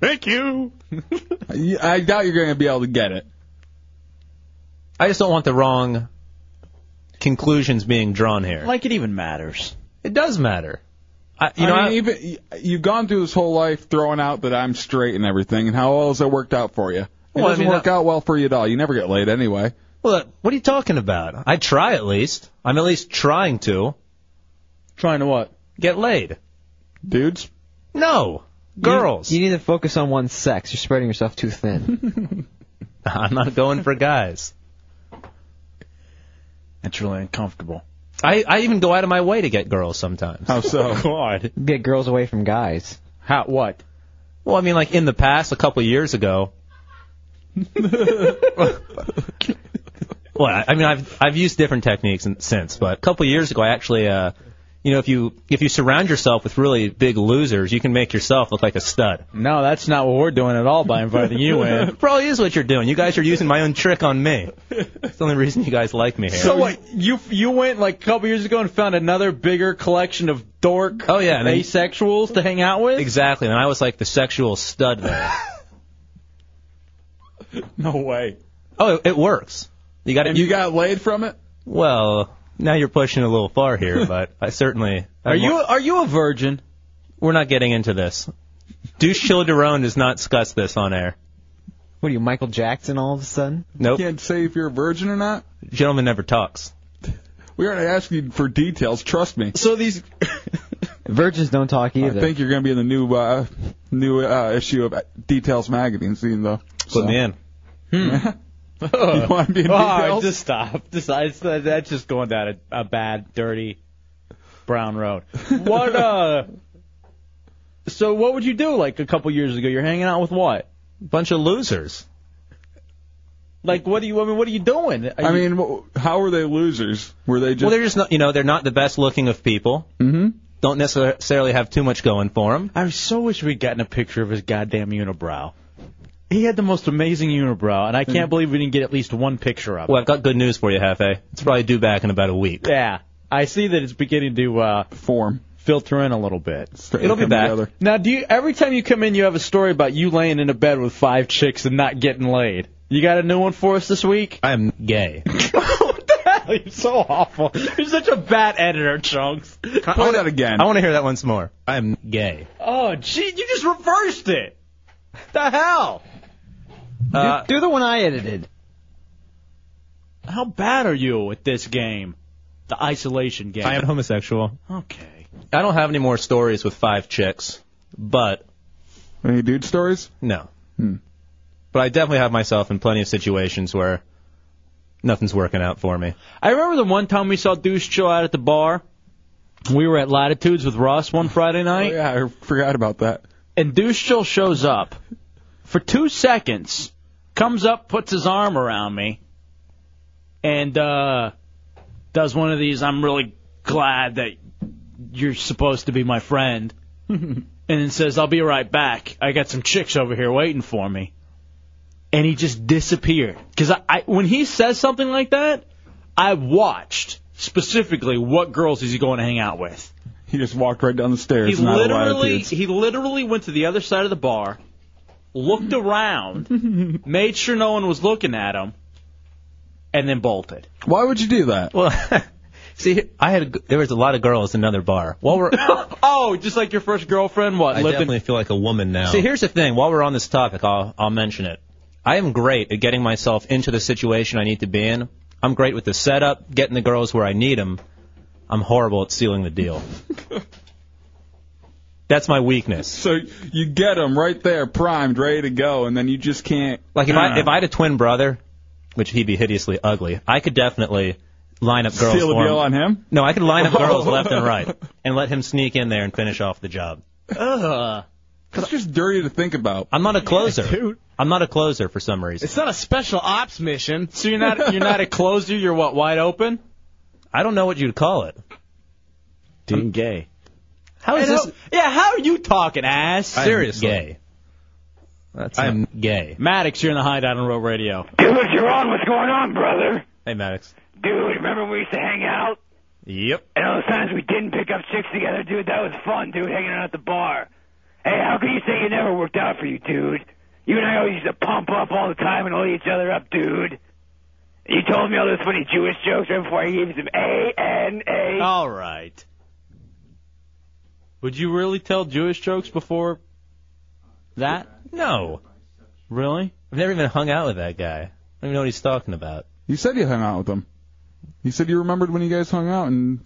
[SPEAKER 25] Thank you.
[SPEAKER 6] I I doubt you're going to be able to get it.
[SPEAKER 25] I just don't want the wrong conclusions being drawn here.
[SPEAKER 3] Like it even matters.
[SPEAKER 25] It does matter. I, you know,
[SPEAKER 6] I mean,
[SPEAKER 25] I-
[SPEAKER 6] even you've gone through this whole life throwing out that I'm straight and everything, and how well has that worked out for you? It
[SPEAKER 25] Well, I
[SPEAKER 6] doesn't
[SPEAKER 25] mean,
[SPEAKER 6] work out well for you at all. You never get laid anyway.
[SPEAKER 25] Well, what are you talking about? I try at least. I'm at least trying to.
[SPEAKER 3] Trying to what?
[SPEAKER 25] Get laid.
[SPEAKER 6] Dudes?
[SPEAKER 25] No. Girls.
[SPEAKER 7] You, you need to focus on one sex. You're spreading yourself too thin.
[SPEAKER 25] I'm not going for guys.
[SPEAKER 3] That's really uncomfortable.
[SPEAKER 25] I, I even go out of my way to get girls sometimes.
[SPEAKER 6] How so?
[SPEAKER 3] God.
[SPEAKER 7] Get girls away from guys.
[SPEAKER 3] How? What?
[SPEAKER 25] Well, I mean, like in the past, a couple of years ago. well, I I mean, I've I've used different techniques in, since, but a couple of years ago, I actually, uh, you know, if you if you surround yourself with really big losers, you can make yourself look like a stud.
[SPEAKER 3] No, that's not what we're doing at all by inviting you in.
[SPEAKER 25] Probably is what you're doing. You guys are using my own trick on me. It's the only reason you guys like me here.
[SPEAKER 3] So what? You you went like a couple years ago and found another bigger collection of dork
[SPEAKER 25] Oh yeah, and then-
[SPEAKER 3] asexuals to hang out with.
[SPEAKER 25] exactly. And I was like the sexual stud there.
[SPEAKER 6] No way.
[SPEAKER 25] Oh, it, it works. You got
[SPEAKER 6] And you got laid from it?
[SPEAKER 25] Well, now you're pushing it a little far here, but I certainly.
[SPEAKER 3] Are you are you a virgin?
[SPEAKER 25] We're not getting into this. Douche Childerone does not discuss this on air.
[SPEAKER 7] What are you, Michael Jackson? All of a sudden?
[SPEAKER 25] Nope.
[SPEAKER 6] Can't say if you're a virgin or not.
[SPEAKER 25] Gentleman never talks.
[SPEAKER 6] We already asked you for details. Trust me.
[SPEAKER 3] So these
[SPEAKER 7] Virgins don't talk
[SPEAKER 6] I
[SPEAKER 7] either.
[SPEAKER 6] think you're going to be in the new uh, new uh, issue of Details magazine soon, though.
[SPEAKER 25] Put me in. Hmm.
[SPEAKER 6] you want to be in
[SPEAKER 3] All right,
[SPEAKER 6] Details?
[SPEAKER 3] Oh, just stop. Just, I, it's- that's just going down a, a bad, dirty, brown road. What? uh So what would you do? Like a couple years ago, you're hanging out with what?
[SPEAKER 25] Bunch of losers.
[SPEAKER 3] Like what do you? I mean, what are you doing? Are
[SPEAKER 6] I
[SPEAKER 3] you-
[SPEAKER 6] mean, wh- how were they losers? Were they just?
[SPEAKER 25] well, they're just not. You know, they're not the best looking of people.
[SPEAKER 6] Mm-hmm.
[SPEAKER 25] Don't necessarily have too much going for them.
[SPEAKER 3] I so wish we'd gotten a picture of his goddamn unibrow. He had the most amazing unibrow, and I can't believe we didn't get at least one picture of it.
[SPEAKER 25] Well, I've got good news for you, Hefe. It's probably due back in about a week.
[SPEAKER 3] Yeah, I see that it's beginning to uh,
[SPEAKER 6] form,
[SPEAKER 3] filter in a little bit.
[SPEAKER 25] It'll be back.
[SPEAKER 3] Now, do you? Every time you come in, you have a story about you laying in a bed with five chicks and not getting laid. You got a new one for us this week?
[SPEAKER 25] I'm gay.
[SPEAKER 3] You're so awful. You're such a bad editor, Chunks.
[SPEAKER 6] Play that again.
[SPEAKER 25] I want to hear that once more. I'm gay.
[SPEAKER 3] Oh, gee, you just reversed it. The hell?
[SPEAKER 25] Uh,
[SPEAKER 7] do, do the one I edited.
[SPEAKER 3] How bad are you at this game? The isolation game.
[SPEAKER 25] I am homosexual.
[SPEAKER 3] Okay.
[SPEAKER 25] I don't have any more stories with five chicks, but
[SPEAKER 6] Any dude stories?
[SPEAKER 25] no.
[SPEAKER 6] Hmm.
[SPEAKER 25] But I definitely have myself in plenty of situations where nothing's working out for me.
[SPEAKER 3] I remember the one time we saw Deuce chill out at the bar,
[SPEAKER 29] We were at Latitudes with Ross one Friday night. Oh, yeah, I forgot about that.
[SPEAKER 3] And Duschel shows up
[SPEAKER 29] for two seconds,
[SPEAKER 3] comes up, puts his arm around me,
[SPEAKER 29] and uh,
[SPEAKER 3] does one of these. I'm really glad that you're supposed to be my friend, and then says, "I'll be right back. I got some chicks over here waiting for me." And he just disappeared. Because I, I, when he says something like that, I watched specifically what girls is he going to hang out with.
[SPEAKER 6] He just walked right down the
[SPEAKER 3] He
[SPEAKER 6] stairs. and out of
[SPEAKER 3] literally,
[SPEAKER 6] Latitudes.
[SPEAKER 3] he literally went to the other side of the bar, looked around, made sure no one was looking at him, and then bolted.
[SPEAKER 25] Why would you do that? Well, see, I had a, there was a lot of girls in another bar. While we're,
[SPEAKER 3] oh, just like your first girlfriend, what?
[SPEAKER 25] I
[SPEAKER 3] lived in-
[SPEAKER 25] definitely feel like a woman now. See, here's the thing. While we're on this topic, I'll I'll mention it. I am great at getting myself into the situation I need to be in. I'm great with the setup, getting the girls where I need them. I'm horrible at sealing the deal. That's my weakness.
[SPEAKER 6] So you get him right there, primed, ready to go, and then you just can't.
[SPEAKER 25] Like if I
[SPEAKER 6] Uh.
[SPEAKER 25] if I had a twin brother, which he'd be hideously ugly, I could definitely line up girls.
[SPEAKER 6] Seal the
[SPEAKER 25] for
[SPEAKER 6] deal
[SPEAKER 25] him.
[SPEAKER 6] on him?
[SPEAKER 25] No, I could line up girls left and right, and let him sneak in there and finish off the job.
[SPEAKER 3] Ugh.
[SPEAKER 6] It's just dirty to think about.
[SPEAKER 25] I'm not a closer. I'm not a closer for some reason.
[SPEAKER 4] It's not a special ops mission.
[SPEAKER 3] So you're not you're not a closer. You're what wide open.
[SPEAKER 25] I don't know what you'd call it.
[SPEAKER 4] Dean gay.
[SPEAKER 25] How
[SPEAKER 3] is this? yeah, how are you talking ass?
[SPEAKER 29] I'm
[SPEAKER 3] Seriously.
[SPEAKER 25] gay. That's
[SPEAKER 3] I'm
[SPEAKER 25] gay.
[SPEAKER 3] Maddox, you're in the hideout on Row Radio.
[SPEAKER 1] Dude, you're on. What's going on, brother?
[SPEAKER 25] Hey, Maddox.
[SPEAKER 1] Dude, remember when we used to hang out?
[SPEAKER 25] Yep.
[SPEAKER 1] And all the times we didn't pick up chicks together, dude, that was fun, dude, hanging out at the bar. Hey, how can you say it never worked out for you, dude? You and I always used to pump up all the time and oil each other up, dude. You told me all those funny Jewish jokes right before I gave you some A N A.
[SPEAKER 3] All right. Would you really tell Jewish jokes before that?
[SPEAKER 25] No.
[SPEAKER 3] Really?
[SPEAKER 25] I've never even hung out with that guy. I don't even know what he's talking about.
[SPEAKER 6] You said you hung out with him. You said you remembered when you guys hung out and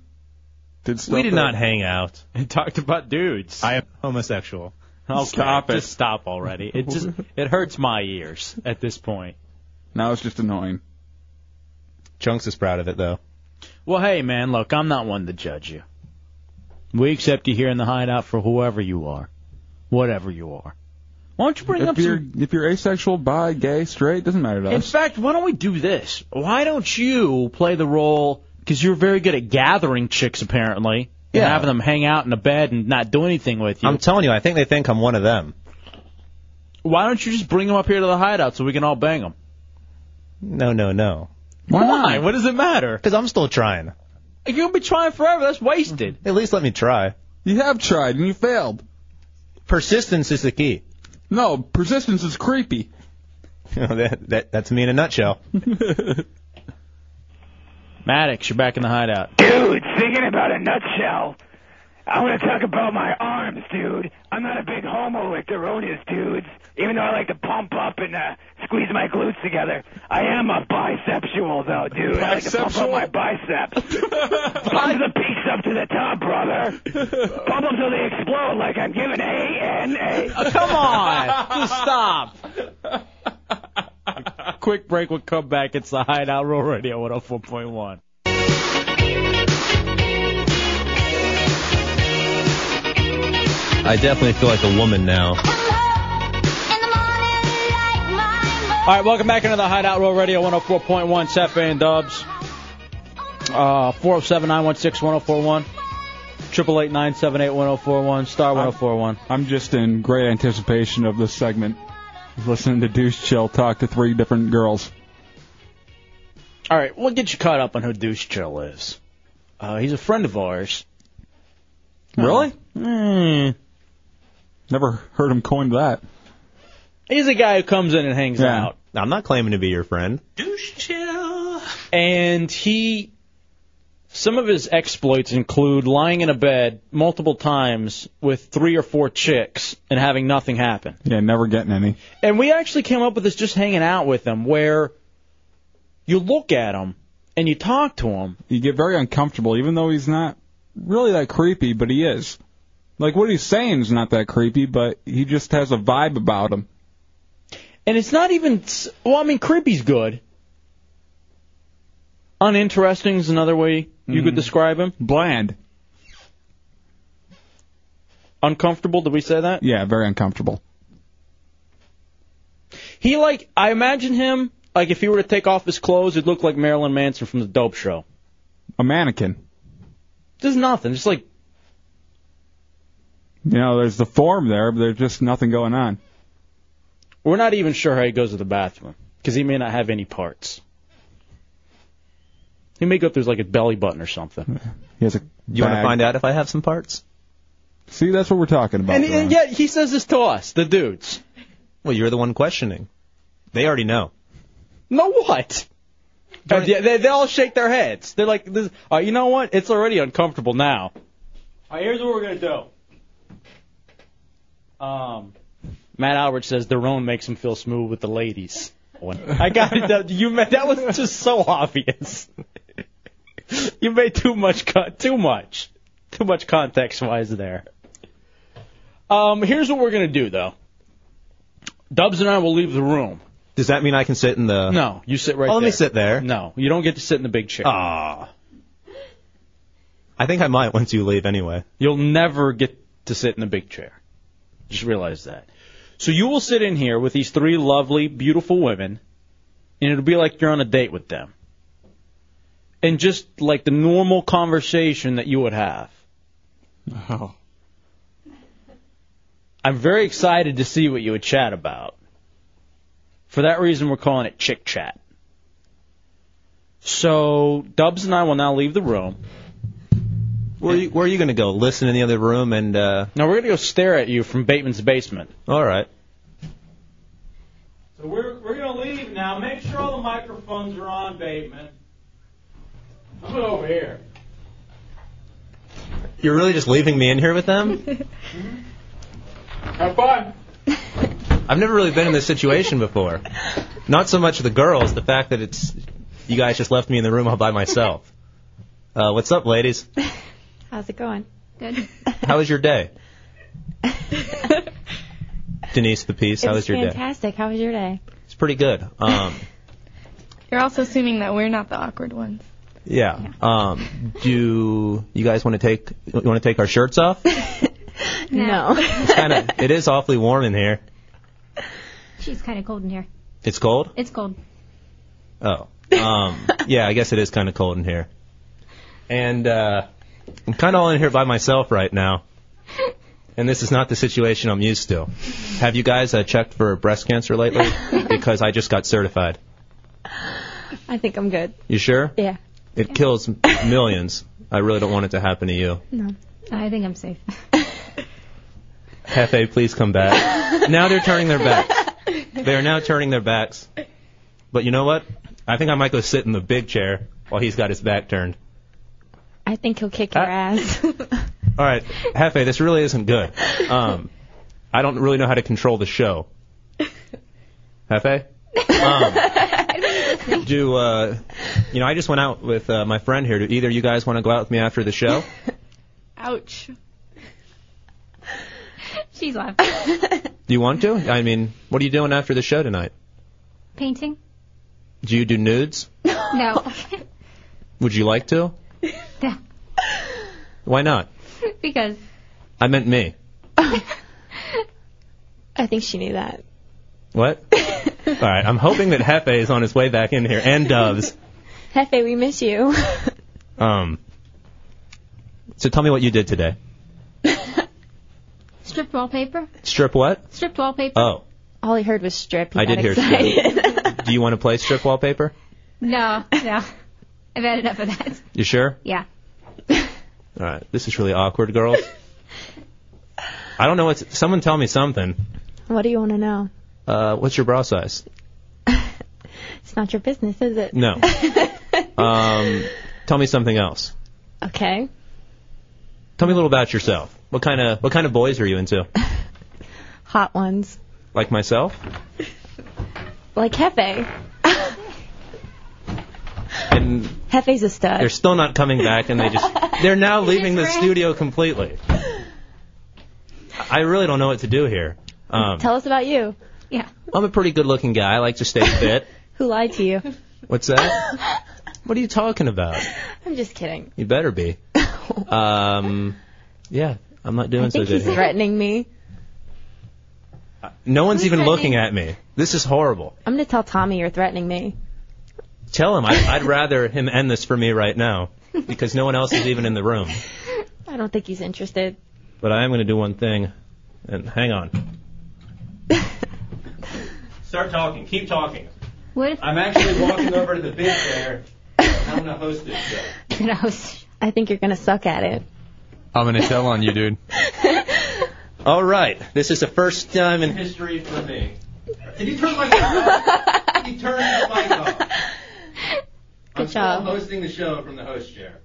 [SPEAKER 6] did stuff.
[SPEAKER 25] we did
[SPEAKER 6] that-
[SPEAKER 25] not hang out.
[SPEAKER 3] And talked about dudes.
[SPEAKER 25] I am homosexual.
[SPEAKER 3] Okay,
[SPEAKER 6] Stop it.
[SPEAKER 3] Just stop already. It just it hurts my ears at this point.
[SPEAKER 6] Now it's just annoying.
[SPEAKER 25] Chunks is proud of it though.
[SPEAKER 3] Well, hey man, look, I'm not one to judge you. We accept you here in the hideout for whoever you are, whatever you are. Why don't you bring
[SPEAKER 6] if
[SPEAKER 3] up
[SPEAKER 6] you're,
[SPEAKER 3] some
[SPEAKER 6] If you're asexual, bi, gay, straight, doesn't matter to
[SPEAKER 3] In
[SPEAKER 6] us.
[SPEAKER 3] fact, why don't we do this? Why don't you play the role? Because you're very good at gathering chicks, apparently, and having them hang out in a bed and not do anything with you.
[SPEAKER 25] I'm telling you, I think they think I'm one of them.
[SPEAKER 3] why don't you just bring them up here to the hideout so we can all bang them?
[SPEAKER 25] No, no, no.
[SPEAKER 6] Why?
[SPEAKER 3] What does it matter?
[SPEAKER 25] Because I'm still trying.
[SPEAKER 3] You're gonna be trying forever. That's wasted.
[SPEAKER 25] At least let me try.
[SPEAKER 6] You have tried and you failed.
[SPEAKER 25] Persistence is the key.
[SPEAKER 6] No, persistence is creepy.
[SPEAKER 25] You know, that, that that's me in a nutshell.
[SPEAKER 3] Maddox, you're back in the hideout.
[SPEAKER 1] Dude, thinking about a nutshell. I want to talk about my arms, dude. I'm not a big homo like the Ronas dudes. Even though I like to pump up and uh, squeeze my glutes together, I am a bisexual though, dude. I like to pump up my biceps. pump the peaks up to the top, brother. Pump them till they explode, like I'm giving A N A.
[SPEAKER 3] Come on, just stop. Quick break. We'll come back. It's the Hideout Roll Radio 104.1.
[SPEAKER 25] I definitely feel like a woman now.
[SPEAKER 3] All right, welcome back into the Hideout Roll Radio 104.1, Seth Van Dubs. Uh, 407 916 1041. 888 978 1041. Star 1041.
[SPEAKER 6] I'm just in great anticipation of this segment. Listening to Deuce Chill talk to three different girls.
[SPEAKER 3] All right, we'll get you caught up on who Deuce Chill is. Uh, he's a friend of ours.
[SPEAKER 6] Really?
[SPEAKER 3] Mm.
[SPEAKER 6] Oh. Hmm. Never heard him coin that.
[SPEAKER 3] He's a guy who comes in and hangs out.
[SPEAKER 25] I'm not claiming to be your friend.
[SPEAKER 3] And he, some of his exploits include lying in a bed multiple times with three or four chicks and having nothing happen.
[SPEAKER 6] Yeah, never getting any.
[SPEAKER 3] And we actually came up with this just hanging out with him, where you look at him and you talk to him.
[SPEAKER 6] You get very uncomfortable, even though he's not really that creepy, but he is. Like what he's saying is not that creepy, but he just has a vibe about him.
[SPEAKER 3] And it's not even. s- Well, I mean, creepy's good. Uninteresting is another way you could describe him.
[SPEAKER 6] Mm-hmm. Bland.
[SPEAKER 3] Uncomfortable? Did we say that?
[SPEAKER 6] Yeah, very uncomfortable.
[SPEAKER 3] He like I imagine him like if he were to take off his clothes, it'd look like Marilyn Manson from the Dope Show.
[SPEAKER 6] A mannequin.
[SPEAKER 3] Just nothing. Just like
[SPEAKER 6] You know, there's the form there, but there's just nothing going on.
[SPEAKER 3] we're not even sure how he goes to the bathroom because he may not have any parts. He may go through like a belly button or something.
[SPEAKER 6] He has a
[SPEAKER 3] You wanna
[SPEAKER 6] bag.
[SPEAKER 3] find
[SPEAKER 25] out if I have some parts?
[SPEAKER 6] See, that's what we're talking about.
[SPEAKER 3] And, and yet he says this to us, the dudes.
[SPEAKER 25] Well, you're the one questioning. They already know.
[SPEAKER 3] No what? And yeah, they, they all shake their heads. They're like, this, uh, you know what? It's already uncomfortable now. here's what we're gonna do. Um, Matt Albert says Daron makes him feel smooth with the ladies. I got it. That, you ma- that was just so obvious. you made too much con- too much too much context wise there. Um, here's what we're gonna do though. Dubs and I will leave the room.
[SPEAKER 25] Does that mean I can sit in the?
[SPEAKER 3] No, you sit right.
[SPEAKER 25] Oh, let
[SPEAKER 3] there.
[SPEAKER 25] me sit there.
[SPEAKER 3] No, you don't get to sit in the big chair.
[SPEAKER 25] Ah. I think I might once you leave anyway.
[SPEAKER 3] You'll never get to sit in the big chair. Just realize that. So you will sit in here with these three lovely, beautiful women, and it'll be like you're on a date with them. And just like the normal conversation that you would have.
[SPEAKER 6] Oh.
[SPEAKER 3] I'm very excited to see what you would chat about. For that reason, we're calling it Chick Chat. So Dubs and I will now leave the room.
[SPEAKER 25] Where are you, where are you going to go? Listen in the other room and. uh
[SPEAKER 3] No, we're going to go stare at you from Bateman's basement.
[SPEAKER 25] All right.
[SPEAKER 3] So we're, we're going to leave now. Make sure all the microphones are on, Bateman. I'm over here.
[SPEAKER 25] You're really just leaving me in here with them?
[SPEAKER 3] Have fun.
[SPEAKER 25] I've never really been in this situation before. Not so much the girls, the fact that it's you guys just left me in the room all by myself. Uh, what's up, ladies?
[SPEAKER 15] How's it going? Good.
[SPEAKER 25] How was your day? Denise the Peace,
[SPEAKER 15] It's
[SPEAKER 25] how was your day?
[SPEAKER 15] fantastic. How was your day?
[SPEAKER 25] It's pretty good. Um,
[SPEAKER 15] You're also assuming that we're not the awkward ones.
[SPEAKER 25] yeah. Um, do you guys want to take you want to take our shirts off?
[SPEAKER 15] No.
[SPEAKER 25] It's kind of it is awfully warm in here.
[SPEAKER 15] She's kind of cold in here.
[SPEAKER 25] It's cold.
[SPEAKER 15] It's cold.
[SPEAKER 25] Oh. Um, yeah, I guess it is kind of cold in here. And uh, I'm kind of all in here by myself right now. And this is not the situation I'm used to. Have you guys uh, checked for breast cancer lately? because I just got certified.
[SPEAKER 15] I think I'm good.
[SPEAKER 25] You sure?
[SPEAKER 15] Yeah.
[SPEAKER 25] It kills millions. I really don't want it to happen to you.
[SPEAKER 15] No. I think I'm safe.
[SPEAKER 25] Hefe, please come back. now they're turning their backs. They are now turning their backs. But you know what? I think I might go sit in the big chair while he's got his back turned.
[SPEAKER 15] I think he'll kick your
[SPEAKER 25] Ah.
[SPEAKER 15] ass.
[SPEAKER 25] All right, Hefe, this really isn't good. Um, I don't really know how to control the show. Hefe, um, do uh, you know? I just went out with uh, my friend here. Do either you guys want to go out with me after the show?
[SPEAKER 15] Ouch. She's laughing.
[SPEAKER 25] Do you want to? I mean, what are you doing after the show tonight?
[SPEAKER 15] Painting?
[SPEAKER 25] Do you do nudes?
[SPEAKER 15] No.
[SPEAKER 25] Would you like to?
[SPEAKER 15] No.
[SPEAKER 25] Why not?
[SPEAKER 15] because
[SPEAKER 25] I meant me.
[SPEAKER 15] I think she knew that.
[SPEAKER 25] What? All right, I'm hoping that Hefe is on his way back in here and Doves.
[SPEAKER 15] Hefe, we miss you.
[SPEAKER 25] Um, so tell me what you did today.
[SPEAKER 15] Stripped wallpaper?
[SPEAKER 25] Strip what?
[SPEAKER 15] Stripped wallpaper?
[SPEAKER 25] Oh,
[SPEAKER 15] All he heard was strip.
[SPEAKER 25] I did hear strip. Do you want to play strip wallpaper?
[SPEAKER 15] no, no. I've had enough of that.
[SPEAKER 25] You sure?
[SPEAKER 15] Yeah.
[SPEAKER 25] All right. This is really awkward, girls. I don't know what's. Someone tell me something.
[SPEAKER 15] What do you want to know?
[SPEAKER 25] Uh, what's your bra size?
[SPEAKER 15] It's not your business, is it?
[SPEAKER 25] No. Um, tell me something else.
[SPEAKER 15] Okay.
[SPEAKER 25] Tell me a little about yourself. What kind of what kind of boys are you into?
[SPEAKER 15] Hot ones.
[SPEAKER 25] Like myself?
[SPEAKER 15] Like Hefe.
[SPEAKER 25] And
[SPEAKER 15] Hefe's a stud.
[SPEAKER 25] they're still not coming back, and they just they're now leaving the studio completely. I really don't know what to do here. Um,
[SPEAKER 15] Tell us about you. Yeah.
[SPEAKER 25] I'm a pretty good-looking guy. I like to stay fit.
[SPEAKER 15] Who lied to you?
[SPEAKER 25] What's that? What are you talking about?
[SPEAKER 15] I'm just kidding.
[SPEAKER 25] You better be. Um, yeah. I'm not doing
[SPEAKER 15] I
[SPEAKER 25] so
[SPEAKER 15] think
[SPEAKER 25] good
[SPEAKER 15] he's
[SPEAKER 25] here.
[SPEAKER 15] threatening me.
[SPEAKER 25] No one's even
[SPEAKER 15] threatening?
[SPEAKER 25] looking at me. This is horrible.
[SPEAKER 15] I'm gonna tell Tommy you're threatening me.
[SPEAKER 25] Tell him I, I'd rather him end this for me right now because no one else is even in the room.
[SPEAKER 15] I don't think he's interested.
[SPEAKER 25] But I am going to do one thing, and hang on. Start talking. Keep talking.
[SPEAKER 15] What?
[SPEAKER 25] I'm actually walking over to the big there. and I'm going to host this show.
[SPEAKER 15] I think you're gonna suck at it.
[SPEAKER 25] I'm going to tell on you, dude. All right. This is the first time in history for me. Did he turn my mic off? he turned the mic off. I'm
[SPEAKER 15] Good job.
[SPEAKER 25] still hosting the show from the host chair.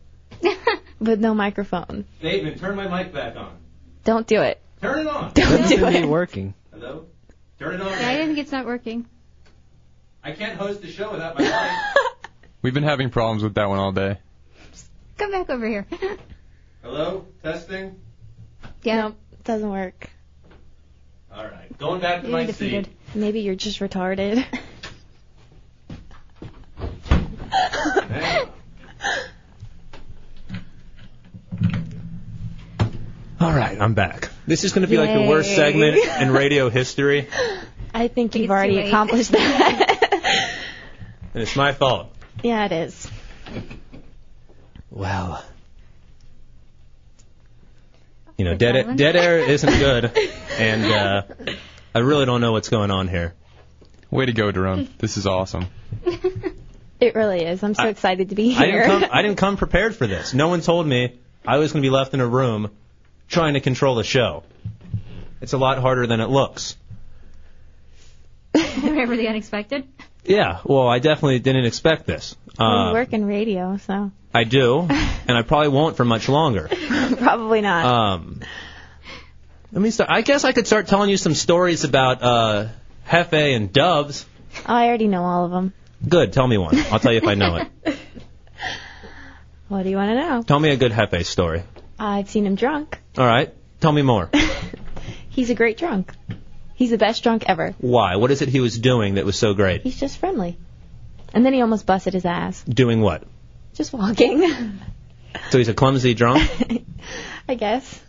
[SPEAKER 15] With no microphone.
[SPEAKER 25] David, turn my mic back on.
[SPEAKER 15] Don't do it.
[SPEAKER 25] Turn it on.
[SPEAKER 15] Don't do it.
[SPEAKER 25] working. Hello? Turn it on.
[SPEAKER 16] Yeah, I think it's not working.
[SPEAKER 25] I can't host the show without my mic.
[SPEAKER 18] We've been having problems with that one all day.
[SPEAKER 16] Come back over here.
[SPEAKER 25] Hello? Testing?
[SPEAKER 15] Yeah. Nope, doesn't work.
[SPEAKER 25] All right. Going back to
[SPEAKER 15] You're
[SPEAKER 25] my
[SPEAKER 15] defeated.
[SPEAKER 25] seat.
[SPEAKER 15] Maybe you're just retarded.
[SPEAKER 25] All right, I'm back. This is going to be like the worst
[SPEAKER 15] Yay.
[SPEAKER 25] segment in radio history,
[SPEAKER 15] I think you've already accomplished that.
[SPEAKER 25] and it's my fault.
[SPEAKER 15] yeah, it is.
[SPEAKER 25] Well, you know, dead dead air isn't good, and uh, I really don't know what's going on here. Way to go, Jerome. This is awesome.
[SPEAKER 15] It really is. I'm so
[SPEAKER 25] I-
[SPEAKER 15] excited to be
[SPEAKER 25] I
[SPEAKER 15] here.
[SPEAKER 25] didn't come. I didn't come prepared for this. No one told me I was going to be left in a room trying to control the show. It's a lot harder than it looks.
[SPEAKER 16] Remember the unexpected?
[SPEAKER 25] Yeah. Well, I definitely didn't expect this.
[SPEAKER 15] you
[SPEAKER 25] Uh,
[SPEAKER 15] work in radio, so
[SPEAKER 25] I do, and I probably won't for much longer.
[SPEAKER 15] probably not.
[SPEAKER 25] Um, let me start. I guess I could start telling you some stories about uh, Hefe and doves.
[SPEAKER 15] oh, I already know all of them.
[SPEAKER 25] Good. Tell me one. I'll tell you if I know it.
[SPEAKER 15] What do you want to know?
[SPEAKER 25] Tell me a good Hefe story.
[SPEAKER 15] I've seen him drunk.
[SPEAKER 25] All right. Tell me more.
[SPEAKER 15] He's a great drunk. He's the best drunk ever.
[SPEAKER 25] Why? What is it he was doing that was so great?
[SPEAKER 15] He's just friendly. And then he almost busted his ass.
[SPEAKER 25] Doing what?
[SPEAKER 15] Just walking,
[SPEAKER 25] So he's a clumsy drunk.
[SPEAKER 15] I guess.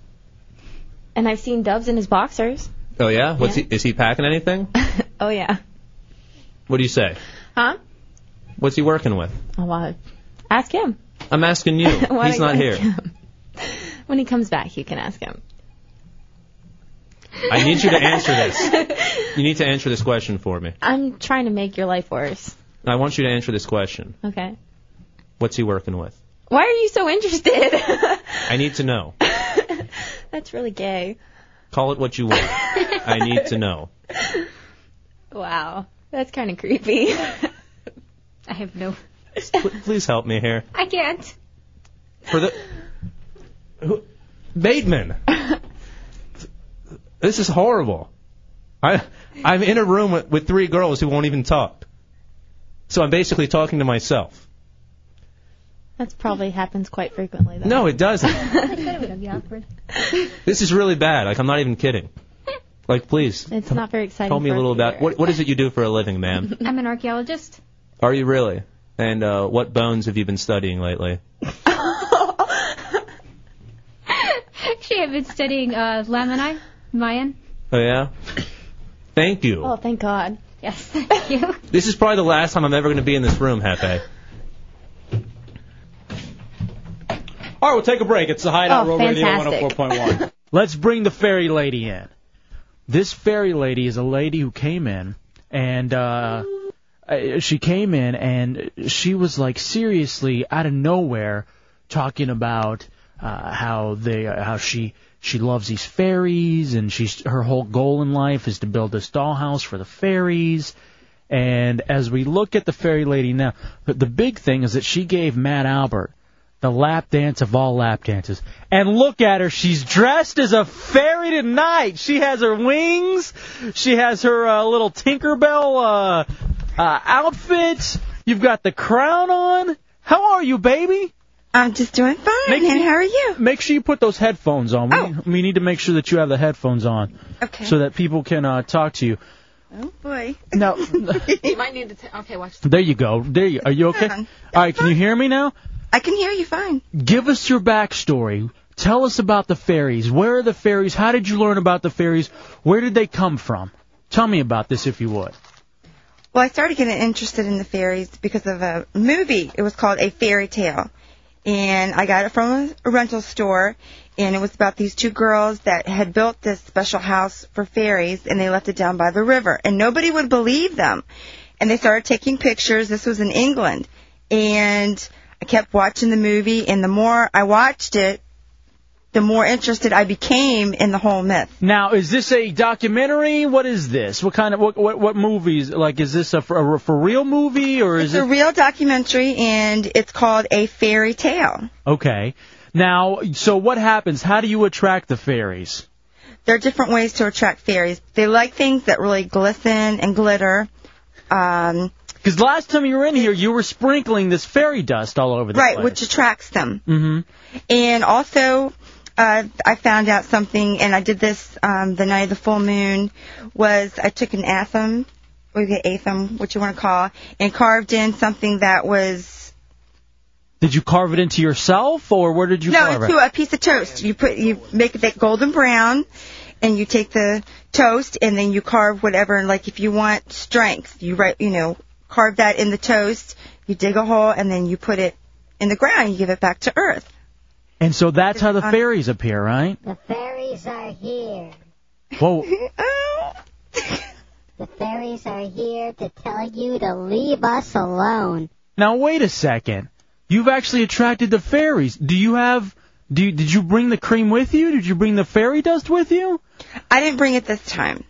[SPEAKER 15] And I've seen Dubs in his boxers.
[SPEAKER 25] Oh yeah. What's he? Is he packing anything?
[SPEAKER 15] Oh yeah.
[SPEAKER 25] What do you say?
[SPEAKER 15] Huh?
[SPEAKER 25] What's he working with?
[SPEAKER 15] Oh wow. Ask him.
[SPEAKER 25] I'm asking you.
[SPEAKER 15] Why
[SPEAKER 25] He's
[SPEAKER 15] don't
[SPEAKER 25] not
[SPEAKER 15] you
[SPEAKER 25] here.
[SPEAKER 15] ask When he comes back, you can ask him.
[SPEAKER 25] I need you to answer this. You need to answer this question for me.
[SPEAKER 15] I'm trying to make your life worse.
[SPEAKER 25] I want you to answer this question.
[SPEAKER 15] Okay.
[SPEAKER 25] What's he working with?
[SPEAKER 15] Why are you so interested?
[SPEAKER 25] I need to know.
[SPEAKER 15] That's really gay.
[SPEAKER 25] Call it what you want. I need to know.
[SPEAKER 15] Wow. That's kind of creepy.
[SPEAKER 16] I have no.
[SPEAKER 25] P- Please help me here.
[SPEAKER 16] I can't.
[SPEAKER 25] For the who, Bateman. This is horrible. I I'm in a room with, with three girls who won't even talk. So I'm basically talking to myself.
[SPEAKER 15] That's probably happens quite frequently, though.
[SPEAKER 25] No, it doesn't.
[SPEAKER 16] that would be awkward.
[SPEAKER 25] This is really bad. Like I'm not even kidding. Like please
[SPEAKER 15] It's not very exciting.
[SPEAKER 25] tell me a
[SPEAKER 15] for
[SPEAKER 25] little
[SPEAKER 15] us
[SPEAKER 25] about what what is it you do for a living, ma'am?
[SPEAKER 16] I'm an archaeologist.
[SPEAKER 25] Are you really? And uh, what bones have you been studying lately?
[SPEAKER 16] She had been studying uh, Lamini, Mayan.
[SPEAKER 25] Oh yeah. Thank you.
[SPEAKER 15] Oh, thank God.
[SPEAKER 16] Yes, thank you.
[SPEAKER 25] This is probably the last time I'm ever going to be in this room, Hefe. All right, we'll take a break. It's the Hideout
[SPEAKER 3] Hideout Oh, Road Radio fantastic.
[SPEAKER 25] 104.1.
[SPEAKER 3] Let's bring the fairy lady in. This fairy lady is a lady who came in and uh uh, she came in and she was like seriously out of nowhere talking about uh how they uh, how she she loves these fairies and she's her whole goal in life is to build this dollhouse for the fairies and as we look at the fairy lady now the, the big thing is that she gave Matt Albert the lap dance of all lap dances. And look at her. She's dressed as a fairy tonight. She has her wings. She has her uh, little Tinkerbell uh, uh, outfit. You've got the crown on. How are you, baby?
[SPEAKER 20] I'm just doing fine. and how are you? Oh.
[SPEAKER 3] Make sure you put those headphones on. We, we need to make sure that you have the headphones on
[SPEAKER 20] Okay.
[SPEAKER 3] so that people can uh, talk to you.
[SPEAKER 20] Oh boy.
[SPEAKER 3] No.
[SPEAKER 20] you might need to. T- okay, watch.
[SPEAKER 3] There you go. There you are. You okay? All right. Can you hear me now?
[SPEAKER 20] I can hear you fine.
[SPEAKER 3] Give us your backstory. Tell us about the fairies. Where are the fairies? How did you learn about the fairies? Where did they come from? Tell me about this if you would.
[SPEAKER 20] Well, I started getting interested in the fairies because of a movie. It was called A Fairy Tale. And I got it from a rental store. And it was about these two girls that had built this special house for fairies and they left it down by the river. And nobody would believe them. And they started taking pictures. This was in England. And I kept watching the movie. And the more I watched it, the more interested I became in the whole myth.
[SPEAKER 3] Now, is this a documentary? What is this? What kind of what what, what movies? Like, is this a for, a for real movie or is
[SPEAKER 20] It's a
[SPEAKER 3] it
[SPEAKER 20] real documentary and it's called A Fairy Tale.
[SPEAKER 3] okay? Now, so what happens? How do you attract the fairies?
[SPEAKER 20] There are different ways to attract fairies. They like things that really glisten and glitter. Um,
[SPEAKER 3] Because last time you were in here, you were sprinkling this fairy dust all over the
[SPEAKER 20] right,
[SPEAKER 3] place.
[SPEAKER 20] which attracts them.
[SPEAKER 3] hmm
[SPEAKER 20] And also, uh, I found out something, and I did this um, the night of the full moon. Was I took an atham, or the atham, what you want to call, and carved in something that was
[SPEAKER 3] Did you carve it into yourself, or where did you
[SPEAKER 20] no
[SPEAKER 3] carve
[SPEAKER 20] into
[SPEAKER 3] it?
[SPEAKER 20] a piece of toast. You put you make it that golden brown, and you take the toast, and then you carve whatever. And like if you want strength, you write you know carve that in the toast. You dig a hole, and then you put it in the ground. And you give it back to earth.
[SPEAKER 3] and so that's how the fairies appear, right?
[SPEAKER 11] The fairies are here.
[SPEAKER 3] Whoa.
[SPEAKER 11] The fairies are here to tell you to leave us alone.
[SPEAKER 3] Now wait a second. You've actually attracted the fairies. Do you have? Do you, did you bring the cream with you? Did you bring the fairy dust with you?
[SPEAKER 20] I didn't bring it this time.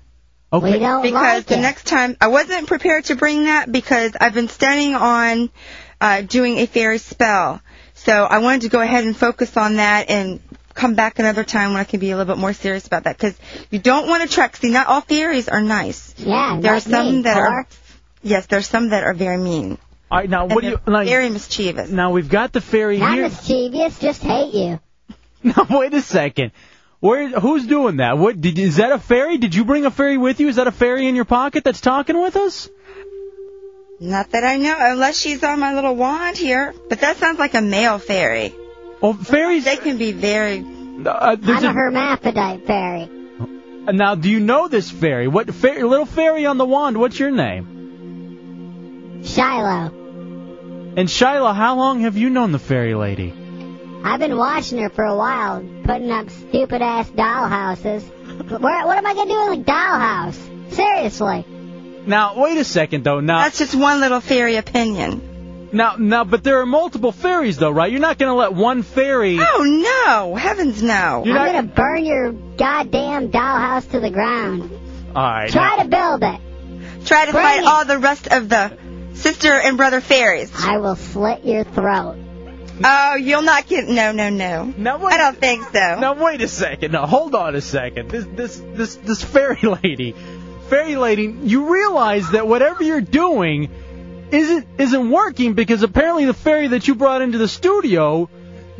[SPEAKER 3] Okay.
[SPEAKER 20] because the next time I wasn't prepared to bring that because I've been studying on uh, doing a fairy spell. So I wanted to go ahead and focus on that and come back another time when I can be a little bit more serious about that because you don't want to track. See, not all fairies are nice.
[SPEAKER 11] Yeah,
[SPEAKER 20] there are
[SPEAKER 11] like
[SPEAKER 20] some
[SPEAKER 11] me,
[SPEAKER 20] that are.
[SPEAKER 11] Clark.
[SPEAKER 20] Yes, there are some that are very mean.
[SPEAKER 3] All right, now what do you? Like,
[SPEAKER 20] very mischievous.
[SPEAKER 3] Now we've got the fairy
[SPEAKER 11] Not
[SPEAKER 3] here.
[SPEAKER 11] mischievous, just hate you.
[SPEAKER 3] Now wait a second. Where? Who's doing that? What? Did, is that a fairy? Did you bring a fairy with you? Is that a fairy in your pocket that's talking with us?
[SPEAKER 20] Not that I know, unless she's on my little wand here. But that sounds like a male fairy.
[SPEAKER 3] Well, fairies.
[SPEAKER 20] They can be very.
[SPEAKER 3] Uh, there's
[SPEAKER 11] I'm a hermaphrodite fairy.
[SPEAKER 3] Now, do you know this fairy? What fairy, little fairy on the wand? What's your name?
[SPEAKER 11] Shiloh.
[SPEAKER 3] And Shiloh, how long have you known the fairy lady?
[SPEAKER 11] I've been watching her for a while, putting up stupid ass dollhouses. Where, what am I gonna do with a dollhouse? Seriously.
[SPEAKER 3] Now, wait a second though. Now
[SPEAKER 20] that's just one little fairy opinion.
[SPEAKER 3] Now, now, but there are multiple fairies though, right? You're not going to let one fairy.
[SPEAKER 20] Oh no, heavens no!
[SPEAKER 3] You're
[SPEAKER 11] I'm
[SPEAKER 3] not-
[SPEAKER 11] gonna burn your goddamn dollhouse to the ground.
[SPEAKER 3] All right.
[SPEAKER 11] Try to build it.
[SPEAKER 20] Try to
[SPEAKER 11] Bring
[SPEAKER 20] fight
[SPEAKER 11] it.
[SPEAKER 20] all the rest of the sister and brother fairies.
[SPEAKER 11] I will slit your throat.
[SPEAKER 20] Oh, you'll not get no, no, no.
[SPEAKER 3] No,
[SPEAKER 20] I don't think so.
[SPEAKER 3] Now wait a second. Now hold on a second. This this this this fairy lady, fairy lady, you realize that whatever you're doing isn't isn't working because apparently the fairy that you brought into the studio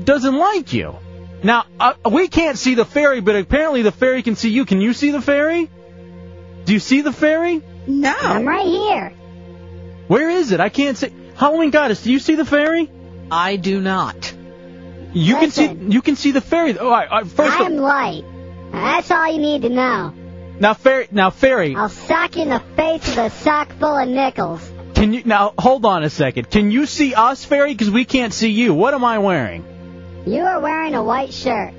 [SPEAKER 3] doesn't like you. Now uh, we can't see the fairy, but apparently the fairy can see you. Can you see the fairy? Do you see the fairy?
[SPEAKER 20] No.
[SPEAKER 11] I'm right here.
[SPEAKER 3] Where is it? I can't see. Halloween goddess, do you see the fairy?
[SPEAKER 13] I do not.
[SPEAKER 3] You can see you can see the fairy. All right, all right, first
[SPEAKER 11] I'm light. That's all you need to know.
[SPEAKER 3] now fairy now fairy.
[SPEAKER 11] I'll sock you in the face with a sock full of nickels.
[SPEAKER 3] Can you now hold on a second? Can you see us, Fairy? Because we can't see you. What am I wearing?
[SPEAKER 11] You are wearing a white shirt.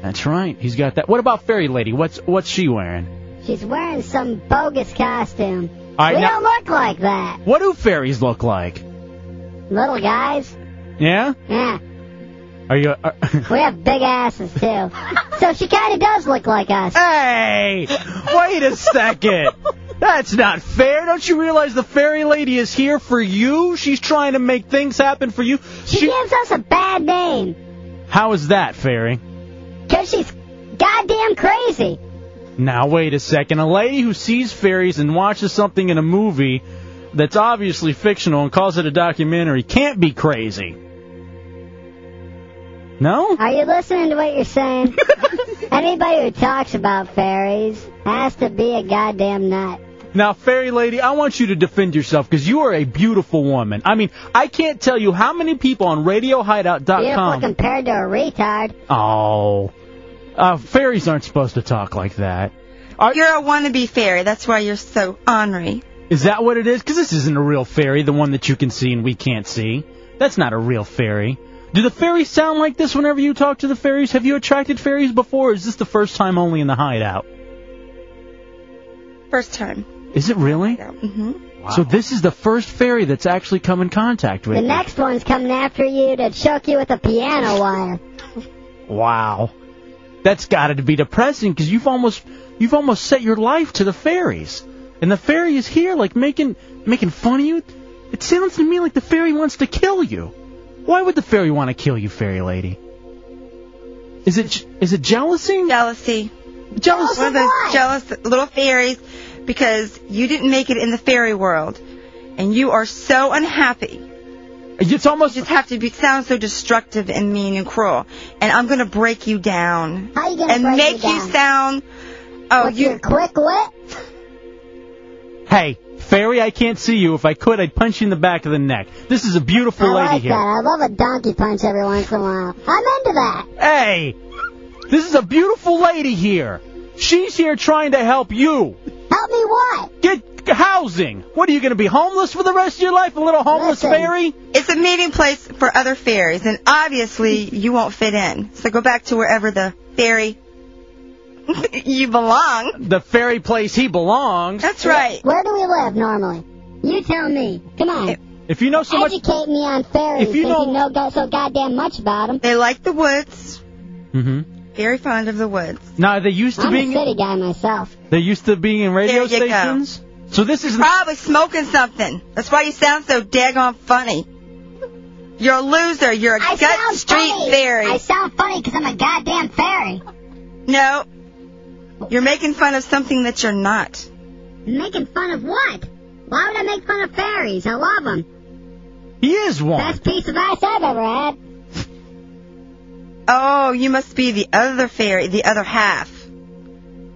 [SPEAKER 3] That's right. He's got that. What about Fairy Lady? What's what's she wearing?
[SPEAKER 11] She's wearing some bogus costume.
[SPEAKER 3] All right,
[SPEAKER 11] we
[SPEAKER 3] now-
[SPEAKER 11] don't look like that,
[SPEAKER 3] What do fairies look like?
[SPEAKER 11] little guys.
[SPEAKER 3] Yeah?
[SPEAKER 11] Yeah,
[SPEAKER 3] Are you? Are,
[SPEAKER 11] we have big asses too. so she kind of does look like us.
[SPEAKER 3] hey! Wait a second. That's not fair. Don't you realize the Fairy Lady is here for you? She's trying to make things happen for you.
[SPEAKER 11] She, gives us a bad name
[SPEAKER 3] How is that, Fairy?
[SPEAKER 11] 'cause she's goddamn crazy.
[SPEAKER 3] Now wait a second. A lady who sees fairies and watches something in a movie that's obviously fictional and calls it a documentary can't be crazy. No?
[SPEAKER 11] Are you listening to what you're saying? Anybody who talks about fairies has to be a goddamn nut.
[SPEAKER 3] Now, fairy lady, I want you to defend yourself because you are a beautiful woman. I mean, I can't tell you how many people on
[SPEAKER 11] Beautiful
[SPEAKER 3] RadioHideout.com.
[SPEAKER 11] compared to a retard.
[SPEAKER 3] Oh, uh, fairies aren't supposed to talk like that.
[SPEAKER 20] You're a wannabe fairy. That's why you're so ornery.
[SPEAKER 3] Is that what it is? Because this isn't a real fairy, the one that you can see and we can't see. That's not a real fairy. Do the fairies sound like this whenever you talk to the fairies? Have you attracted fairies before, or is this the first time only in the hideout?
[SPEAKER 20] First time.
[SPEAKER 3] Is it really?
[SPEAKER 20] hmm
[SPEAKER 3] So this is the first fairy that's actually come in contact with
[SPEAKER 11] The
[SPEAKER 3] you.
[SPEAKER 11] next one's coming after you to choke you with a piano wire.
[SPEAKER 3] Wow. That's got to be depressing because you've almost you've almost set your life to the fairies, and the fairy is here, like making making fun of you. It sounds to me like the fairy wants to kill you. Why would the fairy want to kill you, fairy lady? Is it is it jealousy?
[SPEAKER 20] Jealousy.
[SPEAKER 3] Jealous
[SPEAKER 20] One of those jealous little fairies because you didn't make it in the fairy world, and you are so unhappy.
[SPEAKER 3] It's almost
[SPEAKER 20] you just have to be sound so destructive and mean and cruel, and I'm gonna break you down
[SPEAKER 11] How you gonna
[SPEAKER 20] and
[SPEAKER 11] break
[SPEAKER 20] make
[SPEAKER 11] me
[SPEAKER 20] you
[SPEAKER 11] down?
[SPEAKER 20] sound. Oh,
[SPEAKER 11] With
[SPEAKER 20] you
[SPEAKER 11] your quick wit?
[SPEAKER 3] Hey, fairy, I can't see you. If I could, I'd punch you in the back of the neck. This is a beautiful
[SPEAKER 11] I
[SPEAKER 3] lady
[SPEAKER 11] like
[SPEAKER 3] here.
[SPEAKER 11] that. I love a donkey punch every once in a while. I'm into that.
[SPEAKER 3] Hey, this is a beautiful lady here. She's here trying to help you.
[SPEAKER 11] Help me what?
[SPEAKER 3] Get housing. What are you going to be homeless for the rest of your life? A little homeless fairy?
[SPEAKER 20] It's a meeting place for other fairies, and obviously you won't fit in. So go back to wherever the fairy you belong.
[SPEAKER 3] The fairy place he belongs.
[SPEAKER 20] That's right.
[SPEAKER 11] Where do we live normally? You tell me. Come on.
[SPEAKER 3] If you know
[SPEAKER 20] Oh,
[SPEAKER 3] so much,
[SPEAKER 11] Educate me on fairies
[SPEAKER 3] If you
[SPEAKER 11] since
[SPEAKER 3] know-
[SPEAKER 11] you know go- so goddamn much about them.
[SPEAKER 20] They like the woods.
[SPEAKER 3] Mm-hmm.
[SPEAKER 20] Very fond of the woods.
[SPEAKER 3] Now they used to
[SPEAKER 11] I'm a
[SPEAKER 3] being
[SPEAKER 11] city guy myself.
[SPEAKER 3] they used to being in radio
[SPEAKER 20] There you go.
[SPEAKER 3] stations. So this is
[SPEAKER 20] Probably smoking something. That's why you sound so daggone funny. You're a loser. You're a
[SPEAKER 11] I
[SPEAKER 20] gut
[SPEAKER 11] sound
[SPEAKER 20] street
[SPEAKER 11] funny.
[SPEAKER 20] fairy.
[SPEAKER 11] I sound funny 'cause I'm a goddamn fairy.
[SPEAKER 20] No. You're making fun of something that you're not.
[SPEAKER 11] Making fun of what? Why would I make fun of fairies? I love 'em.
[SPEAKER 3] he is one.
[SPEAKER 11] Best piece of ice I've ever had.
[SPEAKER 20] Oh, you must be the other fairy, the other half.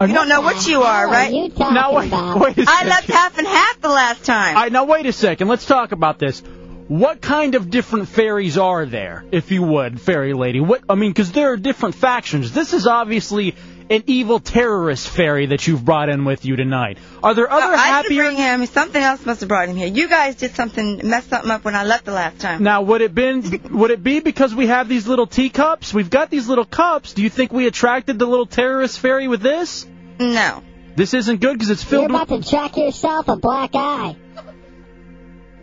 [SPEAKER 20] You don't know what you are,
[SPEAKER 11] hell
[SPEAKER 20] right?
[SPEAKER 11] are you talking
[SPEAKER 3] Now, wait- about? wait a
[SPEAKER 20] I left
[SPEAKER 3] second.
[SPEAKER 20] half and half the last time.
[SPEAKER 3] All right, now wait a second. Let's talk about this. What kind of different fairies are there, if you would, fairy lady? What I mean, because there are different factions. This is obviously an evil terrorist fairy that you've brought in with you tonight. Are there other
[SPEAKER 20] I
[SPEAKER 3] happy?
[SPEAKER 20] should bring him. Something else must have brought him here. You guys did something, messed something up when I left the last time.
[SPEAKER 3] Now, would it been would it be because we have these little teacups? We've got these little cups. Do you think we attracted the little terrorist fairy with this?
[SPEAKER 20] No.
[SPEAKER 3] This isn't good because it's
[SPEAKER 11] You're
[SPEAKER 3] filled
[SPEAKER 11] about
[SPEAKER 3] with.
[SPEAKER 11] to track yourself a black eye.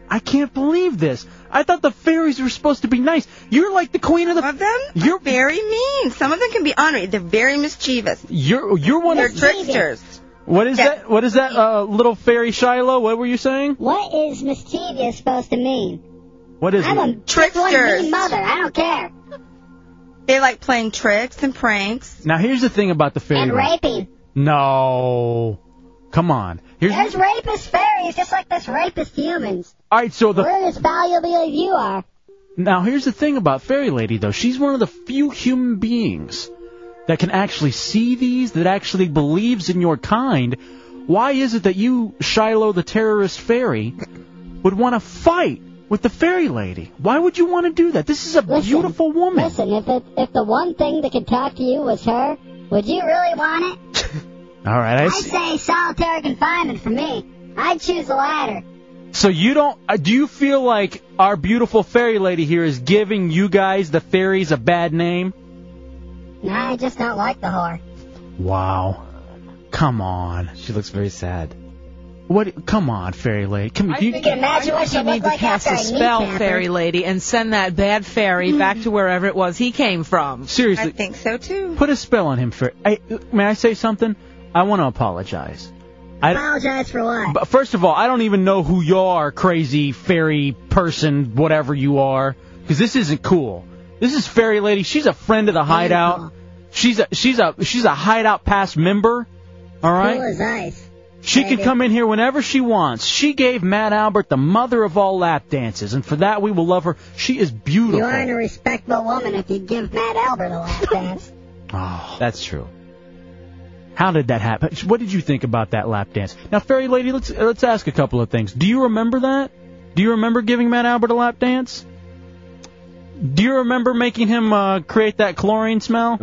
[SPEAKER 3] I can't believe this. I thought the fairies were supposed to be nice. You're like the queen of the.
[SPEAKER 20] Some of them
[SPEAKER 3] You're-
[SPEAKER 20] are very mean. Some of them can be ornery. They're very mischievous.
[SPEAKER 3] You're you're one
[SPEAKER 20] They're
[SPEAKER 3] of.
[SPEAKER 20] tricksters.
[SPEAKER 3] What is that? What is that? Uh, little fairy Shiloh. What were you saying?
[SPEAKER 11] What is mischievous supposed to mean?
[SPEAKER 3] What is
[SPEAKER 11] I'm a
[SPEAKER 3] it?
[SPEAKER 11] just one
[SPEAKER 20] Tricksters.
[SPEAKER 11] mean mother. I don't care.
[SPEAKER 20] They like playing tricks and pranks.
[SPEAKER 3] Now here's the thing about the fairy.
[SPEAKER 11] And
[SPEAKER 3] world.
[SPEAKER 11] raping.
[SPEAKER 3] No. Come on. Here's.
[SPEAKER 11] There's rapist fairies just like there's rapist humans.
[SPEAKER 3] All right. So the
[SPEAKER 11] We're as valuable as you are.
[SPEAKER 3] Now, here's the thing about Fairy Lady, though. She's one of the few human beings that can actually see these, that actually believes in your kind. Why is it that you, Shiloh the terrorist fairy, would want to fight with the Fairy Lady? Why would you want to do that? This is a beautiful woman.
[SPEAKER 11] Listen, if it, if the one thing that could talk to you was her, would you really want it?
[SPEAKER 3] All right. I
[SPEAKER 11] I
[SPEAKER 3] see.
[SPEAKER 11] say solitary confinement for me. I'd choose the latter.
[SPEAKER 3] So you don't? Uh, do you feel like our beautiful Fairy Lady here is giving you guys, the fairies, a bad name?
[SPEAKER 11] No, I just don't like the whore.
[SPEAKER 3] Wow. Come on. She looks very sad. What? Come on, Fairy Lady. Come
[SPEAKER 11] I
[SPEAKER 3] you,
[SPEAKER 11] think it matters. Imagine
[SPEAKER 13] I
[SPEAKER 11] what
[SPEAKER 13] think
[SPEAKER 11] you
[SPEAKER 13] you
[SPEAKER 11] look
[SPEAKER 13] need to
[SPEAKER 11] like
[SPEAKER 13] cast a
[SPEAKER 11] after I Mm-hmm.
[SPEAKER 13] spell,
[SPEAKER 11] kneecap her.
[SPEAKER 13] fairy lady, and send that bad fairy back to wherever it was he came from.
[SPEAKER 3] Seriously. I
[SPEAKER 20] think so too.
[SPEAKER 3] Put a spell on him for. I, may I say something? I want to apologize. I,
[SPEAKER 11] Apologize for what?
[SPEAKER 3] but first of all, I don't even know who you are, crazy fairy person, whatever you are, because this isn't cool. This is Fairy Lady. She's a friend of the Hideout. She's a she's a she's a Hideout Pass member. All right.
[SPEAKER 11] Cool as ice.
[SPEAKER 3] She
[SPEAKER 11] Maybe.
[SPEAKER 3] can come in here whenever she wants. She gave Matt Albert the mother of all lap dances, and for that we will love her. She is beautiful.
[SPEAKER 11] You aren't a respectable woman if you give Matt Albert a lap dance.
[SPEAKER 3] Oh, that's true. How did that happen? What did you think about that lap dance? Now, fairy lady, let's let's ask a couple of things. Do you remember that? Do you remember giving Matt Albert a lap dance? Do you remember making him uh, create that chlorine smell?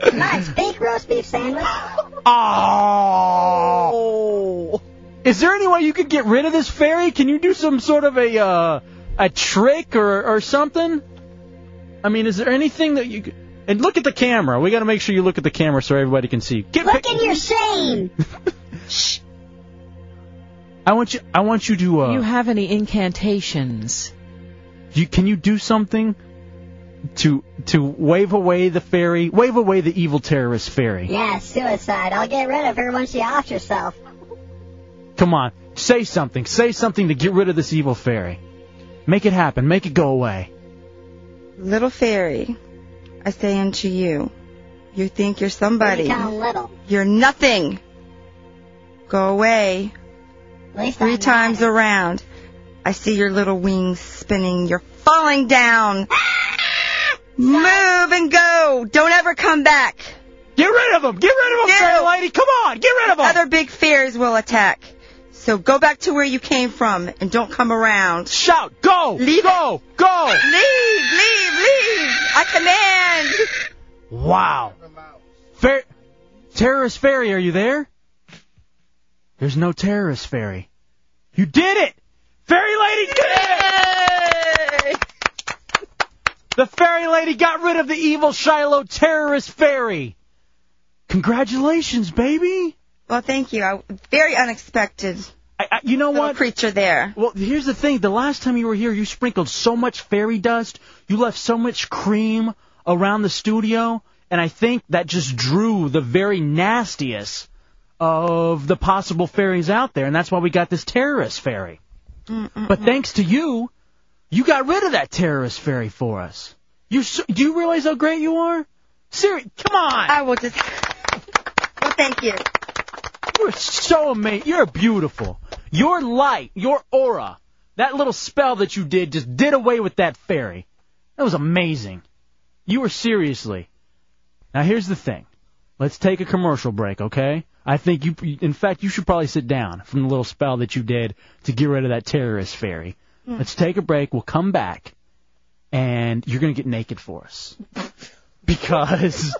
[SPEAKER 11] Nice fake roast beef sandwich.
[SPEAKER 3] Oh. Is there any way you could get rid of this fairy? Can you do some sort of a uh, a trick or or something? I mean, is there anything that you could? And look at the camera. We got to make sure you look at the camera so everybody can see. Get,
[SPEAKER 11] Look in your shame.
[SPEAKER 3] I want you. I want you to. Uh,
[SPEAKER 7] you have any incantations?
[SPEAKER 3] you can you do something to to wave away the fairy, wave away the evil terrorist fairy?
[SPEAKER 11] Yeah, suicide. I'll get rid of her once she offs herself.
[SPEAKER 3] Come on, say something. Say something to get rid of this evil fairy. Make it happen. Make it go away.
[SPEAKER 20] Little fairy, I say unto you, you think you're somebody.
[SPEAKER 11] Pretty town little.
[SPEAKER 20] You're nothing. Go away. Three times around. I see your little wings spinning. You're falling down. Move and go. Don't ever come back.
[SPEAKER 3] Get rid of them. Get rid of them, fairy lady. Come on. Get rid of them.
[SPEAKER 20] Other big fairies will attack. So go back to where you came from and don't come around.
[SPEAKER 3] Shout. Go.
[SPEAKER 20] Leave
[SPEAKER 3] go. Go. Leave. Leave.
[SPEAKER 20] Leave. I command.
[SPEAKER 3] Wow. Fair- terrorist fairy, are you there? There's no terrorist fairy. You did it! Fairy lady did it! The fairy lady got rid of the evil Shiloh terrorist fairy. Congratulations, baby.
[SPEAKER 20] Well, thank you. I, very unexpected.
[SPEAKER 3] I, I, you know
[SPEAKER 20] what? creature there.
[SPEAKER 3] Well, here's the thing. The last time you were here, you sprinkled so much fairy dust. You left so much cream around the studio. And I think that just drew the very nastiest of the possible fairies out there. And that's why we got this terrorist fairy. But thanks to you, you got rid of that terrorist fairy for us. You s do you realize how great you are? Siri, come on. I
[SPEAKER 20] will just. Well, thank you.
[SPEAKER 3] You're so amazing. You're beautiful. Your light, your aura, that little spell that you did just did away with that fairy. That was amazing. You were seriously. Now here's the thing. Let's take a commercial break, okay? I think you, in fact, you should probably sit down from the little spell that you did to get rid of that terrorist fairy.
[SPEAKER 20] Hmm.
[SPEAKER 30] Mm.
[SPEAKER 3] Let's take a break. We'll come back, and you're gonna get naked for us because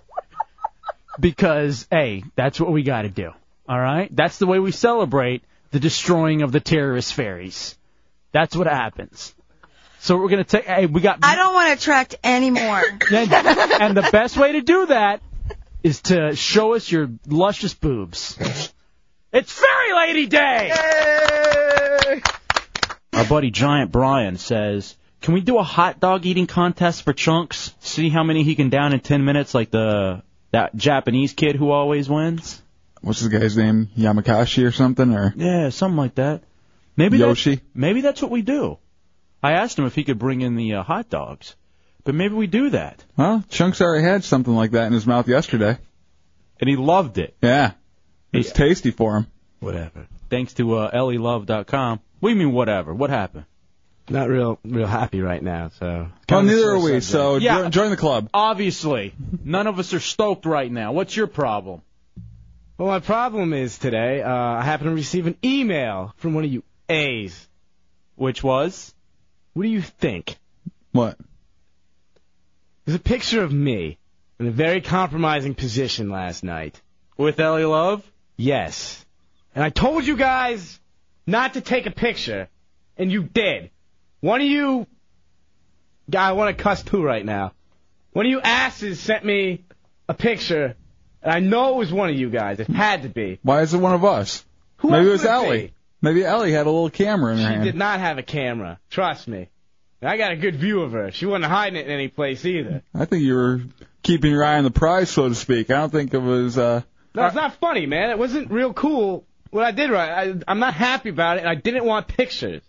[SPEAKER 3] because hey, that's what we got to do. All right, that's the way we celebrate the destroying of the terrorist fairies. That's what happens. So we're gonna take. Hey, we got.
[SPEAKER 20] I don't want to attract any more.
[SPEAKER 3] And, and the best way to do that is to show us your luscious boobs. It's Fairy Lady Day!
[SPEAKER 8] Our buddy Giant Brian says, "Can we do a hot dog eating contest for chunks? See how many he can down in 10 minutes, like the that Japanese kid who always wins."
[SPEAKER 6] What's the guy's name? Yamakashi or something or
[SPEAKER 8] Yeah, something like that. Maybe
[SPEAKER 6] Yoshi.
[SPEAKER 8] That's, maybe that's what we do. I asked him if he could bring in the uh, hot dogs, but maybe we do that.
[SPEAKER 6] Well, Chunks already had something like that in his mouth yesterday.
[SPEAKER 8] And he loved it.
[SPEAKER 6] Yeah. It was tasty for him.
[SPEAKER 8] Whatever. Thanks to uh, ellielove.com. What do you mean whatever? What happened?
[SPEAKER 4] Not real, real happy right now. So.
[SPEAKER 6] Well, neither are we, so
[SPEAKER 8] Yeah.
[SPEAKER 6] join, join the club.
[SPEAKER 8] Obviously, none of us are stoked right now. What's your problem?
[SPEAKER 4] Well, my problem is today. Uh, I happen to receive an email from one of you A's.
[SPEAKER 8] Which was?
[SPEAKER 4] What do you think?
[SPEAKER 6] What?
[SPEAKER 4] There's a picture of me in a very compromising position last night.
[SPEAKER 8] With Ellie Love?
[SPEAKER 4] Yes. And I told you guys not to take a picture, and you did. One of you. I want to cuss too right now. One of you asses sent me a picture, and I know it was one of you guys. It had to be.
[SPEAKER 6] Why is it one of us?
[SPEAKER 4] Who
[SPEAKER 6] Maybe
[SPEAKER 4] else
[SPEAKER 6] it was
[SPEAKER 4] would it
[SPEAKER 6] Ellie.
[SPEAKER 4] be?
[SPEAKER 6] Maybe Ellie had a little camera in her
[SPEAKER 4] She
[SPEAKER 6] hand.
[SPEAKER 4] did not have a camera. Trust me. And I got a good view of her. She wasn't hiding it in any place either.
[SPEAKER 6] I think you were keeping your eye on the prize, so to speak. I don't think it was. uh
[SPEAKER 4] No, it's not funny, man. It wasn't real cool. What I did right, I, I'm not happy about it, and I didn't want pictures.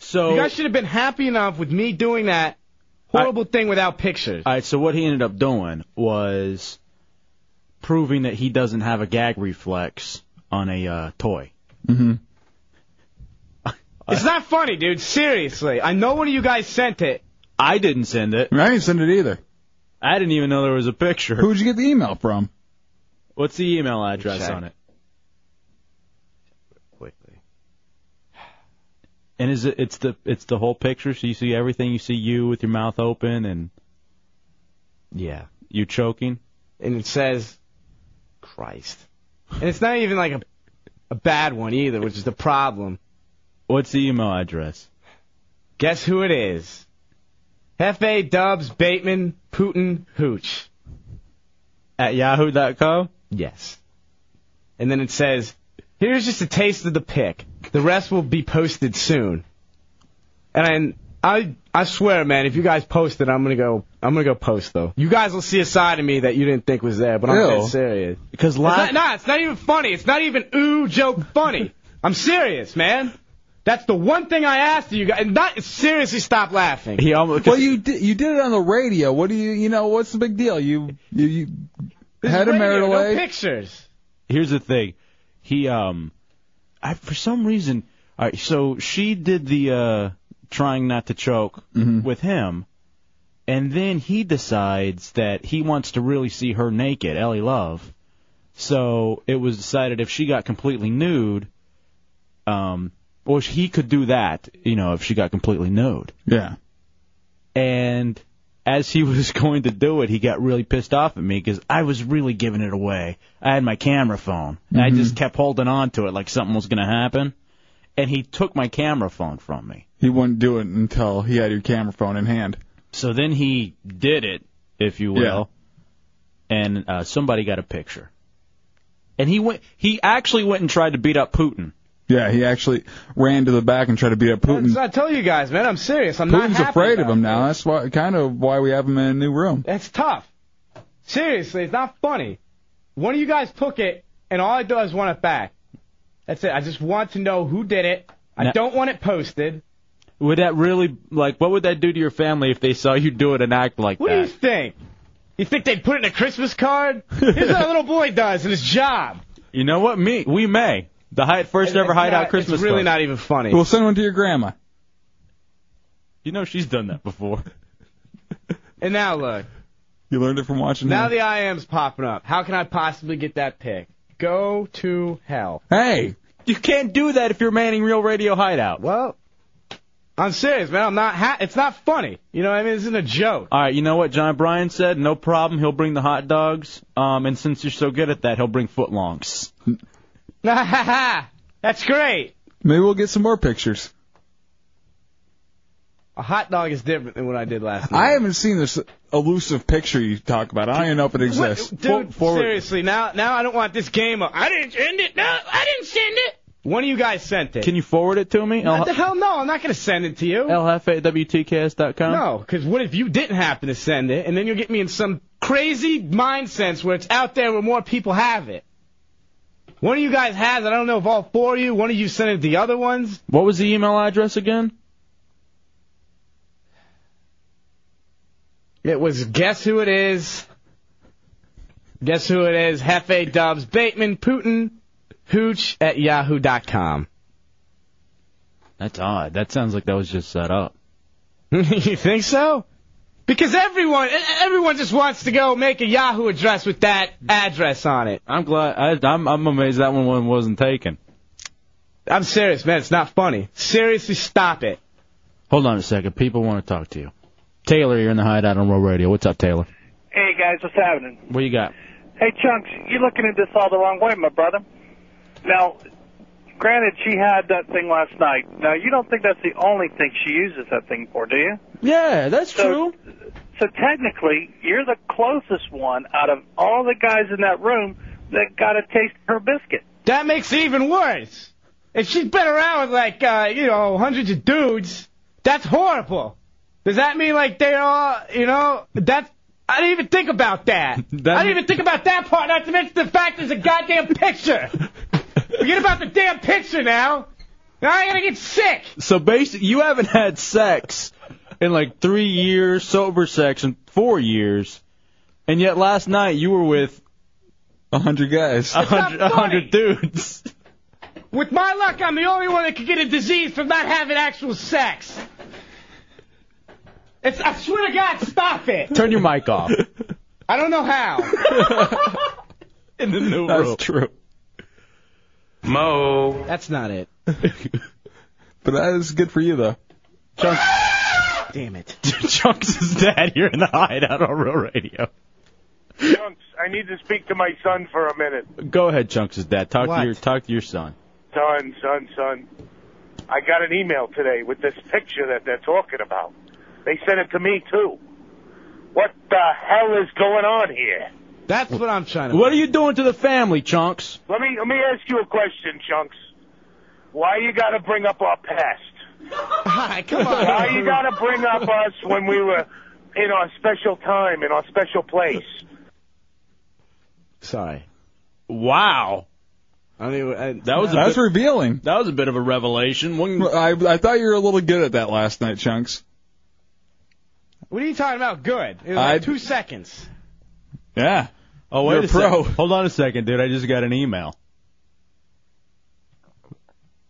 [SPEAKER 8] So
[SPEAKER 4] you guys should have been happy enough with me doing that horrible thing without pictures.
[SPEAKER 8] All right, so what he ended up doing was proving that he doesn't have a gag reflex on a uh, toy.
[SPEAKER 6] Mm-hmm.
[SPEAKER 4] It's not funny, dude. Seriously, I know one of you guys sent it.
[SPEAKER 8] I didn't send it.
[SPEAKER 6] I didn't send it either.
[SPEAKER 3] I didn't even know there was a picture.
[SPEAKER 6] Who'd you get the email from?
[SPEAKER 3] What's the email address
[SPEAKER 6] Check.
[SPEAKER 3] on it?
[SPEAKER 31] Quickly.
[SPEAKER 3] And is it? It's the it's the whole picture. So you see everything. You see you with your mouth open and
[SPEAKER 31] yeah,
[SPEAKER 3] you choking.
[SPEAKER 4] And it says, Christ. And it's not even like a, a bad one either, which is the problem.
[SPEAKER 3] What's the email address?
[SPEAKER 4] Guess who it is? Hefe, Dubs, Bateman, Putin, Hooch.
[SPEAKER 3] At yahoo.com?
[SPEAKER 4] Yes. And then it says, here's just a taste of the pick. The rest will be posted soon. And I, I, I swear, man, if you guys post it, I'm gonna go, I'm gonna go post though. You guys will see a side of me that you didn't think was there, but I'm
[SPEAKER 6] Ew.
[SPEAKER 4] dead serious.
[SPEAKER 3] Because
[SPEAKER 4] It's not, nah, it's not even funny. It's not even ooh joke funny. I'm serious, man. That's the one thing I asked you guys. Not seriously, stop laughing.
[SPEAKER 6] He almost. Well, you did. You did it on the radio. What do you? You know, what's the big deal? You you, you had a
[SPEAKER 4] radio,
[SPEAKER 6] married away.
[SPEAKER 4] No pictures.
[SPEAKER 3] Here's the thing. He um, I for some reason. All right, so she did the uh trying not to choke with him, and then he decides that he wants to really see her naked, Ellie Love. So it was decided if she got completely nude, um, or he could do that, you know, if she got completely nude.
[SPEAKER 6] Yeah.
[SPEAKER 3] And as he was going to do it, he got really pissed off at me because I was really giving it away. I had my camera phone, and I
[SPEAKER 4] Mm-hmm.
[SPEAKER 3] just kept holding on to it like something was going to happen. And he took my camera phone from me.
[SPEAKER 6] He wouldn't do it until he had your camera phone in hand.
[SPEAKER 3] So then he did it, if you will, and uh, somebody got a picture. And he went. He actually went and tried to beat up Putin.
[SPEAKER 6] Yeah, he actually ran to the back and tried to beat up Putin.
[SPEAKER 4] So I tell you guys, man, I'm serious. I'm not
[SPEAKER 6] Putin's
[SPEAKER 4] happy
[SPEAKER 6] afraid of
[SPEAKER 4] about
[SPEAKER 6] him now. That's why, kind of why we have him in a new room.
[SPEAKER 4] That's tough. Seriously, it's not funny. One of you guys took it, and all I do is want it back. That's it. I just want to know who did it. I
[SPEAKER 3] Now-
[SPEAKER 4] don't want it posted.
[SPEAKER 3] Would that really like? What would that do to your family if they saw you do it and act like
[SPEAKER 4] What do you
[SPEAKER 3] that?
[SPEAKER 4] think? You think they'd put it in a Christmas card? Here's what a little boy does in his job.
[SPEAKER 3] You know what? Me, we may the hi- first
[SPEAKER 4] It's
[SPEAKER 3] ever
[SPEAKER 4] not-
[SPEAKER 3] hideout
[SPEAKER 4] it's
[SPEAKER 3] Christmas.
[SPEAKER 4] really
[SPEAKER 3] card.
[SPEAKER 4] not even funny.
[SPEAKER 6] We'll send one to your grandma.
[SPEAKER 3] You know she's done that before.
[SPEAKER 4] And now look.
[SPEAKER 6] You learned it from watching
[SPEAKER 4] Now
[SPEAKER 6] him.
[SPEAKER 4] the IM's popping up. How can I possibly get that pick? Go to hell.
[SPEAKER 6] Hey,
[SPEAKER 3] you can't do that if you're manning Real Radio Hideout.
[SPEAKER 4] Well, I'm serious, man. I'm not. Ha- it's not funny. You know what I mean? This isn't a joke.
[SPEAKER 3] All right, you know what John Bryan said? No problem. He'll bring the hot dogs. Um, and since you're so good at that, he'll bring footlongs.
[SPEAKER 4] Ha ha ha! That's great.
[SPEAKER 6] Maybe we'll get some more pictures.
[SPEAKER 4] A hot dog is different than what I did last night.
[SPEAKER 6] I haven't seen this elusive picture you talk about. I don't know if it exists.
[SPEAKER 4] What-
[SPEAKER 6] For-
[SPEAKER 4] dude, seriously, now now I don't want this game. Up. I didn't send it. No, I didn't send it. One of you guys sent it.
[SPEAKER 3] Can you forward it to me?
[SPEAKER 4] What the hell? No, I'm not going to send it to you.
[SPEAKER 3] LFAWTKS.com?
[SPEAKER 4] No, because what if you didn't happen to send it, and then you'll get me in some crazy mind sense where it's out there where more people have it. One of you guys has it. I don't know if all four of you. One of you sent it to the other ones.
[SPEAKER 3] What was the email address again?
[SPEAKER 4] It was guess who it is. Guess who it is? Hefe Dubs Bateman Putin Hooch at Yahoo dot com.
[SPEAKER 3] That's odd. That sounds like that was just set up.
[SPEAKER 4] you think so? Because everyone, e, everyone just wants to go make a Yahoo address with that address on it.
[SPEAKER 3] I'm glad. I, I'm, I'm amazed that one, one wasn't taken.
[SPEAKER 4] I'm serious, man. It's not funny. Seriously, stop it.
[SPEAKER 3] Hold on a second. People want to talk to you. Taylor, you're in the Hideout on Roll Radio. What's up, Taylor?
[SPEAKER 13] Hey guys, what's happening?
[SPEAKER 3] What you got?
[SPEAKER 13] Hey Chunks, you're looking at this all the wrong way, my brother. Now, granted, she had that thing last night. Now, you don't think that's the only thing she uses that thing for, do you?
[SPEAKER 3] Yeah, that's
[SPEAKER 13] So- So technically, you're the closest one out of all the guys in that room that got a taste of her biscuit.
[SPEAKER 4] That makes it even worse. If she's been around with like, uh, you know, hundreds of dudes, that's horrible. Does that mean like they all, you know, that's, I didn't even think about that. I didn't even think about that part, not to mention the fact there's a goddamn picture. Forget about the damn picture now. Now I'm gonna get sick.
[SPEAKER 3] So basically, you haven't had sex in like three years, sober sex in four years, and yet last night you were with
[SPEAKER 6] a hundred guys,
[SPEAKER 3] a hundred, a hundred dudes.
[SPEAKER 4] With my luck, I'm the only one that could get a disease from not having actual sex. It's, I swear to God, stop it.
[SPEAKER 3] Turn your mic off.
[SPEAKER 8] I don't know how.
[SPEAKER 4] In the new That's
[SPEAKER 8] room.
[SPEAKER 4] true.
[SPEAKER 8] Mo. That's not it.
[SPEAKER 6] But that is good for you, though.
[SPEAKER 8] Damn it.
[SPEAKER 3] Chunks is dead. You're in the hideout on Real Radio.
[SPEAKER 9] Chunks, I need to speak to my son for a minute.
[SPEAKER 3] Go ahead, Chunks is dead. Talk
[SPEAKER 9] What?
[SPEAKER 3] to your talk to your son.
[SPEAKER 9] Son, son, son. I got an email today with this picture that they're talking about. They sent it to me too. What the hell is going on here?
[SPEAKER 8] That's what I'm trying
[SPEAKER 32] to. What are you doing to the family, Chunks?
[SPEAKER 9] Let me let me ask you a question, Chunks. Why you got to bring up our past?
[SPEAKER 8] come on.
[SPEAKER 9] Why you got to bring up us when we were in our special time, in our special place?
[SPEAKER 8] Sorry.
[SPEAKER 4] Wow.
[SPEAKER 8] I mean, I,
[SPEAKER 4] that was a
[SPEAKER 6] That's
[SPEAKER 4] bit,
[SPEAKER 6] revealing.
[SPEAKER 4] that was a bit of a revelation. One,
[SPEAKER 6] I I thought you were a little good at that last night, Chunks.
[SPEAKER 8] What are you talking about? Good. It was
[SPEAKER 6] I-
[SPEAKER 8] like two seconds.
[SPEAKER 6] Yeah.
[SPEAKER 3] Oh wait
[SPEAKER 6] You're
[SPEAKER 3] a
[SPEAKER 6] a pro.
[SPEAKER 3] sec. Hold on a second, dude. I just got an email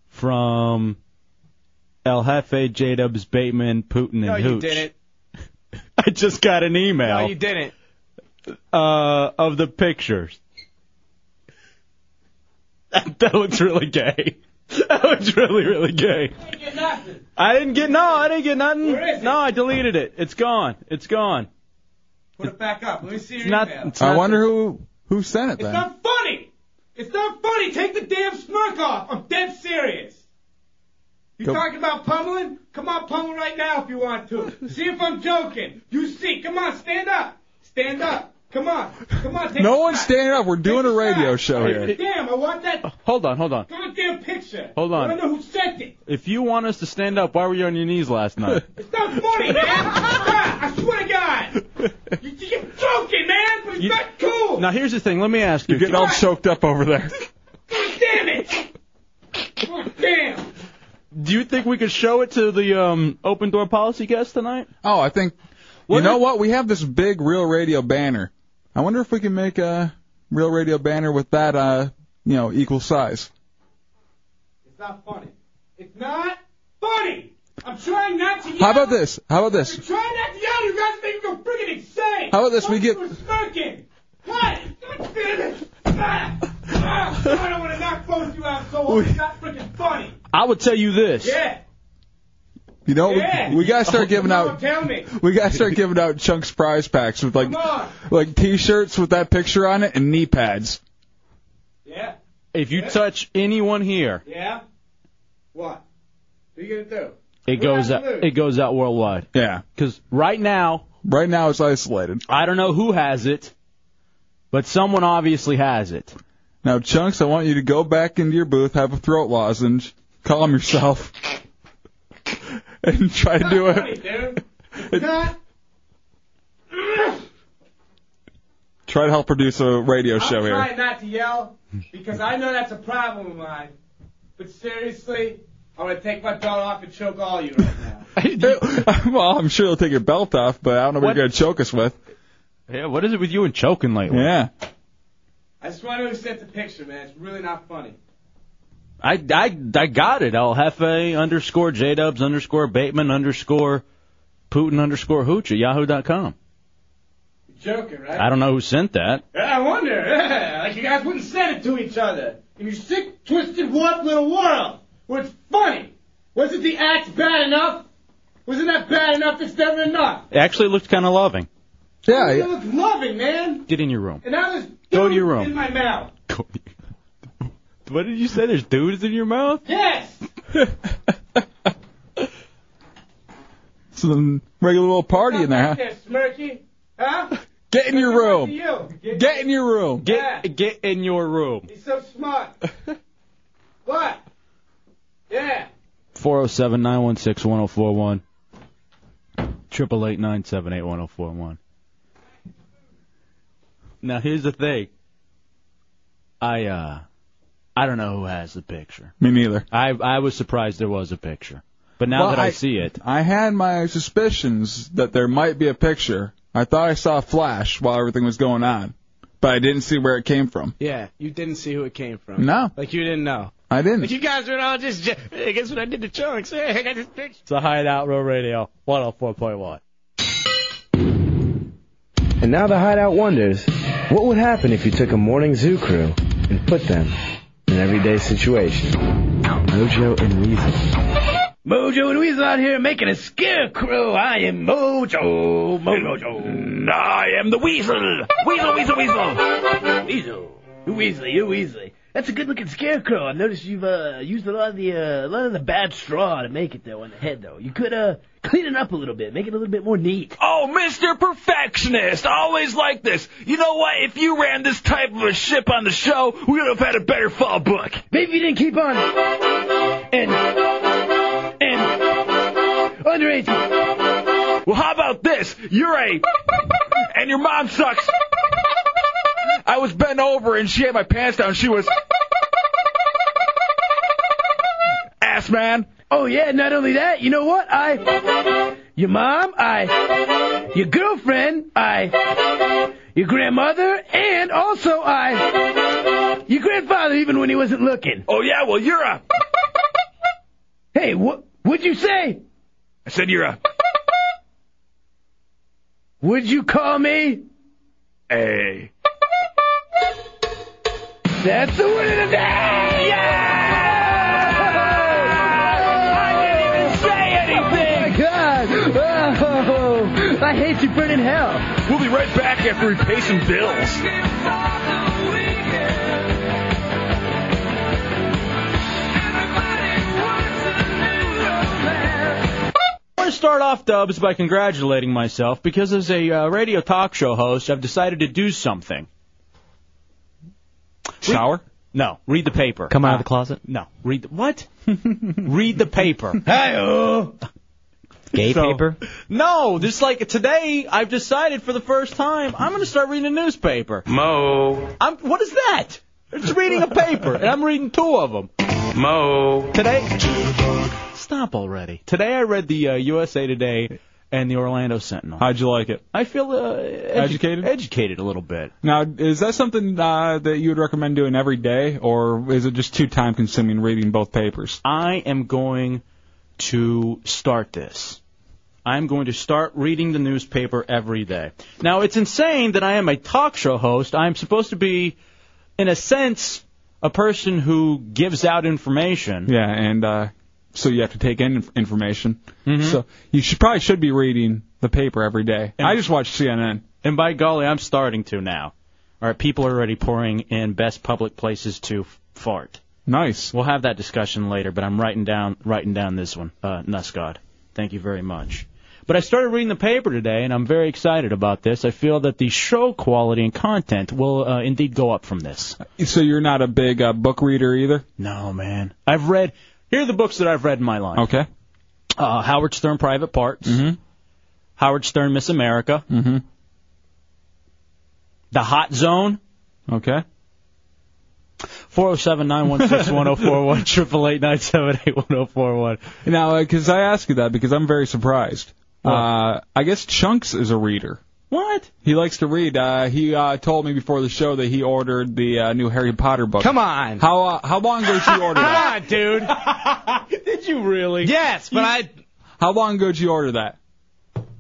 [SPEAKER 3] from El Jefe, J Dubs, Bateman, Putin, and
[SPEAKER 8] No, you
[SPEAKER 3] Hooch.
[SPEAKER 8] didn't.
[SPEAKER 3] I just got an email
[SPEAKER 8] No, you didn't.
[SPEAKER 3] uh, of the pictures. That, that looks really gay. That looks really really gay. I didn't get no. I didn't get nothing. No, I deleted it. It's gone. It's gone.
[SPEAKER 8] Put it back up. Let me see your
[SPEAKER 3] It's not-
[SPEAKER 8] email.
[SPEAKER 3] it's I not-
[SPEAKER 6] wonder who who sent it
[SPEAKER 8] It's
[SPEAKER 6] then.
[SPEAKER 8] not funny. It's not funny. Take the damn smirk off. I'm dead serious. You
[SPEAKER 6] Go-
[SPEAKER 8] talking about pummeling? Come on, pummel right now if you want to. See if I'm joking. You see? Come on, stand up. Stand up. Come on. Come on. Take
[SPEAKER 6] No
[SPEAKER 8] a
[SPEAKER 6] one's
[SPEAKER 8] shot.
[SPEAKER 6] standing up. We're doing a radio show here.
[SPEAKER 8] Damn, I want that
[SPEAKER 3] Hold on. Oh, Hold on.
[SPEAKER 8] goddamn picture.
[SPEAKER 3] Hold on.
[SPEAKER 8] I don't know who sent it.
[SPEAKER 3] If you want us to stand up, why were you on your knees last night?
[SPEAKER 8] It's not funny, man. Ah, I swear to God. You, you're joking, man. But it's not cool.
[SPEAKER 3] now here's the thing. Let me ask you.
[SPEAKER 6] You're getting all choked up over there.
[SPEAKER 8] God damn it. God damn.
[SPEAKER 3] Do you think we could show it to the um, open door policy guest tonight?
[SPEAKER 6] Oh, I think. you know what? We have this big Real Radio banner. I wonder if we can make a Real Radio banner with that, uh, you know, equal size.
[SPEAKER 8] It's not funny. It's not funny. I'm trying not to yell.
[SPEAKER 6] How about this? How about this?
[SPEAKER 8] Try not to yell. You guys think you're freaking insane.
[SPEAKER 6] How about this? We
[SPEAKER 8] Both
[SPEAKER 6] get-
[SPEAKER 8] of you are smirking. What? God damn it. Ah, ah, I don't want to knock both of you out so hard. It's not freaking funny.
[SPEAKER 3] I would tell you this.
[SPEAKER 8] Yeah.
[SPEAKER 6] You know,
[SPEAKER 8] Yeah.
[SPEAKER 6] we, we gotta start giving
[SPEAKER 8] Come on,
[SPEAKER 6] out.
[SPEAKER 8] Tell me.
[SPEAKER 6] We gotta start giving out chunks prize packs with like,
[SPEAKER 8] Come on.
[SPEAKER 6] like T-shirts with that picture on it and knee pads.
[SPEAKER 8] Yeah.
[SPEAKER 3] If you touch anyone here,
[SPEAKER 8] Yeah. What? What are you gonna do?
[SPEAKER 3] it goes out. It goes out worldwide.
[SPEAKER 6] Yeah.
[SPEAKER 3] Because right now,
[SPEAKER 6] right now it's isolated.
[SPEAKER 3] I don't know who has it, but someone obviously has it.
[SPEAKER 6] Now, chunks, I want you to go back into your booth, have a throat lozenge, calm yourself, and try to do
[SPEAKER 8] Funny,
[SPEAKER 6] it.
[SPEAKER 8] dude. It's not.
[SPEAKER 6] Try to help produce a radio show
[SPEAKER 8] I'm
[SPEAKER 6] here.
[SPEAKER 8] trying not to yell because I know that's a problem of mine. But seriously, I'm gonna take my belt off and choke all you right now.
[SPEAKER 6] well, I'm sure they'll take your belt off, but I don't know what,
[SPEAKER 3] What?
[SPEAKER 6] you're gonna choke us with.
[SPEAKER 3] Yeah. What is it with you and choking lately?
[SPEAKER 6] Yeah.
[SPEAKER 8] I just want to accept the picture, man. It's really not funny.
[SPEAKER 3] I, I, I got it. El Jefe underscore J Dubs underscore Bateman underscore Putin underscore Hooch at Yahoo dot com.
[SPEAKER 8] You're joking, right?
[SPEAKER 3] I don't know who sent that.
[SPEAKER 8] Yeah, I wonder. Yeah, like you guys wouldn't send it to each other in your sick, twisted, warped little world where it's funny. Wasn't the act bad enough? Wasn't that bad enough? It's never enough.
[SPEAKER 3] It actually looked kind of loving.
[SPEAKER 8] It was loving, man.
[SPEAKER 3] Get in your room.
[SPEAKER 8] And now there's
[SPEAKER 3] Go to your
[SPEAKER 8] in
[SPEAKER 3] room.
[SPEAKER 8] my mouth.
[SPEAKER 3] What did you say? There's dudes in your mouth?
[SPEAKER 8] Yes.
[SPEAKER 6] Some regular little party in there.
[SPEAKER 8] Right
[SPEAKER 6] Huh?
[SPEAKER 8] there, Smirky. Huh?
[SPEAKER 6] Get in your
[SPEAKER 8] To
[SPEAKER 6] room.
[SPEAKER 8] you. Get,
[SPEAKER 6] Get in your room.
[SPEAKER 8] Get-
[SPEAKER 3] get in your room.
[SPEAKER 8] He's so smart. what? Yeah.
[SPEAKER 3] 407 916 1041. 888 978 1041. Now, here's the thing. I, uh, I don't know who has the picture.
[SPEAKER 6] Me neither.
[SPEAKER 3] I, I was surprised there was a picture. But now
[SPEAKER 6] Well,
[SPEAKER 3] that I,
[SPEAKER 6] I-
[SPEAKER 3] see it,
[SPEAKER 6] I had my suspicions that there might be a picture. I thought I saw a flash while everything was going on, but I didn't see where it came from.
[SPEAKER 8] Yeah, you didn't see who it came from.
[SPEAKER 6] No,
[SPEAKER 8] Like you didn't know.
[SPEAKER 6] I didn't.
[SPEAKER 8] But you guys were all just, j- hey, guess what I did to Chunks? Hey, I got this picture.
[SPEAKER 3] oh it's a hideout row radio 104.1.
[SPEAKER 33] And now the hideout wonders what would happen if you took a morning zoo crew and put them in an everyday situation? Mojo and Weasel.
[SPEAKER 8] Mojo and Weasel out here making a scarecrow. I am Mojo, Mojo. And I am the Weasel. Weasel, Weasel, Weasel. Weasel. You Weasley, you Weasley. That's a good-looking scarecrow. I noticed you've uh, used a lot of the uh, a lot of the bad straw to make it though on the head though. You could uh, clean it up a little bit, make it a little bit more neat.
[SPEAKER 34] Oh, Mr. Perfectionist, always like this. You know what? If you ran this type of a ship on the show, we would have had a better fall book.
[SPEAKER 8] Maybe you didn't keep on. And and underage.
[SPEAKER 34] Well, how about this? You're a and your mom sucks. I was bent over and she had my pants down. She was ass man.
[SPEAKER 8] Oh yeah, not only that, you know what? I your mom, I your girlfriend, I your grandmother, and also I your grandfather even when he wasn't looking.
[SPEAKER 34] Oh yeah, well you're a.
[SPEAKER 8] Hey, what would you say?
[SPEAKER 34] I said you're a.
[SPEAKER 8] Would you call me?
[SPEAKER 34] A.
[SPEAKER 8] That's the win of the day! Oh, I hate you burning hell.
[SPEAKER 34] We'll be right back after we pay some bills.
[SPEAKER 3] I want to start off, Dubs, by congratulating myself because as a uh, radio talk show host, I've decided to do something. Shower? no. Read the paper. Ah,
[SPEAKER 35] Come out of the closet?
[SPEAKER 3] No. Read the, what? read the paper.
[SPEAKER 8] Hey.
[SPEAKER 35] Gay
[SPEAKER 3] So-
[SPEAKER 35] paper?
[SPEAKER 3] No, just like today, I've decided for the first time I'm going to start reading a newspaper.
[SPEAKER 34] Mo.
[SPEAKER 3] I'm. What is that? It's reading a paper, and I'm reading two of them. Mo. Today. Stop already. Today I read the uh, USA Today and the Orlando Sentinel.
[SPEAKER 6] How'd you like it?
[SPEAKER 3] I feel uh, edu-
[SPEAKER 6] Educated?
[SPEAKER 3] Educated a little bit.
[SPEAKER 6] Now, is that something uh, that you would recommend doing every day, or is it just too time consuming reading both papers?
[SPEAKER 3] I am going to start this. I'm going to start reading the newspaper every day. Now, it's insane that I am a talk show host. I'm supposed to be, in a sense, a person who gives out information.
[SPEAKER 6] Yeah, and uh, so you have to take in inf- information.
[SPEAKER 3] Mm-hmm.
[SPEAKER 6] So you should probably should be reading the paper every day. I just watch CNN.
[SPEAKER 3] And by golly, I'm starting to now. All right, people are already pouring in best public places to f- fart.
[SPEAKER 6] Nice.
[SPEAKER 3] We'll have that discussion later, but I'm writing down writing down this one. Uh, Nussgod, thank you very much. But I started reading the paper today, and I'm very excited about this. I feel that the show quality and content will uh, indeed go up from this.
[SPEAKER 6] So you're not a big uh, book reader either.
[SPEAKER 3] No, man. I've read. Here are the books that I've read in my life.
[SPEAKER 6] Okay.
[SPEAKER 3] Uh, Howard Stern, Private Parts. Mm-hmm. Howard Stern, Miss America.
[SPEAKER 6] Mm-hmm.
[SPEAKER 3] The Hot Zone.
[SPEAKER 6] Okay.
[SPEAKER 3] Four zero seven nine one six
[SPEAKER 6] oh
[SPEAKER 3] one zero four one triple eight nine seven eight one zero four one.
[SPEAKER 6] Now, because I ask you that because I'm very surprised. Uh, I guess Chunks is a reader.
[SPEAKER 3] What?
[SPEAKER 6] He likes to read. Uh, he uh, told me before the show that he ordered the uh, new Harry Potter book.
[SPEAKER 4] Come on.
[SPEAKER 6] How uh, how long ago did you order that?
[SPEAKER 4] God, dude.
[SPEAKER 3] Did you really?
[SPEAKER 4] Yes, but I.
[SPEAKER 6] How long ago did you order that?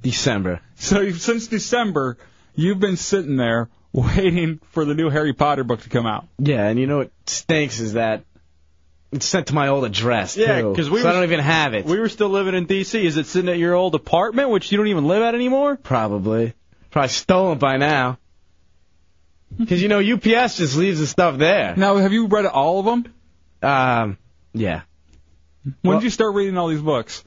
[SPEAKER 4] December.
[SPEAKER 6] So you've- since December, you've been sitting there waiting for the new Harry Potter book to come out.
[SPEAKER 4] Yeah, and you know what stinks is that it's sent to my old address
[SPEAKER 3] Yeah,
[SPEAKER 4] too.
[SPEAKER 3] 'cause we
[SPEAKER 4] so
[SPEAKER 3] were-
[SPEAKER 4] I don't even have it.
[SPEAKER 3] We were still living in D.C. Is it sitting at your old apartment, which you don't even live at anymore?
[SPEAKER 4] Probably. Probably stolen by now. Because you know UPS just leaves the stuff there.
[SPEAKER 6] Now, have you read all of them?
[SPEAKER 4] Um, yeah.
[SPEAKER 6] When did you start reading all these books?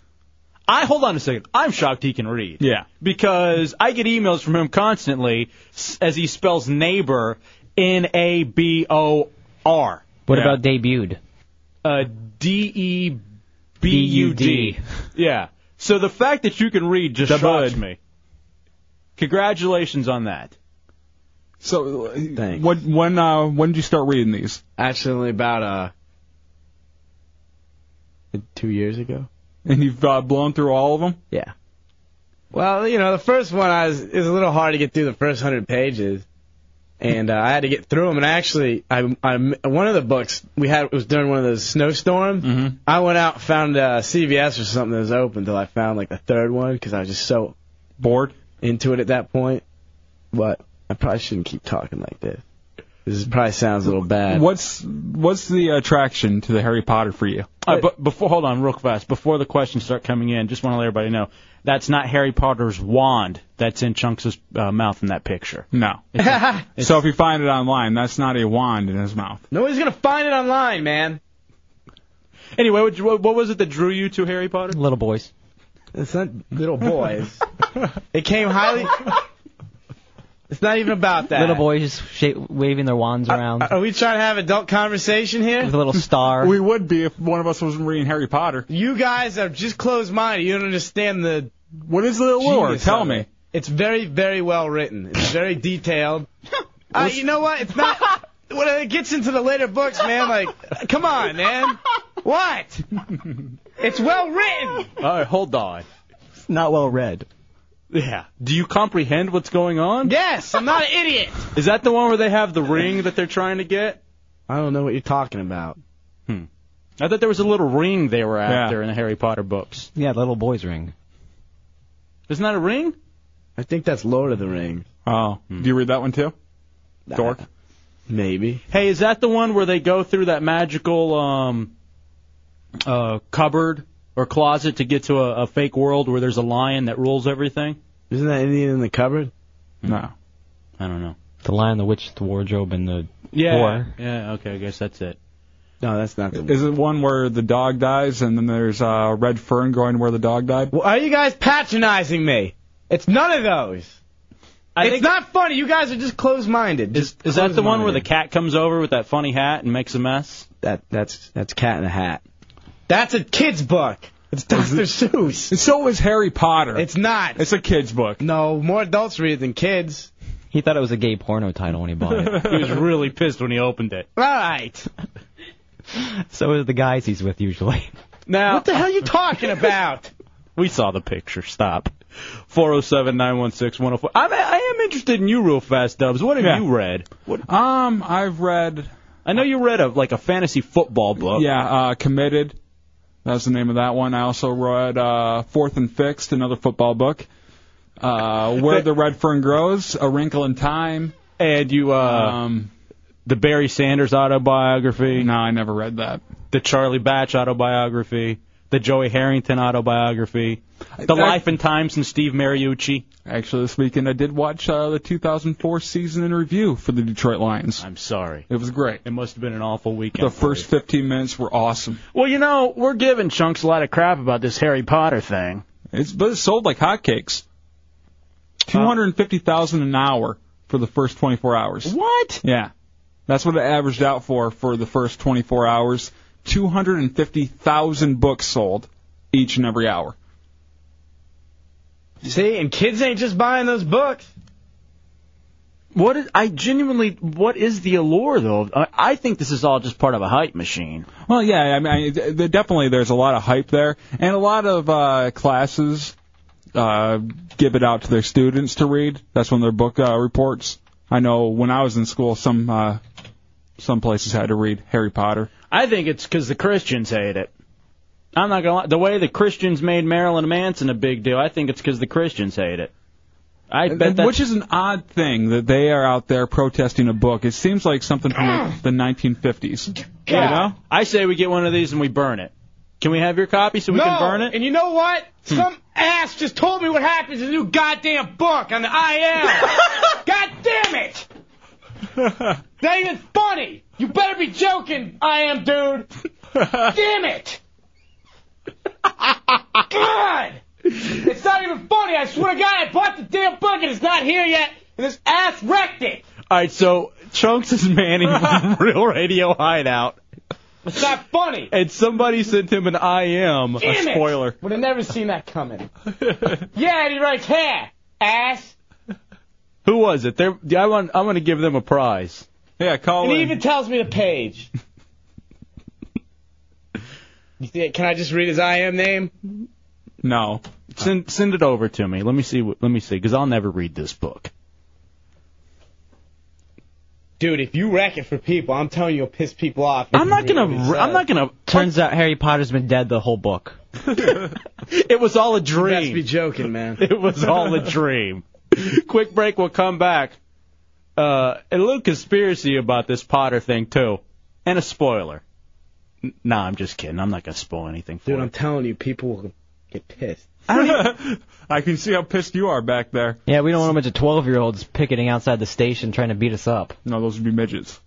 [SPEAKER 3] I hold on a second. I'm shocked he can read.
[SPEAKER 6] Yeah.
[SPEAKER 3] Because I get emails from him constantly s- as he spells neighbor N A B O R.
[SPEAKER 35] What about debuted?
[SPEAKER 3] Uh, D E B U D. Yeah. So the fact that you can read just shocks me. Congratulations on that.
[SPEAKER 6] So uh, what when uh, when did you start reading these?
[SPEAKER 4] Actually, only about uh two years ago.
[SPEAKER 6] And you've uh, blown through all of them?
[SPEAKER 4] Yeah. Well, you know, the first one I was it was a little hard to get through the first hundred pages, and uh, I had to get through them. And actually, I, I one of the books we had it was during one of those snowstorms. I went out and found uh, CVS or something that was open until I found like the third one because I was just so
[SPEAKER 6] bored
[SPEAKER 4] into it at that point. What? I probably shouldn't keep talking like this. This is- probably sounds a little bad.
[SPEAKER 6] What's what's the attraction to the Harry Potter for you?
[SPEAKER 3] All right, but before, hold on, real fast. Before the questions start coming in, just want to let everybody know that's not Harry Potter's wand that's in Chunks' uh, mouth in that picture.
[SPEAKER 6] No. so if you find it online, that's not a wand in his mouth.
[SPEAKER 4] Nobody's gonna find it online, man.
[SPEAKER 3] Anyway, what, what what was it that drew you to Harry Potter?
[SPEAKER 36] Little boys.
[SPEAKER 4] It's not little boys. it came highly. It's not even about that.
[SPEAKER 36] Little boys just sh- waving their wands around
[SPEAKER 4] Are we trying to have adult conversation here?
[SPEAKER 36] Um, with a little star.
[SPEAKER 6] We would be if one of us wasn't reading Harry Potter.
[SPEAKER 4] You guys are just closed minded. You don't understand the.
[SPEAKER 6] What is Little War? Tell me.
[SPEAKER 4] It's very, very well written. It's very detailed. uh, you know what? It's not. When it gets into the later books, man, like, come on, man. What? It's well written.
[SPEAKER 3] All right, hold on.
[SPEAKER 37] It's not well read.
[SPEAKER 3] Yeah. Do you comprehend what's going on?
[SPEAKER 4] Yes, I'm not an idiot.
[SPEAKER 3] Is that the one where they have the ring that they're trying to get?
[SPEAKER 4] I don't know what you're talking about.
[SPEAKER 3] Hmm. I thought there was a little ring they were
[SPEAKER 37] Yeah.
[SPEAKER 3] after in the Harry Potter books.
[SPEAKER 37] Yeah, the little boy's ring.
[SPEAKER 3] Isn't that a ring?
[SPEAKER 4] I think that's Lord of the Rings.
[SPEAKER 6] Oh,
[SPEAKER 3] Hmm.
[SPEAKER 6] do you read that one too? Dork.
[SPEAKER 4] Maybe.
[SPEAKER 3] Hey, is that the one where they go through that magical um, uh, cupboard or closet to get to a, a fake world where there's a lion that rules everything?
[SPEAKER 4] Isn't that Indian in the cupboard?
[SPEAKER 6] No.
[SPEAKER 3] I don't know.
[SPEAKER 7] The Lion, the Witch, the Wardrobe, and the
[SPEAKER 3] Yeah.
[SPEAKER 7] Whore.
[SPEAKER 3] Yeah. Okay. I guess that's it.
[SPEAKER 4] No, that's not the
[SPEAKER 6] Is it one where the dog dies and then there's uh, red fern growing where the dog died?
[SPEAKER 4] Well, are you guys patronizing me? It's none of those. it's not funny. You guys are just closed-minded. Is,
[SPEAKER 3] Is that the one where the cat comes over with that funny hat and makes a mess?
[SPEAKER 4] That that's that's Cat in a Hat. That's a kid's book. It's Dr. Seuss.
[SPEAKER 6] So is Harry Potter.
[SPEAKER 4] It's not.
[SPEAKER 6] It's a kid's book.
[SPEAKER 4] No, more adults read it than kids.
[SPEAKER 7] He thought it was a gay porno title when he bought it.
[SPEAKER 3] he was really pissed when he opened it.
[SPEAKER 4] All right.
[SPEAKER 7] so is the guys he's with usually.
[SPEAKER 3] Now,
[SPEAKER 4] what the hell are you talking about?
[SPEAKER 3] We saw the picture. Stop. 407 916 104. I'm, I am interested in you real fast, Dubs. What have
[SPEAKER 6] Yeah.
[SPEAKER 3] you read?
[SPEAKER 6] Um, I've read.
[SPEAKER 3] I know you read a like a fantasy football book.
[SPEAKER 6] Yeah, uh, Committed. That's the name of that one. I also read uh, Fourth and Fixed, another football book. Uh, Where the Red Fern Grows, A Wrinkle in Time. Um,
[SPEAKER 3] And you, uh, the Barry Sanders autobiography.
[SPEAKER 6] No, I never read that.
[SPEAKER 3] The Charlie Batch autobiography. The Joey Harrington autobiography. The
[SPEAKER 6] I-
[SPEAKER 3] Life and Times and Steve Mariucci.
[SPEAKER 6] Actually, this weekend I did watch uh, the 2004 season in review for the Detroit Lions.
[SPEAKER 3] I'm sorry.
[SPEAKER 6] It was great.
[SPEAKER 3] It must have been an awful weekend.
[SPEAKER 6] The first 15 minutes were awesome.
[SPEAKER 3] Well, you know, we're giving Chunks a lot of crap about this Harry Potter thing.
[SPEAKER 6] It's but it sold like hotcakes. 250,000 an hour for the first 24 hours.
[SPEAKER 3] What?
[SPEAKER 6] Yeah. That's what it averaged out for for the first 24 hours. 250,000 books sold each and every hour.
[SPEAKER 4] See, and kids ain't just buying those books.
[SPEAKER 3] What is I genuinely what is the allure though? I, I think this is all just part of a hype machine.
[SPEAKER 6] Well, yeah, I mean, I, there definitely there's a lot of hype there, and a lot of uh, classes uh, give it out to their students to read. That's one of their book uh, reports. I know when I was in school, some uh, some places had to read Harry Potter.
[SPEAKER 3] I think it's because the Christians hate it. I'm not gonna lie. The way the Christians made Marilyn Manson a big deal, I think it's because the Christians hate it. I bet that's,
[SPEAKER 6] Which is an odd thing that they are out there protesting a book. It seems like something from the 1950s.
[SPEAKER 3] yeah. I say we get one of these and we burn it. Can we have your copy so we
[SPEAKER 4] no.
[SPEAKER 3] can burn it? Hmm.
[SPEAKER 4] And you know what? Some ass just told me what happens in the new goddamn book on the IL. God damn it! Not even funny. You better be joking. I am, dude. damn it! God, it's not even funny. I swear to God, I bought the damn book and it's not here yet. And this ass wrecked it.
[SPEAKER 3] All right, so Chunks is manning Real Radio Hideout,
[SPEAKER 4] It's not funny.
[SPEAKER 3] and somebody sent him an I am a
[SPEAKER 4] Damn it.
[SPEAKER 3] spoiler.
[SPEAKER 4] Would have never seen that coming. yeah, and he writes hair. Ass.
[SPEAKER 3] Who was it? They're, I want. I want to give them a prize.
[SPEAKER 6] Yeah, call
[SPEAKER 4] And he
[SPEAKER 6] in.
[SPEAKER 4] even tells me the page. You think- Can I just read his IM name?
[SPEAKER 6] no.
[SPEAKER 3] Send send it over to me. Let me see. what- Let me see, because I'll never read this book.
[SPEAKER 4] Dude, if you wreck it for people, I'm telling you, you'll piss people off.
[SPEAKER 3] I'm not gonna. re- I'm not gonna.
[SPEAKER 7] Turns out Harry Potter's been dead the whole book.
[SPEAKER 3] It was all a
[SPEAKER 4] You must be
[SPEAKER 3] dream.
[SPEAKER 4] joking, man.
[SPEAKER 3] It was all a dream. Quick break, we'll come back. Uh, a little conspiracy about this Potter thing, too. And a spoiler.
[SPEAKER 38] N- Nah, I'm just kidding. I'm not gonna spoil anything for
[SPEAKER 4] Dude, I'm telling you, people will get pissed.
[SPEAKER 6] I can see how pissed you are back there.
[SPEAKER 7] Yeah, we don't want a bunch of 12 year olds picketing outside the station trying to beat us up.
[SPEAKER 6] No, those would be midgets.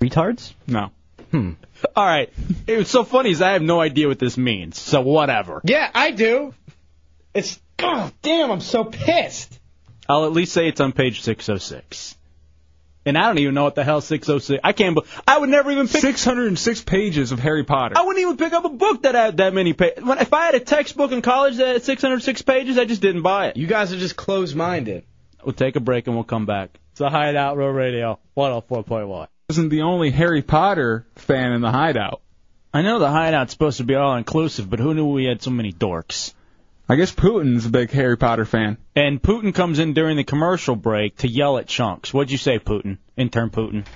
[SPEAKER 7] Retards?
[SPEAKER 6] No.
[SPEAKER 7] Hmm.
[SPEAKER 3] All right. It was so funny is I have no idea what this means. So whatever.
[SPEAKER 4] Yeah, I do. It's oh damn, I'm so pissed.
[SPEAKER 3] I'll at least say it's on page 606. And I don't even know what the hell 606. I can't. be- I would never even pick
[SPEAKER 6] 606 pages of Harry Potter.
[SPEAKER 3] I wouldn't even pick up a book that had that many pages. When, if I had a textbook in college that had 606 pages, I just didn't buy it.
[SPEAKER 4] You guys are just closed-minded.
[SPEAKER 3] We'll take a break and we'll come back. It's a Hideout Row Radio 104.1.
[SPEAKER 6] Wasn't the only Harry Potter fan in the hideout.
[SPEAKER 38] I know the hideout's supposed to be all inclusive, but who knew we had so many dorks?
[SPEAKER 6] I guess Putin's a big Harry Potter fan.
[SPEAKER 3] And Putin comes in during the commercial break to yell at Chunks. What'd you say, Putin? Intern Putin.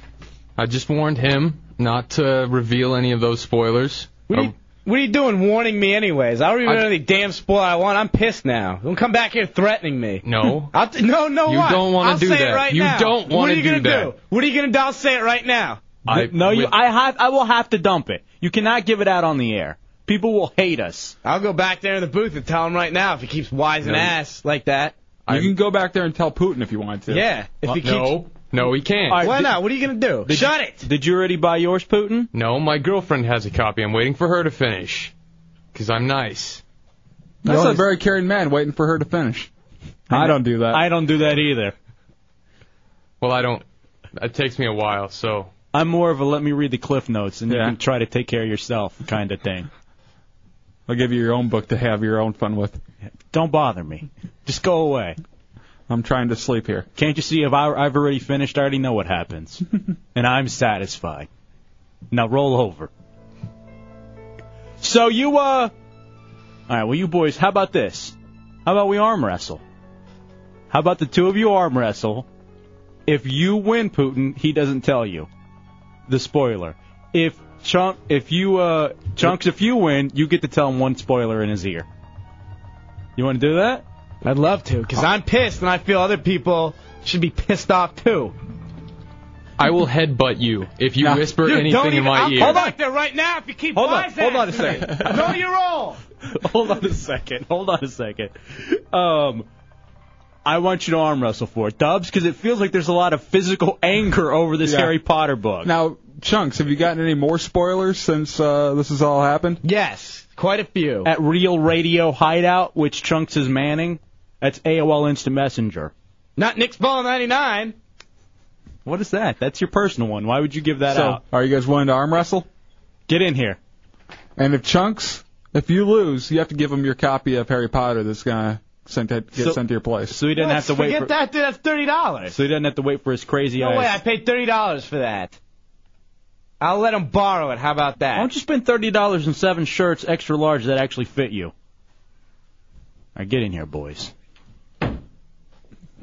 [SPEAKER 18] I just warned him not to reveal any of those spoilers. Oh,
[SPEAKER 4] What are you doing warning me anyways? I don't even
[SPEAKER 18] I-
[SPEAKER 4] know any damn spoil I want. I'm pissed now. Don't come back here threatening me.
[SPEAKER 18] No.
[SPEAKER 4] I'll t- no, no,
[SPEAKER 18] You
[SPEAKER 4] what?
[SPEAKER 18] don't wanna
[SPEAKER 4] I'll
[SPEAKER 18] do
[SPEAKER 4] say It
[SPEAKER 18] that.
[SPEAKER 4] right
[SPEAKER 18] You
[SPEAKER 4] now.
[SPEAKER 18] don't
[SPEAKER 4] What
[SPEAKER 18] wanna
[SPEAKER 4] are you
[SPEAKER 18] do
[SPEAKER 4] gonna
[SPEAKER 18] that.
[SPEAKER 4] do? What are you gonna do? I'll say it right now.
[SPEAKER 3] I, no, you. I have. I will have to dump it. You cannot give it out on the air. People will hate us.
[SPEAKER 4] I'll go back there in the booth and tell him right now if he keeps wise an
[SPEAKER 6] No.
[SPEAKER 4] ass like that.
[SPEAKER 6] You can go back there and tell Putin if you want to.
[SPEAKER 4] Yeah, if he keeps-
[SPEAKER 18] Oh. no. No, he can't.
[SPEAKER 4] All right, Why not? What are you gonna do? Shut it.
[SPEAKER 3] Did you already buy yours, Putin?
[SPEAKER 18] No, my girlfriend has a copy. I'm waiting for her to finish. Because I'm nice.
[SPEAKER 6] That's a very caring man waiting for her to finish. I don't do that.
[SPEAKER 3] I don't do that either.
[SPEAKER 18] Well, I don't. It takes me a while, so.
[SPEAKER 3] I'm more of a let me read the cliff notes and you can try to take care of yourself kind of thing.
[SPEAKER 6] I'll give you your own book to have your own fun with.
[SPEAKER 3] Don't bother me. Just go away.
[SPEAKER 6] I'm trying to sleep here.
[SPEAKER 3] Can't you see if I, I've already finished? I already know what happens, and I'm satisfied. Now roll over. So you uh, all right. Well, you boys, how about this? How about we arm wrestle? How about the two of you arm wrestle? If you win, Putin, he doesn't tell you. The spoiler. If chunk, if you uh, chunks, if you win, you get to tell him one spoiler in his ear. You want to do that?
[SPEAKER 4] I'd love to, because I'm pissed and I feel other people should be pissed off too.
[SPEAKER 18] I will headbutt you if you whisper
[SPEAKER 4] Dude,
[SPEAKER 18] anything
[SPEAKER 4] don't
[SPEAKER 18] in
[SPEAKER 4] even-
[SPEAKER 18] my
[SPEAKER 4] I'll
[SPEAKER 18] ear.
[SPEAKER 4] go back there right now if you keep
[SPEAKER 3] Hold on,
[SPEAKER 4] wise
[SPEAKER 3] hold on a
[SPEAKER 4] ass.
[SPEAKER 3] second.
[SPEAKER 4] Know your role.
[SPEAKER 3] hold on a second. Hold on a second. Um, I want you to arm wrestle for it, Dubs, because it feels like there's a lot of physical anger over this
[SPEAKER 6] Yeah.
[SPEAKER 3] Harry Potter book.
[SPEAKER 6] Now, Chunks, have you gotten any more spoilers since uh, this has all happened?
[SPEAKER 4] Yes, quite a few.
[SPEAKER 3] At Real Radio Hideout, which Chunks is manning, that's AOL Instant Messenger.
[SPEAKER 4] Not Nick's Ball 99.
[SPEAKER 3] What is that? That's your personal one. Why would you give that
[SPEAKER 6] so,
[SPEAKER 3] out?
[SPEAKER 6] are you guys willing to arm wrestle?
[SPEAKER 3] Get in here.
[SPEAKER 6] And if Chunks, if you lose, you have to give him your copy of Harry Potter that's gonna sent to, get
[SPEAKER 3] So-
[SPEAKER 6] sent to your place.
[SPEAKER 3] So he doesn't have to wait.
[SPEAKER 4] Forget
[SPEAKER 3] For,
[SPEAKER 4] that, dude. That's thirty dollars.
[SPEAKER 3] So he doesn't have to wait for his crazy
[SPEAKER 4] No
[SPEAKER 3] eyes.
[SPEAKER 4] way. I paid thirty dollars for that. I'll let him borrow it. How about that?
[SPEAKER 3] Why don't you spend thirty dollars on seven shirts, extra large, that actually fit you? All right, get in here, boys.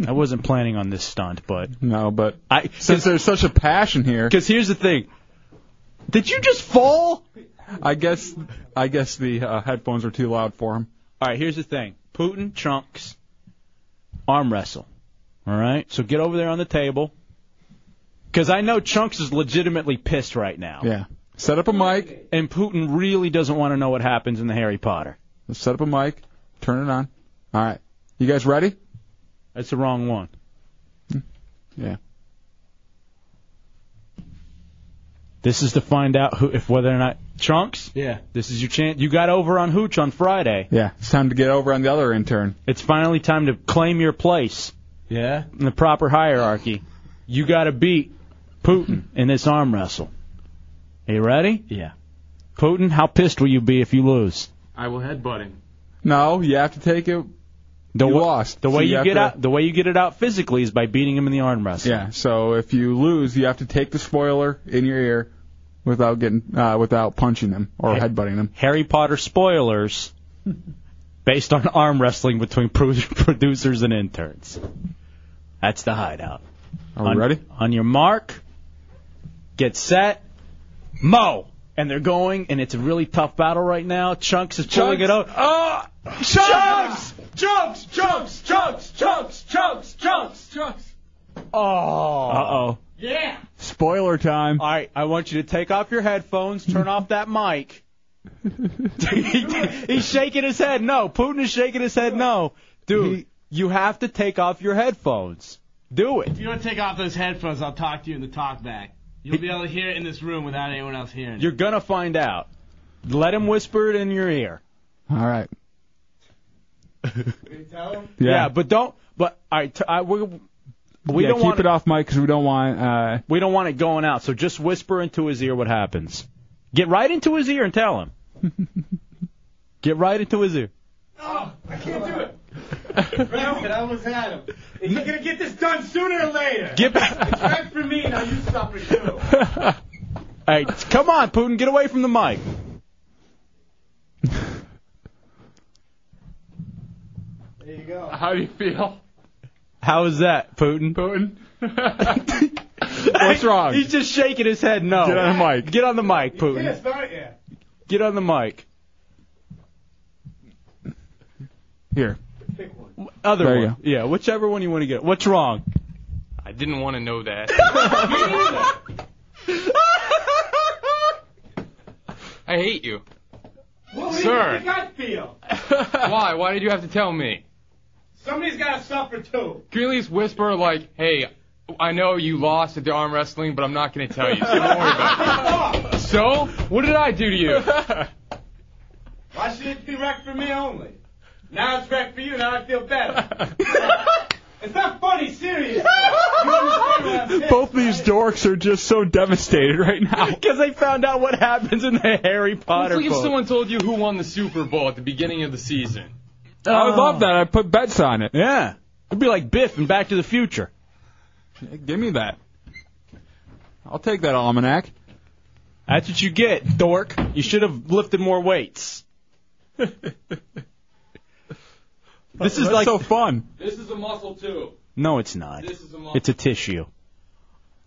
[SPEAKER 3] I wasn't planning on this stunt, but
[SPEAKER 6] no, but
[SPEAKER 3] I
[SPEAKER 6] Since there's such a passion here,
[SPEAKER 3] because here's the thing. Did you just fall?
[SPEAKER 6] I guess I guess the uh, headphones are too loud for him.
[SPEAKER 3] All right, here's the thing. Putin chunks arm wrestle. All right, so get over there on the table. Because I know Chunks is legitimately pissed right now.
[SPEAKER 6] Yeah. Set up a mic.
[SPEAKER 3] And Putin really doesn't want to know what happens in the Harry Potter.
[SPEAKER 6] Set up a mic. Turn it on. All right. You guys ready?
[SPEAKER 3] That's the wrong one.
[SPEAKER 6] Yeah.
[SPEAKER 3] This is to find out who, if whether or not Trunks.
[SPEAKER 6] Yeah.
[SPEAKER 3] This is your chance. You got over on Hooch on Friday.
[SPEAKER 6] Yeah. It's time to get over on the other intern.
[SPEAKER 3] It's finally time to claim your place
[SPEAKER 6] Yeah.
[SPEAKER 3] in the proper hierarchy. You got to beat Putin in this arm wrestle. Are you ready?
[SPEAKER 6] Yeah.
[SPEAKER 3] Putin, how pissed will you be if you lose?
[SPEAKER 18] I will headbutt him.
[SPEAKER 6] No, you have to take it.
[SPEAKER 3] The
[SPEAKER 6] you
[SPEAKER 3] wa-
[SPEAKER 6] lost.
[SPEAKER 3] The way
[SPEAKER 6] So
[SPEAKER 3] you,
[SPEAKER 6] have
[SPEAKER 3] get
[SPEAKER 6] to-
[SPEAKER 3] out, the way you get it out physically is by beating him in the arm wrestle.
[SPEAKER 6] Yeah. So if you lose, you have to take the spoiler in your ear without getting uh, without punching him or headbutting him.
[SPEAKER 3] Harry Potter spoilers based on arm wrestling between pro- producers and interns. That's the hideout.
[SPEAKER 6] Are we
[SPEAKER 3] on,
[SPEAKER 6] ready?
[SPEAKER 3] On your mark, get set, mo! And they're going, and it's a really tough battle right
[SPEAKER 4] Uh,
[SPEAKER 3] now. Chunks is pulling it up.
[SPEAKER 6] Oh,
[SPEAKER 3] Chunks!
[SPEAKER 4] Chunks! Chunks! Chunks!
[SPEAKER 8] chumps, chumps, chumps, chumps.
[SPEAKER 3] Oh.
[SPEAKER 8] Uh-oh.
[SPEAKER 3] Yeah.
[SPEAKER 6] Spoiler time.
[SPEAKER 3] All right, I want you to take off your headphones, turn off that mic. He's shaking his head no. Putin is shaking his head no. Dude, you have to take off your headphones. Do it.
[SPEAKER 4] If you don't take off those headphones, I'll talk to you in the talk back. You'll be able to hear it in this room without anyone else hearing.
[SPEAKER 3] You're going to find out. Let him whisper it in your ear.
[SPEAKER 6] All right.
[SPEAKER 3] Yeah, but don't. But all right, t- I, we, we
[SPEAKER 6] yeah,
[SPEAKER 3] don't
[SPEAKER 6] keep
[SPEAKER 3] want
[SPEAKER 6] it off mic because we don't want. Uh,
[SPEAKER 3] we don't want it going out. So just whisper into his ear what happens. Get right into his ear and tell him. Get right into his ear.
[SPEAKER 4] I can't do it. Round it, I almost had him. You're gonna get this done sooner or later.
[SPEAKER 3] Get back.
[SPEAKER 4] It's right for me now. You suffer too.
[SPEAKER 3] Hey, t- come on, Putin, get away from the mic.
[SPEAKER 4] There you go.
[SPEAKER 18] How do you feel?
[SPEAKER 3] How is that, Putin?
[SPEAKER 18] Putin.
[SPEAKER 3] What's wrong? He's just shaking his head. No.
[SPEAKER 6] Get on the mic.
[SPEAKER 3] Get on the mic,
[SPEAKER 4] Yeah,
[SPEAKER 3] Putin.
[SPEAKER 4] start yeah.
[SPEAKER 3] Get on the mic.
[SPEAKER 6] Here.
[SPEAKER 4] Pick one.
[SPEAKER 3] Other
[SPEAKER 6] There you
[SPEAKER 3] one. Yeah, whichever one you want to get. What's wrong?
[SPEAKER 18] I didn't want to know that. I hate you.
[SPEAKER 4] Well,
[SPEAKER 18] Sir.
[SPEAKER 4] Your gut feel.
[SPEAKER 18] Why? Why did you have to tell me?
[SPEAKER 4] Somebody's gotta suffer too.
[SPEAKER 18] Can you at least whisper like, "Hey, I know you lost at the arm wrestling, but I'm not going to tell you. So don't worry about it." so, what did I do to you?
[SPEAKER 4] Why should it be wrecked for me only? Now it's wrecked for you. Now I feel better. it's not funny. Serious. You understand what I'm saying?
[SPEAKER 6] Both these dorks are just so devastated right now
[SPEAKER 3] because they found out what happens in the Harry
[SPEAKER 18] It's
[SPEAKER 3] Potter
[SPEAKER 18] like if
[SPEAKER 3] book.
[SPEAKER 18] someone told you who won the Super Bowl at the beginning of the season.
[SPEAKER 6] I would love that. I put bets on it.
[SPEAKER 3] Yeah. It'd be like Biff and Back to the Future.
[SPEAKER 6] Give me that. I'll take that almanac.
[SPEAKER 3] That's what you get, dork. You should have lifted more weights. this is
[SPEAKER 6] That's
[SPEAKER 3] like
[SPEAKER 6] so fun.
[SPEAKER 18] This is a muscle too.
[SPEAKER 3] No, it's not. It's a tissue.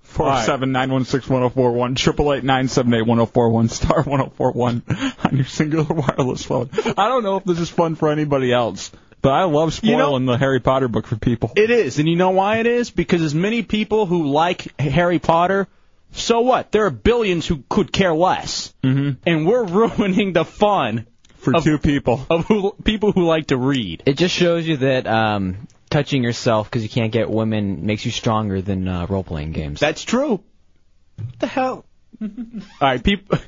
[SPEAKER 6] Four seven nine one six one zero four one triple eight nine seven eight one zero four one star one zero four one on your singular wireless phone. I don't know if this is fun for anybody else, but I love spoiling the Harry Potter book for people.
[SPEAKER 3] It is, and you know why it is? Because as many people who like Harry Potter, so what? There are billions who could care less, mm-hmm. and we're ruining the fun
[SPEAKER 6] for two people
[SPEAKER 3] of who, people who like to read.
[SPEAKER 7] It just shows you that um, touching yourself because you can't get women makes you stronger than uh, role playing games.
[SPEAKER 3] That's true. What the hell? All right, people.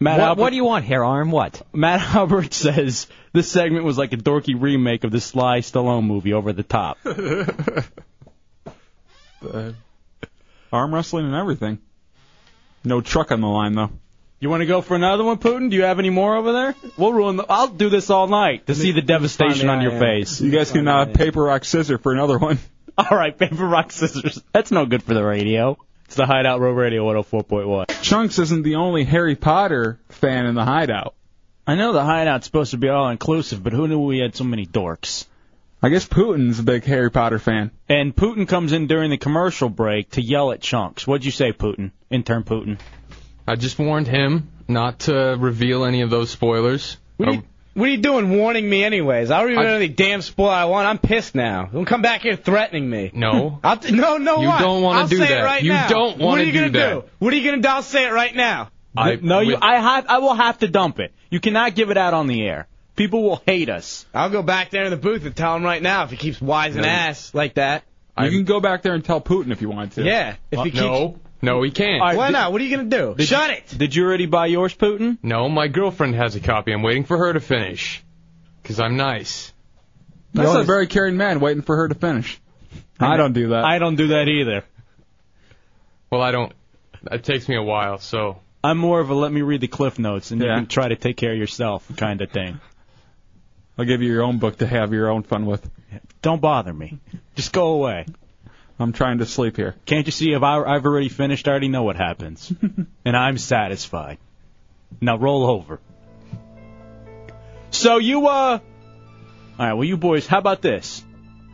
[SPEAKER 3] Matt
[SPEAKER 7] What-
[SPEAKER 3] Albert,
[SPEAKER 7] what do you want, hair arm? What?
[SPEAKER 3] Matt Albert says this segment was like a dorky remake of the Sly Stallone movie, Over the Top.
[SPEAKER 6] Arm wrestling and everything. No truck on the line though.
[SPEAKER 3] You want to go for another one, Putin? Do you have any more over there? We'll ruin. The, I'll do this all night to see the devastation on your face.
[SPEAKER 6] You guys can uh, paper rock scissor for another one.
[SPEAKER 3] All right, paper rock scissors. That's no good for the radio. It's the Hideout Row Radio 104.1.
[SPEAKER 6] Chunks isn't the only Harry Potter fan in the hideout.
[SPEAKER 3] I know the hideout's supposed to be all inclusive, but who knew we had so many dorks?
[SPEAKER 6] I guess Putin's a big Harry Potter fan.
[SPEAKER 3] And Putin comes in during the commercial break to yell at Chunks. What'd you say, Putin? Intern Putin.
[SPEAKER 18] I just warned him not to reveal any of those spoilers.
[SPEAKER 4] What are you doing warning me anyways? I don't even
[SPEAKER 18] I-
[SPEAKER 4] know any damn spoil I want. I'm pissed now. Don't come back here threatening me.
[SPEAKER 18] No.
[SPEAKER 4] I'll t- no, no,
[SPEAKER 18] You
[SPEAKER 4] what?
[SPEAKER 18] don't wanna
[SPEAKER 4] I'll
[SPEAKER 18] do
[SPEAKER 4] say
[SPEAKER 18] that.
[SPEAKER 4] It right
[SPEAKER 18] You
[SPEAKER 4] now.
[SPEAKER 18] don't
[SPEAKER 4] What
[SPEAKER 18] wanna
[SPEAKER 4] are you
[SPEAKER 18] do
[SPEAKER 4] gonna
[SPEAKER 18] that.
[SPEAKER 4] do? What are you gonna do? I'll say it right now.
[SPEAKER 18] I-
[SPEAKER 3] no, you.
[SPEAKER 18] with-
[SPEAKER 3] I have. I will have to dump it. You cannot give it out on the air. People will hate us.
[SPEAKER 4] I'll go back there in the booth and tell him right now if he keeps wise an ass like that.
[SPEAKER 6] You can go back there and tell Putin if you want to.
[SPEAKER 4] Yeah, if he keeps-
[SPEAKER 18] no, no, he can't.
[SPEAKER 4] Why not? What are you gonna do?
[SPEAKER 18] Did-
[SPEAKER 4] Shut it.
[SPEAKER 3] Did you already buy yours, Putin?
[SPEAKER 18] No, my girlfriend has a copy. I'm waiting for her to finish. Because I'm nice.
[SPEAKER 6] That's a very caring man waiting for her to finish. I don't do that.
[SPEAKER 3] I don't do that either.
[SPEAKER 18] Well, I don't. It takes me a while, so.
[SPEAKER 3] I'm more of a let me read the cliff notes and you can try to take care of yourself kind of thing.
[SPEAKER 6] I'll give you your own book to have your own fun with.
[SPEAKER 3] Don't bother me. Just go away.
[SPEAKER 6] I'm trying to sleep here.
[SPEAKER 3] Can't you see if I, I've already finished? I already know what happens. and I'm satisfied. Now roll over. So you, uh. Alright, well, you boys, how about this?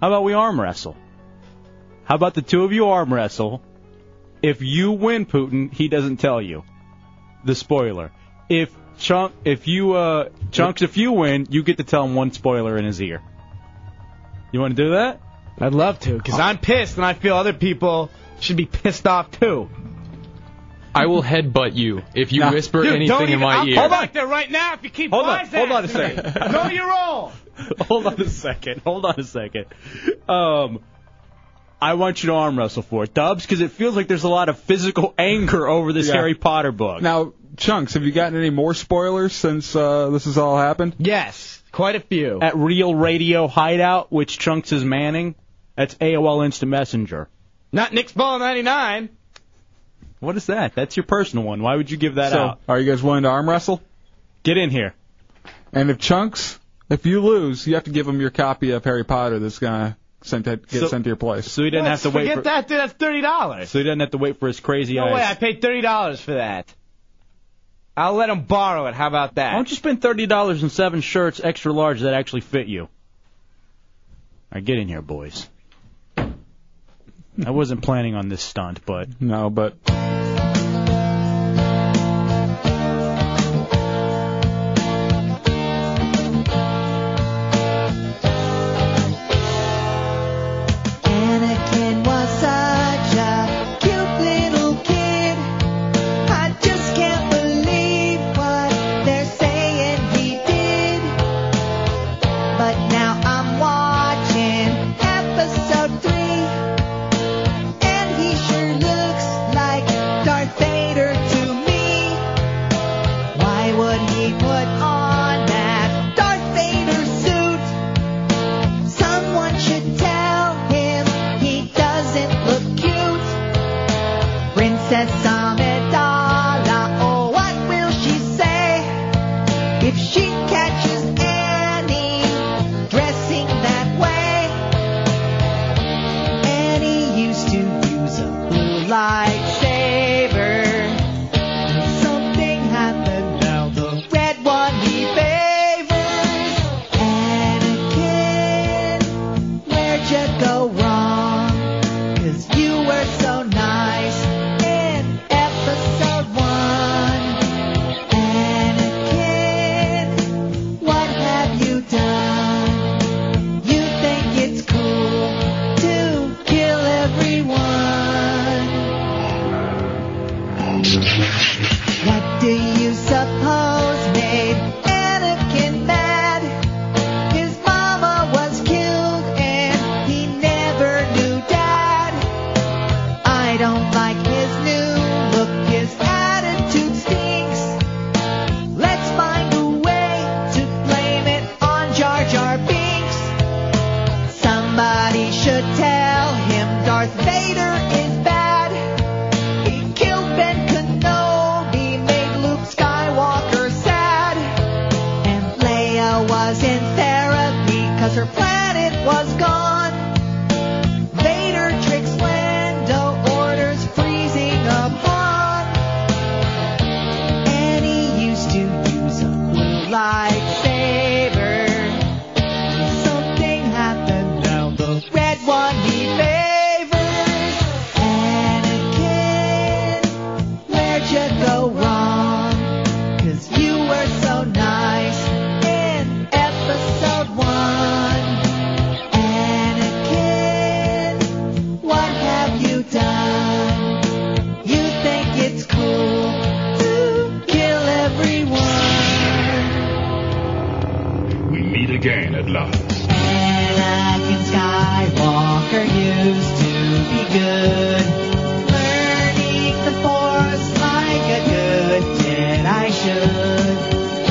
[SPEAKER 3] How about we arm wrestle? How about the two of you arm wrestle? If you win, Putin, he doesn't tell you. The spoiler. If Chunk, if you, uh. Chunks, if you win, you get to tell him one spoiler in his ear. You want to do that?
[SPEAKER 4] I'd love to, because I'm pissed, and I feel other people should be pissed off too.
[SPEAKER 18] I will headbutt you if you whisper
[SPEAKER 4] Dude,
[SPEAKER 18] anything
[SPEAKER 4] don't
[SPEAKER 18] in
[SPEAKER 4] even-
[SPEAKER 18] my
[SPEAKER 4] I'll
[SPEAKER 18] ear.
[SPEAKER 4] come back there right now if you keep
[SPEAKER 25] Hold on,
[SPEAKER 4] wise
[SPEAKER 25] hold on a
[SPEAKER 4] assing me.
[SPEAKER 25] second.
[SPEAKER 4] Know your role.
[SPEAKER 2] Hold on a second. Hold on a second. Um, I want you to arm wrestle for it, Dubs, because it feels like there's a lot of physical anger over this
[SPEAKER 6] Yeah.
[SPEAKER 2] Harry Potter book.
[SPEAKER 6] Now, Chunks, have you gotten any more spoilers since uh, this has all happened?
[SPEAKER 17] Yes,
[SPEAKER 4] quite a few.
[SPEAKER 17] At Real Radio Hideout, which Trunks is manning, that's AOL Instant Messenger.
[SPEAKER 4] Not Nick's Ball 99.
[SPEAKER 17] What is that? That's your personal one. Why would you give that
[SPEAKER 6] so,
[SPEAKER 17] out?
[SPEAKER 6] are you guys willing to arm wrestle?
[SPEAKER 2] Get in here.
[SPEAKER 6] And if Chunks, if you lose, you have to give him your copy of Harry Potter that's gonna sent to, get
[SPEAKER 17] So-
[SPEAKER 6] sent to your place.
[SPEAKER 17] So he doesn't have to wait
[SPEAKER 4] Forget
[SPEAKER 17] for
[SPEAKER 4] that, dude. That's thirty dollars.
[SPEAKER 17] so he doesn't have to wait for his crazy
[SPEAKER 4] No
[SPEAKER 17] eyes.
[SPEAKER 4] way. I paid thirty dollars for that. I'll let him borrow it. How about that?
[SPEAKER 17] Why don't you spend thirty dollars on seven shirts extra large that actually fit you? All right, get in here, boys. I wasn't planning on this stunt, but
[SPEAKER 6] no, but
[SPEAKER 26] Anakin was such a cute little kid. I just can't believe what they're saying he did. But now I'm watching episode three, and he sure looks like Darth Vader to me. Why would he put on that Darth Vader suit? Someone should tell him he doesn't look cute. Princess Amidala, oh, what will she say if she catches Annie dressing that way? Annie used to use a blue lightsaber. Something happened now, the red one he favors. Anakin, where'd you go wrong? 'Cause you were so nice in episode one. Anakin, what have you done? You think it's cool to kill everyone. What do you suppose made Anakin mad? His mama was killed and he never knew dad. I don't like his new look, his attitude stinks. Let's find a way to blame it on Jar Jar Binks. Somebody should tell him Darth Vader is bad. He killed Ben Kenobi, made Luke Skywalker sad. And Leia was in therapy 'cause her planet was gone. Vader tricks Lando, orders freezing of Han. And he used to use a blue lightsaber. Something happened now, the red one he favors. Anakin, where'd you go wrong? 'Cause you were so nice in episode one. Anakin, what have you done? You think it's cool to kill everyone.
[SPEAKER 22] We meet again at last.
[SPEAKER 26] Anakin Skywalker used to be good. Learning the Force like a good Jedi should.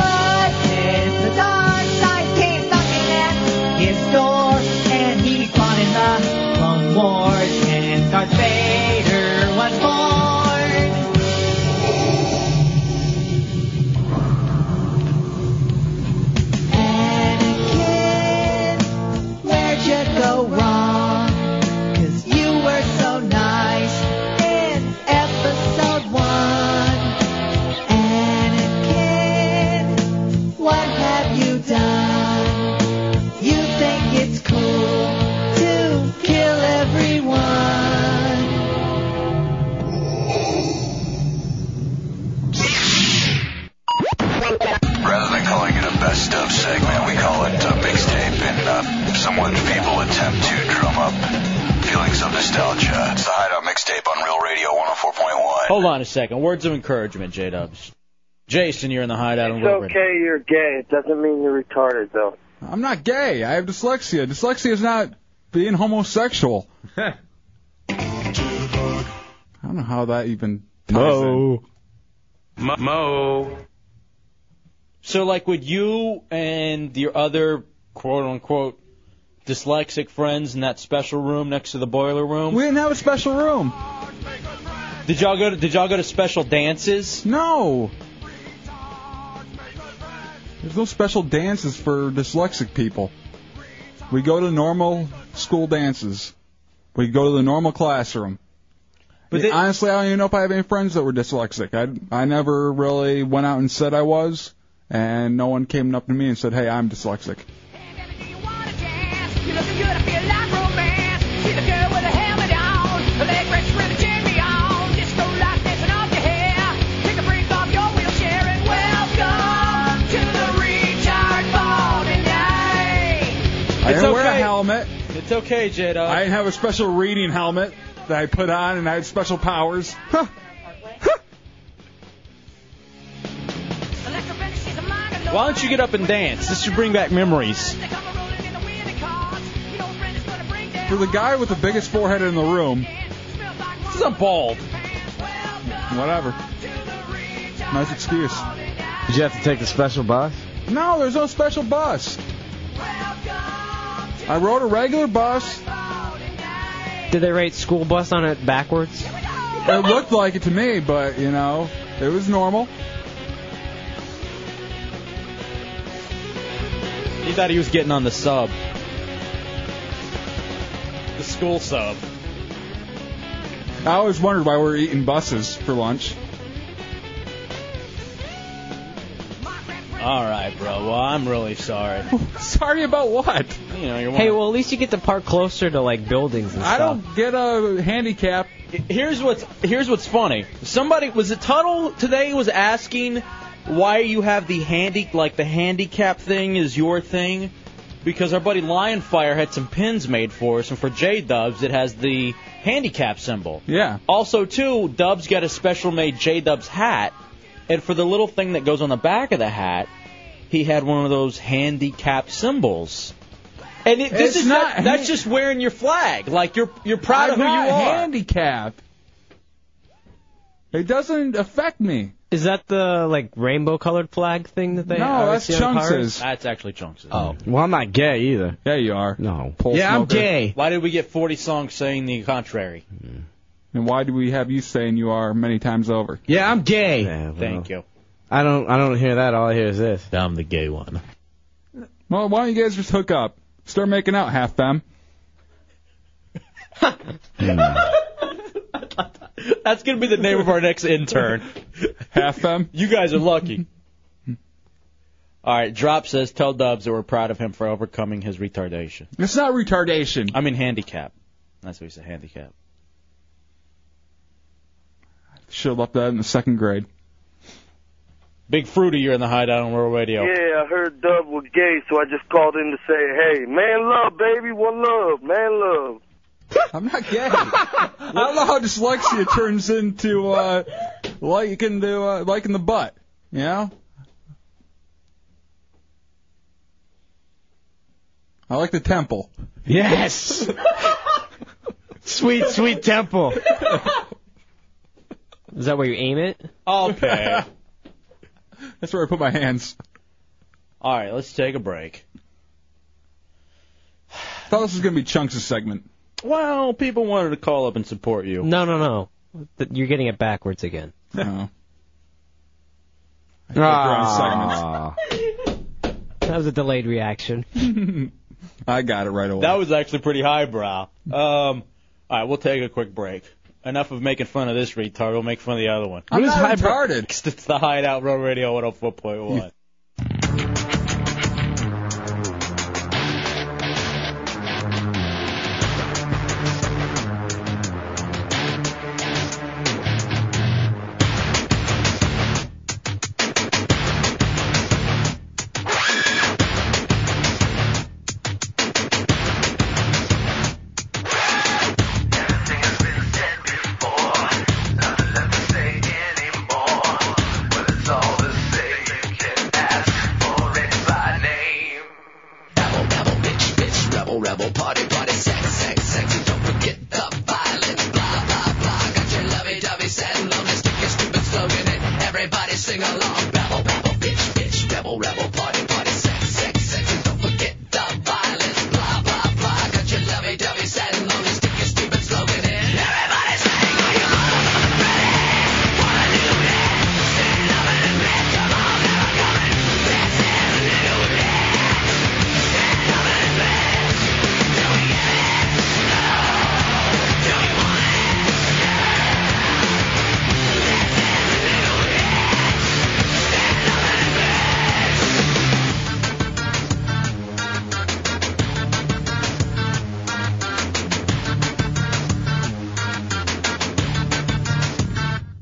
[SPEAKER 26] But then the dark side came knocking at his door, and he fought in the Clone Wars, and Darth Vader was born. Anakin, where'd you go wrong? 'Cause you were so nice in episode one. Anakin, what have you done? You think it's cool to kill everyone.
[SPEAKER 15] Rather than calling it a best of segment, we call it a mixtape. And uh,
[SPEAKER 8] someone people attempt to drum up feelings of nostalgia. It's the Hideout Mixtape on Real Radio 104.1.
[SPEAKER 3] Hold on a second. Words of encouragement, J Dubs. Jason, you're in the hideout on
[SPEAKER 13] It's
[SPEAKER 3] Wilbur.
[SPEAKER 13] okay, you're gay. It doesn't mean you're retarded, though.
[SPEAKER 6] I'm not gay. I have dyslexia. Dyslexia is not being homosexual. I don't know how that even ties Mo.
[SPEAKER 3] Mo. So, like, would you and your other quote unquote dyslexic friends in that special room next to the boiler room?
[SPEAKER 6] We didn't have a special room.
[SPEAKER 3] Did y'all go to Did y'all go to special dances?
[SPEAKER 6] No. There's no special dances for dyslexic people. We go to normal school dances. We go to the normal classroom. But honestly, I don't even know if I have any friends that were dyslexic. I I never really went out and said I was, and no one came up to me and said, "Hey, I'm dyslexic." I
[SPEAKER 3] It's
[SPEAKER 6] didn't wear a
[SPEAKER 3] okay.
[SPEAKER 6] helmet.
[SPEAKER 3] It's okay, J Dub.
[SPEAKER 6] I didn't have a special reading helmet that I put on, and I had special powers. Huh.
[SPEAKER 3] Why don't you get up and dance? This should bring back memories.
[SPEAKER 6] For the guy with the biggest forehead in the room,
[SPEAKER 3] this is a bald.
[SPEAKER 6] Whatever. Nice excuse.
[SPEAKER 39] Did you have to take the special bus?
[SPEAKER 6] No, there's no special bus. I rode a regular bus.
[SPEAKER 7] Did they write school bus on it backwards?
[SPEAKER 6] It looked like it to me, but you know, it was normal.
[SPEAKER 3] He thought he was getting on the sub. The school sub.
[SPEAKER 6] I always wondered why we were eating buses for lunch.
[SPEAKER 3] All right, bro. Well, I'm really sorry.
[SPEAKER 6] sorry about what?
[SPEAKER 3] You know, you're
[SPEAKER 7] Hey, well, at least you get to park closer to like buildings and
[SPEAKER 3] I
[SPEAKER 7] stuff.
[SPEAKER 3] don't
[SPEAKER 6] get a handicap.
[SPEAKER 3] Here's what's here's what's funny. Somebody was it Tuttle today was asking why you have the handy like the handicap thing is your thing because our buddy Lionfire had some pins made for us and for J Dubs it has the handicap symbol.
[SPEAKER 6] Yeah.
[SPEAKER 3] Also too, Dubs got a special made J Dubs hat and for the little thing that goes on the back of the hat, he had one of those handicap symbols. And it, this
[SPEAKER 6] It's
[SPEAKER 3] is
[SPEAKER 6] not-
[SPEAKER 3] that- that's just wearing your flag. Like you're you're proud of who
[SPEAKER 6] I'm not
[SPEAKER 3] you are.
[SPEAKER 6] handicapped. It doesn't affect me.
[SPEAKER 7] Is that the like rainbow colored flag thing that they?
[SPEAKER 6] No,
[SPEAKER 7] always
[SPEAKER 6] that's
[SPEAKER 7] see on cars?
[SPEAKER 6] Chunks's.
[SPEAKER 3] That's actually Chunks.
[SPEAKER 39] Oh. Well, I'm not gay either.
[SPEAKER 6] Yeah, you are.
[SPEAKER 39] No.
[SPEAKER 6] Yeah, I'm smoker. gay.
[SPEAKER 3] Why did we get 40 songs saying the contrary?
[SPEAKER 6] And why do we have you saying you are many times over?
[SPEAKER 39] Yeah, I'm gay.
[SPEAKER 3] Thank you.
[SPEAKER 39] I don't. I don't hear that. All I hear is this.
[SPEAKER 40] I'm the gay one.
[SPEAKER 6] Well, why don't you guys just hook up? Start making out, half femme.
[SPEAKER 3] That's going to be the name of our next intern.
[SPEAKER 6] Half them.
[SPEAKER 3] You guys are lucky. All right, Drop says, tell Dubs that we're proud of him for overcoming his retardation.
[SPEAKER 6] It's not retardation.
[SPEAKER 3] I mean handicap. That's what he said, handicap.
[SPEAKER 6] Should have left that in the second grade.
[SPEAKER 3] Big Fruity, you're in the hideout on World Radio.
[SPEAKER 13] Yeah, I heard Dub was gay, so I just called in to say, hey, man love, baby, one love, man love.
[SPEAKER 6] I'm not gay. I don't know how dyslexia turns into uh, liking the uh, liking the butt. You know. I like the temple.
[SPEAKER 39] Yes. sweet, sweet temple.
[SPEAKER 7] Is that where you aim it?
[SPEAKER 3] Okay.
[SPEAKER 6] That's where I put my hands.
[SPEAKER 3] All right, let's take a break.
[SPEAKER 6] Thought this was gonna be Chunks' segment.
[SPEAKER 3] Well, people wanted to call up and support you.
[SPEAKER 7] No, no, no. Th- You're getting it backwards again. Oh.
[SPEAKER 6] No.
[SPEAKER 7] Ah. That was a delayed reaction.
[SPEAKER 6] I got it right away.
[SPEAKER 3] That was actually pretty highbrow. Um, all right, we'll take a quick break. Enough of making fun of this retard. We'll make fun of the other one.
[SPEAKER 6] I'm not retarded.
[SPEAKER 3] It's the Hideout Road Radio 104.1.
[SPEAKER 26] rebel. Party, party, sex, sex, sex. And don't forget the violent. Blah, blah, blah. Got your lovey-dovey sad and lonely. Stick your stupid slogan in. Everybody sing along. Rebel, rebel, bitch, bitch. Rebel, rebel. Party, party, sex, sex, sex. And don't forget the violent. Blah, blah, blah. Got your lovey-dovey sad and lonely. Stick your stupid slogan in. Everybody sing. Are you ready? Wanna do that? Stand up and admit. Come on, never coming. Let's have a little bit. Stand up and admit.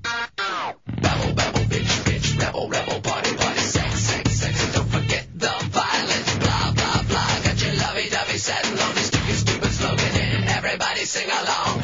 [SPEAKER 26] Rebel, rebel, bitch, bitch, rebel, rebel, party, party, sex, sex, sex, and don't forget the violence, blah, blah, blah. Got your lovey-dovey sad and lonely, stick your stupid slogan in, everybody sing along.